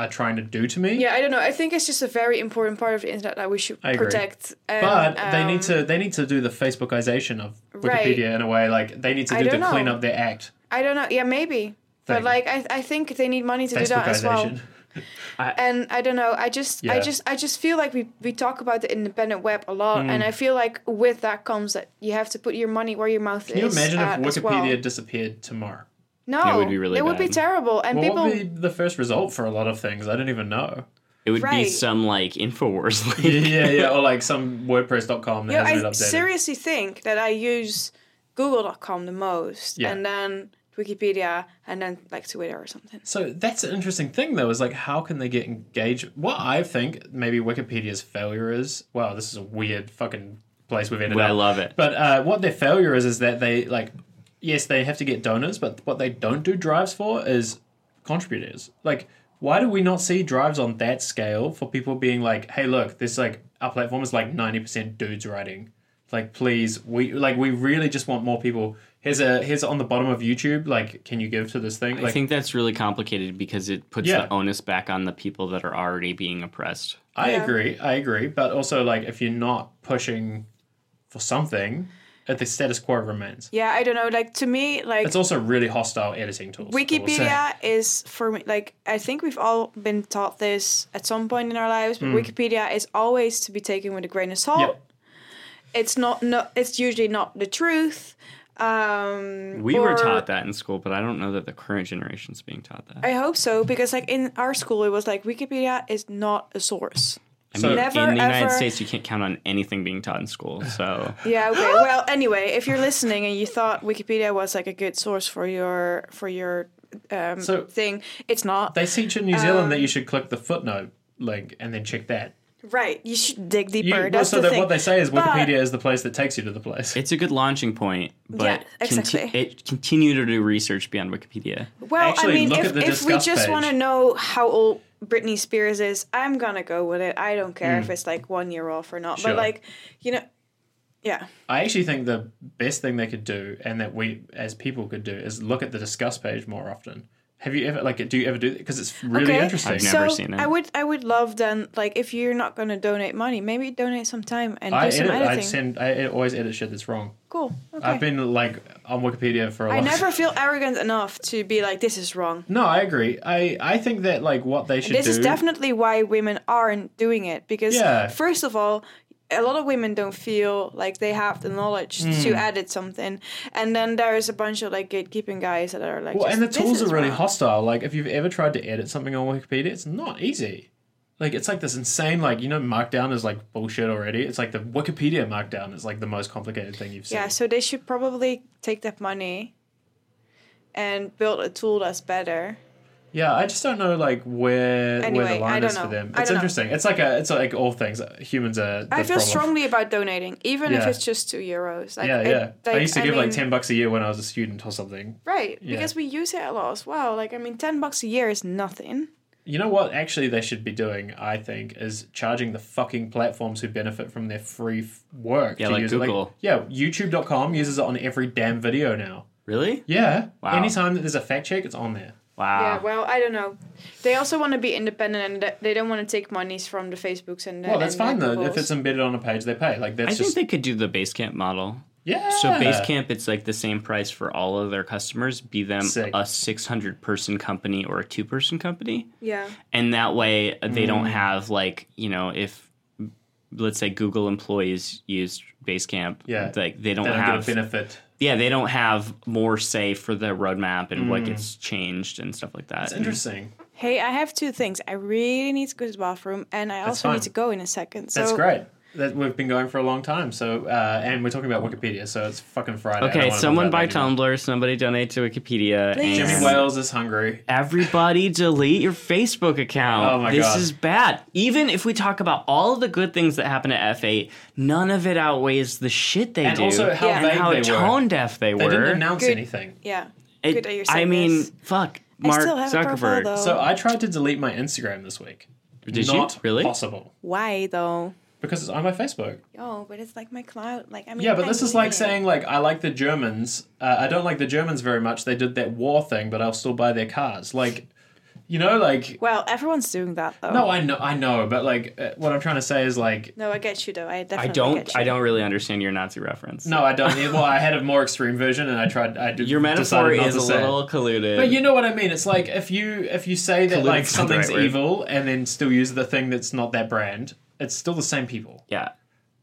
[SPEAKER 2] are trying to do to me.
[SPEAKER 3] yeah i don't know i think it's just a very important part of the internet that we should
[SPEAKER 2] I agree.
[SPEAKER 3] protect and,
[SPEAKER 2] But they
[SPEAKER 3] um,
[SPEAKER 2] need to they need to do the Facebookization of Wikipedia
[SPEAKER 3] Right.
[SPEAKER 2] in a way. Like they need to
[SPEAKER 3] I
[SPEAKER 2] do the
[SPEAKER 3] don't know.
[SPEAKER 2] clean up their act.
[SPEAKER 3] i don't know yeah maybe but
[SPEAKER 2] Thing.
[SPEAKER 3] like I, I think they need money to do that as well
[SPEAKER 2] Facebookization.
[SPEAKER 3] and I don't know. I just, I
[SPEAKER 2] Yeah.
[SPEAKER 3] just, I just feel like we we talk about the independent web a lot,
[SPEAKER 2] Hmm.
[SPEAKER 3] and I feel like with that comes that you have to put your money where your mouth
[SPEAKER 2] Can you
[SPEAKER 3] is.
[SPEAKER 2] imagine if
[SPEAKER 3] at as
[SPEAKER 2] Wikipedia
[SPEAKER 3] well.
[SPEAKER 2] disappeared tomorrow?
[SPEAKER 3] No,
[SPEAKER 1] It would be really
[SPEAKER 3] It would be
[SPEAKER 1] bad.
[SPEAKER 3] terrible, and
[SPEAKER 2] What
[SPEAKER 3] people.
[SPEAKER 2] would be the first result for a lot of things? I don't even know. (laughs)
[SPEAKER 1] It would be
[SPEAKER 3] Right.
[SPEAKER 1] some like Infowars (laughs) link.
[SPEAKER 2] yeah, yeah, or like some WordPress.com that
[SPEAKER 3] You know,
[SPEAKER 2] hasn't
[SPEAKER 3] I
[SPEAKER 2] been updated.
[SPEAKER 3] seriously think that I use Google.com the most,
[SPEAKER 2] Yeah.
[SPEAKER 3] and then Wikipedia, and then like Twitter or something.
[SPEAKER 2] So that's an interesting thing, though, is like how can they get engaged? What I think maybe Wikipedia's failure is. Wow, this is a weird fucking place we've ended
[SPEAKER 1] Well, I
[SPEAKER 2] up.
[SPEAKER 1] love it.
[SPEAKER 2] But uh, what their failure is is that they like, yes, they have to get donors, but what they don't do drives for is contributors. Like, why do we not see drives on that scale for people being like, hey, look, this like our platform is like ninety percent dudes writing. Like, please, we like we really just want more people. Here's a here's on the bottom of YouTube. Like, can you give to this thing? Like,
[SPEAKER 1] I think that's really complicated because it puts
[SPEAKER 2] Yeah.
[SPEAKER 1] the onus back on the people that are already being oppressed.
[SPEAKER 2] I
[SPEAKER 3] Yeah.
[SPEAKER 2] agree. I agree. But also, like, if you're not pushing for something, if the status quo remains.
[SPEAKER 3] Yeah, I don't know. Like to me, like
[SPEAKER 2] It's also really hostile editing tools. I will say.
[SPEAKER 3] Wikipedia is for me like I think we've all been taught this at some point in our lives,
[SPEAKER 2] Hmm.
[SPEAKER 3] but Wikipedia is always to be taken with a grain of salt.
[SPEAKER 2] Yep.
[SPEAKER 3] It's not no it's usually not the truth. Um
[SPEAKER 1] We were
[SPEAKER 3] or-
[SPEAKER 1] taught that in school, but I don't know that the current generation's being taught that.
[SPEAKER 3] I hope so, because like in our school it was like Wikipedia is not a source.
[SPEAKER 1] I
[SPEAKER 2] So-
[SPEAKER 1] mean,
[SPEAKER 3] Never,
[SPEAKER 1] in the United
[SPEAKER 3] ever-
[SPEAKER 1] States, you can't count on anything being taught in school.
[SPEAKER 3] (laughs)
[SPEAKER 1] So
[SPEAKER 3] Yeah, okay. well anyway, if you're listening and you thought Wikipedia was like a good source for your for your um
[SPEAKER 2] So-
[SPEAKER 3] thing, it's not.
[SPEAKER 2] They teach in New Zealand
[SPEAKER 3] Um,
[SPEAKER 2] that you should click the footnote link and then check that.
[SPEAKER 3] right. You should dig
[SPEAKER 2] You,
[SPEAKER 3] deeper.
[SPEAKER 2] well,
[SPEAKER 3] That's
[SPEAKER 2] so
[SPEAKER 3] the
[SPEAKER 2] that
[SPEAKER 3] thing.
[SPEAKER 2] what they say is
[SPEAKER 3] But-
[SPEAKER 2] Wikipedia is the place that takes you to the place.
[SPEAKER 1] it's a good launching point, but
[SPEAKER 3] Yeah,
[SPEAKER 1] conti-
[SPEAKER 3] exactly.
[SPEAKER 1] it continue to do research beyond Wikipedia.
[SPEAKER 3] Well,
[SPEAKER 2] Actually,
[SPEAKER 3] I mean,
[SPEAKER 2] look
[SPEAKER 3] if,
[SPEAKER 2] at the
[SPEAKER 3] if we
[SPEAKER 2] Discuss
[SPEAKER 3] just
[SPEAKER 2] page.
[SPEAKER 3] want to know how old Britney Spears is, I'm gonna go with it. I don't care if it's like one year off or not.
[SPEAKER 2] Hmm. Sure.
[SPEAKER 3] But like, you know, yeah,
[SPEAKER 2] I actually think the best thing they could do, and that we as people could do, is look at the discuss page more often. Have you ever like? Do you ever do that? Because it's really
[SPEAKER 3] okay.
[SPEAKER 2] interesting.
[SPEAKER 1] I've never
[SPEAKER 3] so
[SPEAKER 1] seen it.
[SPEAKER 3] I would, I would love then, like, if you're not gonna donate money, maybe donate some time and
[SPEAKER 2] I
[SPEAKER 3] do some
[SPEAKER 2] edit. I
[SPEAKER 3] editing.
[SPEAKER 2] send. I ed- always edit shit that's wrong.
[SPEAKER 3] cool. Okay.
[SPEAKER 2] I've been like on Wikipedia for a
[SPEAKER 3] I
[SPEAKER 2] long
[SPEAKER 3] never feel arrogant enough to be like, this is wrong.
[SPEAKER 2] (laughs) No, I agree. I I think that like what they should
[SPEAKER 3] This
[SPEAKER 2] do.
[SPEAKER 3] is definitely why women aren't doing it because,
[SPEAKER 2] Yeah.
[SPEAKER 3] first of all, a lot of women don't feel like they have the knowledge to
[SPEAKER 2] Hmm.
[SPEAKER 3] edit something, and then there's a bunch of like gatekeeping guys that are like,
[SPEAKER 2] Well,
[SPEAKER 3] just,
[SPEAKER 2] and the
[SPEAKER 3] "This
[SPEAKER 2] tools
[SPEAKER 3] is
[SPEAKER 2] are really
[SPEAKER 3] wrong."
[SPEAKER 2] hostile. Like, if you've ever tried to edit something on Wikipedia, it's not easy. Like, it's like this insane, like, you know, Markdown is like bullshit already. It's like the Wikipedia Markdown is like the most complicated thing you've seen.
[SPEAKER 3] Yeah, so they should probably take that money and build a tool that's better.
[SPEAKER 2] Yeah, I just don't know, like, where where
[SPEAKER 3] Anyway,
[SPEAKER 2] the
[SPEAKER 3] I
[SPEAKER 2] line
[SPEAKER 3] don't
[SPEAKER 2] is for
[SPEAKER 3] know.
[SPEAKER 2] them.
[SPEAKER 3] I
[SPEAKER 2] It's
[SPEAKER 3] don't know.
[SPEAKER 2] interesting. It's like a, it's like all things. Humans are. The
[SPEAKER 3] I feel
[SPEAKER 2] problem.
[SPEAKER 3] strongly about donating, even if
[SPEAKER 2] Yeah.
[SPEAKER 3] it's just two euros. Like,
[SPEAKER 2] Yeah,
[SPEAKER 3] it-
[SPEAKER 2] yeah. I
[SPEAKER 3] like,
[SPEAKER 2] used to give like
[SPEAKER 3] mean-
[SPEAKER 2] ten bucks a year when I was a student or something.
[SPEAKER 3] Right,
[SPEAKER 2] Yeah.
[SPEAKER 3] because we use it a lot as well. Like, I mean, 10 bucks a year is nothing.
[SPEAKER 2] You know what? Actually, they should be doing. I think is charging the fucking platforms who benefit from their free f- work.
[SPEAKER 1] Yeah,
[SPEAKER 2] to
[SPEAKER 1] like
[SPEAKER 2] use It.
[SPEAKER 1] Google.
[SPEAKER 2] yeah, YouTube.com uses it on every damn video now.
[SPEAKER 1] Really?
[SPEAKER 2] Yeah.
[SPEAKER 1] Wow.
[SPEAKER 2] Anytime that there's a fact check, it's on there.
[SPEAKER 1] Wow.
[SPEAKER 3] Yeah,
[SPEAKER 2] Ah.
[SPEAKER 3] well, I don't know. They also want to be independent and th- they don't want to take monies from the Facebooks and the.
[SPEAKER 2] Well, that's
[SPEAKER 3] and the
[SPEAKER 2] fine though. If
[SPEAKER 3] Googles.
[SPEAKER 2] it's embedded on a page, they pay. Like that's
[SPEAKER 1] I
[SPEAKER 2] just
[SPEAKER 1] think they could do the Basecamp model.
[SPEAKER 2] yeah.
[SPEAKER 1] So Basecamp, it's like the same price for all of their customers, be them
[SPEAKER 2] Sick.
[SPEAKER 1] a 600 person company or a two person company.
[SPEAKER 3] Yeah.
[SPEAKER 1] And that way uh, they
[SPEAKER 2] Mm.
[SPEAKER 1] don't have like, you know, if let's say Google employees used Basecamp,
[SPEAKER 2] Yeah.
[SPEAKER 1] like they
[SPEAKER 2] They
[SPEAKER 1] don't
[SPEAKER 2] don't
[SPEAKER 1] have,
[SPEAKER 2] get a benefit.
[SPEAKER 1] yeah, they don't have more say for the roadmap and what gets changed and stuff like that.
[SPEAKER 2] Mm. It's interesting.
[SPEAKER 3] Hey, I have two things. I really need to go to the bathroom and I also
[SPEAKER 2] fine.
[SPEAKER 3] need to go in a second. So
[SPEAKER 2] That's great. That we've been going for a long time. So uh, and we're talking about Wikipedia. So it's fucking Friday. I don't
[SPEAKER 1] Okay,
[SPEAKER 2] wanna talk
[SPEAKER 1] someone
[SPEAKER 2] about
[SPEAKER 1] buy
[SPEAKER 2] that anymore.
[SPEAKER 1] Tumblr, somebody donate to Wikipedia.
[SPEAKER 3] Please.
[SPEAKER 1] and-
[SPEAKER 2] Jimmy Wales is hungry.
[SPEAKER 1] Everybody delete your Facebook account.
[SPEAKER 2] Oh my
[SPEAKER 1] this
[SPEAKER 2] God.
[SPEAKER 1] is bad. Even if we talk about all of the good things that happen at F8, none of it outweighs the shit they
[SPEAKER 2] And
[SPEAKER 1] do
[SPEAKER 2] also how
[SPEAKER 3] Yeah.
[SPEAKER 1] and
[SPEAKER 2] vague
[SPEAKER 1] how
[SPEAKER 2] they were.
[SPEAKER 1] tone deaf they,
[SPEAKER 2] They
[SPEAKER 1] were.
[SPEAKER 2] didn't announce
[SPEAKER 3] Good.
[SPEAKER 2] anything.
[SPEAKER 3] Yeah.
[SPEAKER 1] It-
[SPEAKER 3] Good that you're
[SPEAKER 1] I
[SPEAKER 3] saying
[SPEAKER 1] mean,
[SPEAKER 3] this.
[SPEAKER 1] fuck.
[SPEAKER 3] I
[SPEAKER 1] Mark
[SPEAKER 3] still have a
[SPEAKER 1] Zuckerberg.
[SPEAKER 3] profile though.
[SPEAKER 2] So I tried to delete my Instagram this week.
[SPEAKER 1] Did you?
[SPEAKER 2] Not
[SPEAKER 1] Really?
[SPEAKER 2] Possible
[SPEAKER 3] Why though?
[SPEAKER 2] because it's on my Facebook.
[SPEAKER 3] Oh, but it's like my cloud. Like I mean.
[SPEAKER 2] Yeah, but
[SPEAKER 3] I
[SPEAKER 2] this is
[SPEAKER 3] need
[SPEAKER 2] like
[SPEAKER 3] it.
[SPEAKER 2] saying like I like the Germans. Uh, I don't like the Germans very much. They did that war thing, but I'll still buy their cars. Like, you know, like
[SPEAKER 3] Well, everyone's doing that though.
[SPEAKER 2] no, I know, I know, but like uh, what I'm trying to say is like
[SPEAKER 3] No, I get you though. I
[SPEAKER 1] I
[SPEAKER 3] definitely. Get
[SPEAKER 1] don't
[SPEAKER 3] you.
[SPEAKER 1] I don't really understand your Nazi reference.
[SPEAKER 2] no, I don't. Well, I had a more extreme version, and I tried. I did.
[SPEAKER 1] Your metaphor
[SPEAKER 2] decided not
[SPEAKER 1] is
[SPEAKER 2] to
[SPEAKER 1] a
[SPEAKER 2] say it.
[SPEAKER 1] little colluded.
[SPEAKER 2] But you know what I mean. It's like if you if you say that
[SPEAKER 1] Colluded's
[SPEAKER 2] like
[SPEAKER 1] not the right
[SPEAKER 2] something's
[SPEAKER 1] word.
[SPEAKER 2] evil and then still use the thing that's not that brand, it's still the same people.
[SPEAKER 1] yeah.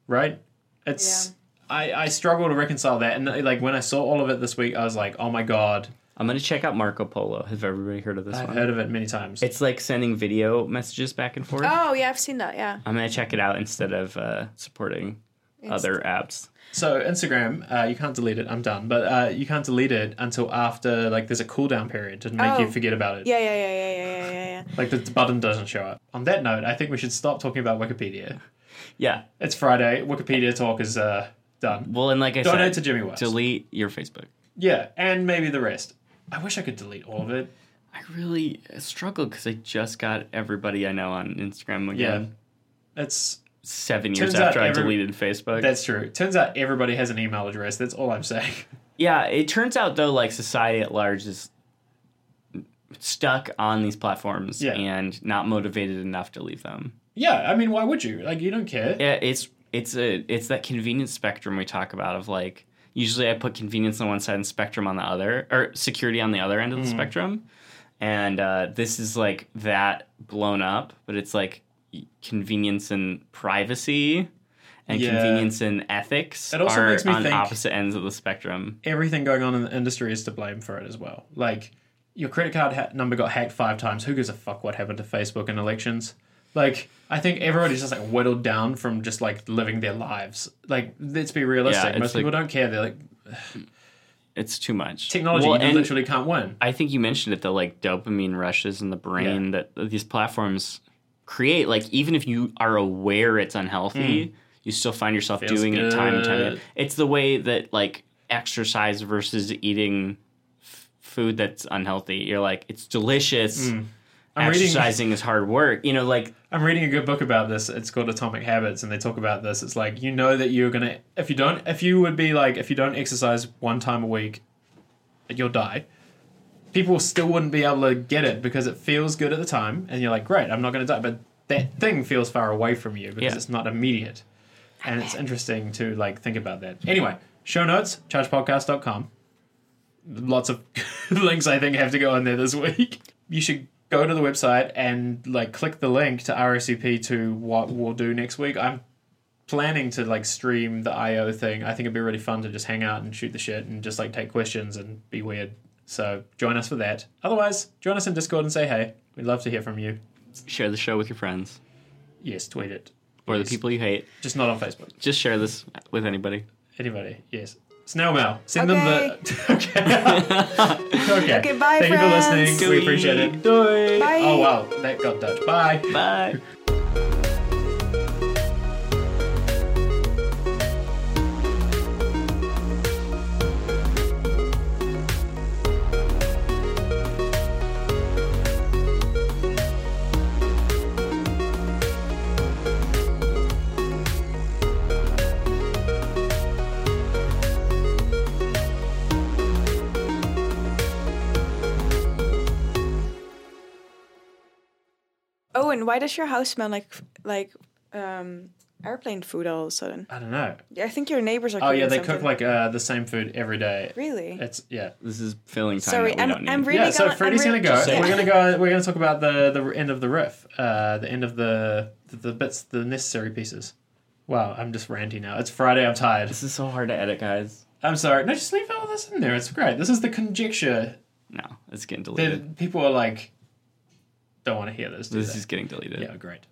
[SPEAKER 2] right? It's I I struggle to reconcile that, and uh, like when I saw all of it this week, I was like, oh my god,
[SPEAKER 1] I'm gonna check out Marco Polo. Have everybody heard of this
[SPEAKER 2] I've
[SPEAKER 1] one?
[SPEAKER 2] heard of it many times.
[SPEAKER 1] It's like sending video messages back and forth.
[SPEAKER 3] Oh yeah, I've seen that. Yeah.
[SPEAKER 1] I'm gonna check it out instead of uh, supporting other apps.
[SPEAKER 2] so Instagram, uh, you can't delete it. I'm done, but uh, you can't delete it until after like there's a cooldown period to make
[SPEAKER 3] Oh.
[SPEAKER 2] you forget about it.
[SPEAKER 3] Yeah, yeah, yeah, yeah, yeah, yeah, yeah, yeah.
[SPEAKER 2] Like the button doesn't show up. On that note, I think we should stop talking about Wikipedia.
[SPEAKER 1] Yeah.
[SPEAKER 2] It's Friday. Wikipedia talk is uh, done.
[SPEAKER 1] Well, and like I
[SPEAKER 2] Donate to
[SPEAKER 1] said,
[SPEAKER 2] Jimmy West.
[SPEAKER 1] delete your Facebook.
[SPEAKER 2] yeah, and maybe the rest. I wish I could delete all of it.
[SPEAKER 1] I really uh, struggled because I just got everybody I know on Instagram again.
[SPEAKER 2] Yeah. It's
[SPEAKER 1] Seven years
[SPEAKER 2] Turns out
[SPEAKER 1] after I
[SPEAKER 2] every-
[SPEAKER 1] deleted Facebook.
[SPEAKER 2] that's true. Turns out everybody has an email address. That's all I'm saying.
[SPEAKER 1] yeah, it turns out though, like society at large is stuck on these platforms
[SPEAKER 2] Yeah.
[SPEAKER 1] and not motivated enough to leave them.
[SPEAKER 2] Yeah, I mean, why would you? Like, you don't care.
[SPEAKER 1] Yeah, it's it's a it's that convenience spectrum we talk about of like usually I put convenience on one side and spectrum on the other, or security on the other end of the
[SPEAKER 2] Mm-hmm.
[SPEAKER 1] spectrum. And uh, this is like that blown up, but it's like y- convenience and privacy and
[SPEAKER 2] Yeah.
[SPEAKER 1] convenience and ethics
[SPEAKER 2] It also
[SPEAKER 1] are
[SPEAKER 2] makes me
[SPEAKER 1] on
[SPEAKER 2] think-
[SPEAKER 1] opposite ends of the spectrum.
[SPEAKER 2] Everything going on in the industry is to blame for it as well. Like your credit card ha- number got hacked five times. Who gives a fuck what happened to Facebook and elections? Like I think everybody's just like whittled down from just like living their lives. Like let's be realistic.
[SPEAKER 1] it's
[SPEAKER 2] Most people
[SPEAKER 1] like-
[SPEAKER 2] don't care. They're like
[SPEAKER 1] It's too much
[SPEAKER 2] technology.
[SPEAKER 1] Well,
[SPEAKER 2] you
[SPEAKER 1] and-
[SPEAKER 2] literally can't win.
[SPEAKER 1] I think you mentioned it, the like dopamine rushes in the brain that these platforms create. Like even if you are aware it's unhealthy, you still find yourself
[SPEAKER 2] Hmm. Feels
[SPEAKER 1] doing it time and time again.
[SPEAKER 2] good.
[SPEAKER 1] It's the way that like exercise versus eating f- food that's unhealthy. You're like it's delicious.
[SPEAKER 2] Hmm. I'm reading-
[SPEAKER 1] Exercising
[SPEAKER 2] (laughs)
[SPEAKER 1] is hard work. You know, like
[SPEAKER 2] I'm reading a good book about this. It's called Atomic Habits, and they talk about this. It's like you know that you're gonna if you don't if you would be like if you don't exercise one time a week, you'll die. People still wouldn't be able to get it because it feels good at the time, and you're like, great, I'm not gonna die. But that thing feels far away from you because
[SPEAKER 1] Yeah.
[SPEAKER 2] it's not immediate, and it's interesting to like think about that. Anyway, show notes chargepodcast.com. Lots of (laughs) links I think have to go in there this week. You should go to the website and like click the link to RSVP to what we'll do next week. I'm planning to like stream the IO thing. I think it'd be really fun to just hang out and shoot the shit and just like take questions and be weird. So join us for that. Otherwise, join us in Discord and say hey. We'd love to hear from you.
[SPEAKER 1] share the show with your friends
[SPEAKER 2] Yes, tweet it.
[SPEAKER 1] or
[SPEAKER 2] Yes.
[SPEAKER 1] the people you hate.
[SPEAKER 2] Just not on Facebook.
[SPEAKER 1] Just share this with anybody.
[SPEAKER 2] Anybody. Yes. Snail mail. Send them the. okay. (laughs)
[SPEAKER 3] (laughs)
[SPEAKER 2] okay.
[SPEAKER 3] Okay, bye,
[SPEAKER 2] Thank you for
[SPEAKER 3] friends.
[SPEAKER 2] listening. We appreciate it. Doei.
[SPEAKER 3] Bye.
[SPEAKER 2] Oh wow, that got Dutch. Bye.
[SPEAKER 1] Bye.
[SPEAKER 3] Owen, why does your house smell like f- like um, airplane food all of a sudden?
[SPEAKER 2] I don't know.
[SPEAKER 3] Yeah, I think your neighbors are.
[SPEAKER 2] Oh yeah,
[SPEAKER 3] cooking
[SPEAKER 2] they cook
[SPEAKER 3] something.
[SPEAKER 2] like uh, the same food every day.
[SPEAKER 3] Really?
[SPEAKER 2] It's yeah.
[SPEAKER 1] This is filling time.
[SPEAKER 3] Sorry,
[SPEAKER 1] that we
[SPEAKER 3] I'm-
[SPEAKER 1] don't need.
[SPEAKER 3] I'm really-
[SPEAKER 2] yeah, so
[SPEAKER 3] gonna-
[SPEAKER 2] Freddie's
[SPEAKER 3] I'm
[SPEAKER 2] gonna
[SPEAKER 3] really-
[SPEAKER 2] go.
[SPEAKER 3] Just say
[SPEAKER 2] We're
[SPEAKER 3] it.
[SPEAKER 2] gonna go. We're gonna talk about the the end of the riff, uh, the end of the, the the bits, the necessary pieces. Wow, I'm just ranty now. It's Friday. I'm tired.
[SPEAKER 1] This is so hard to edit, guys.
[SPEAKER 2] I'm sorry. No, just leave all this in there. It's great. This is the conjecture
[SPEAKER 1] No, it's getting
[SPEAKER 2] that
[SPEAKER 1] deleted.
[SPEAKER 2] people are like, don't want to hear this. Do
[SPEAKER 1] This
[SPEAKER 2] they?
[SPEAKER 1] is getting deleted.
[SPEAKER 2] yeah, great.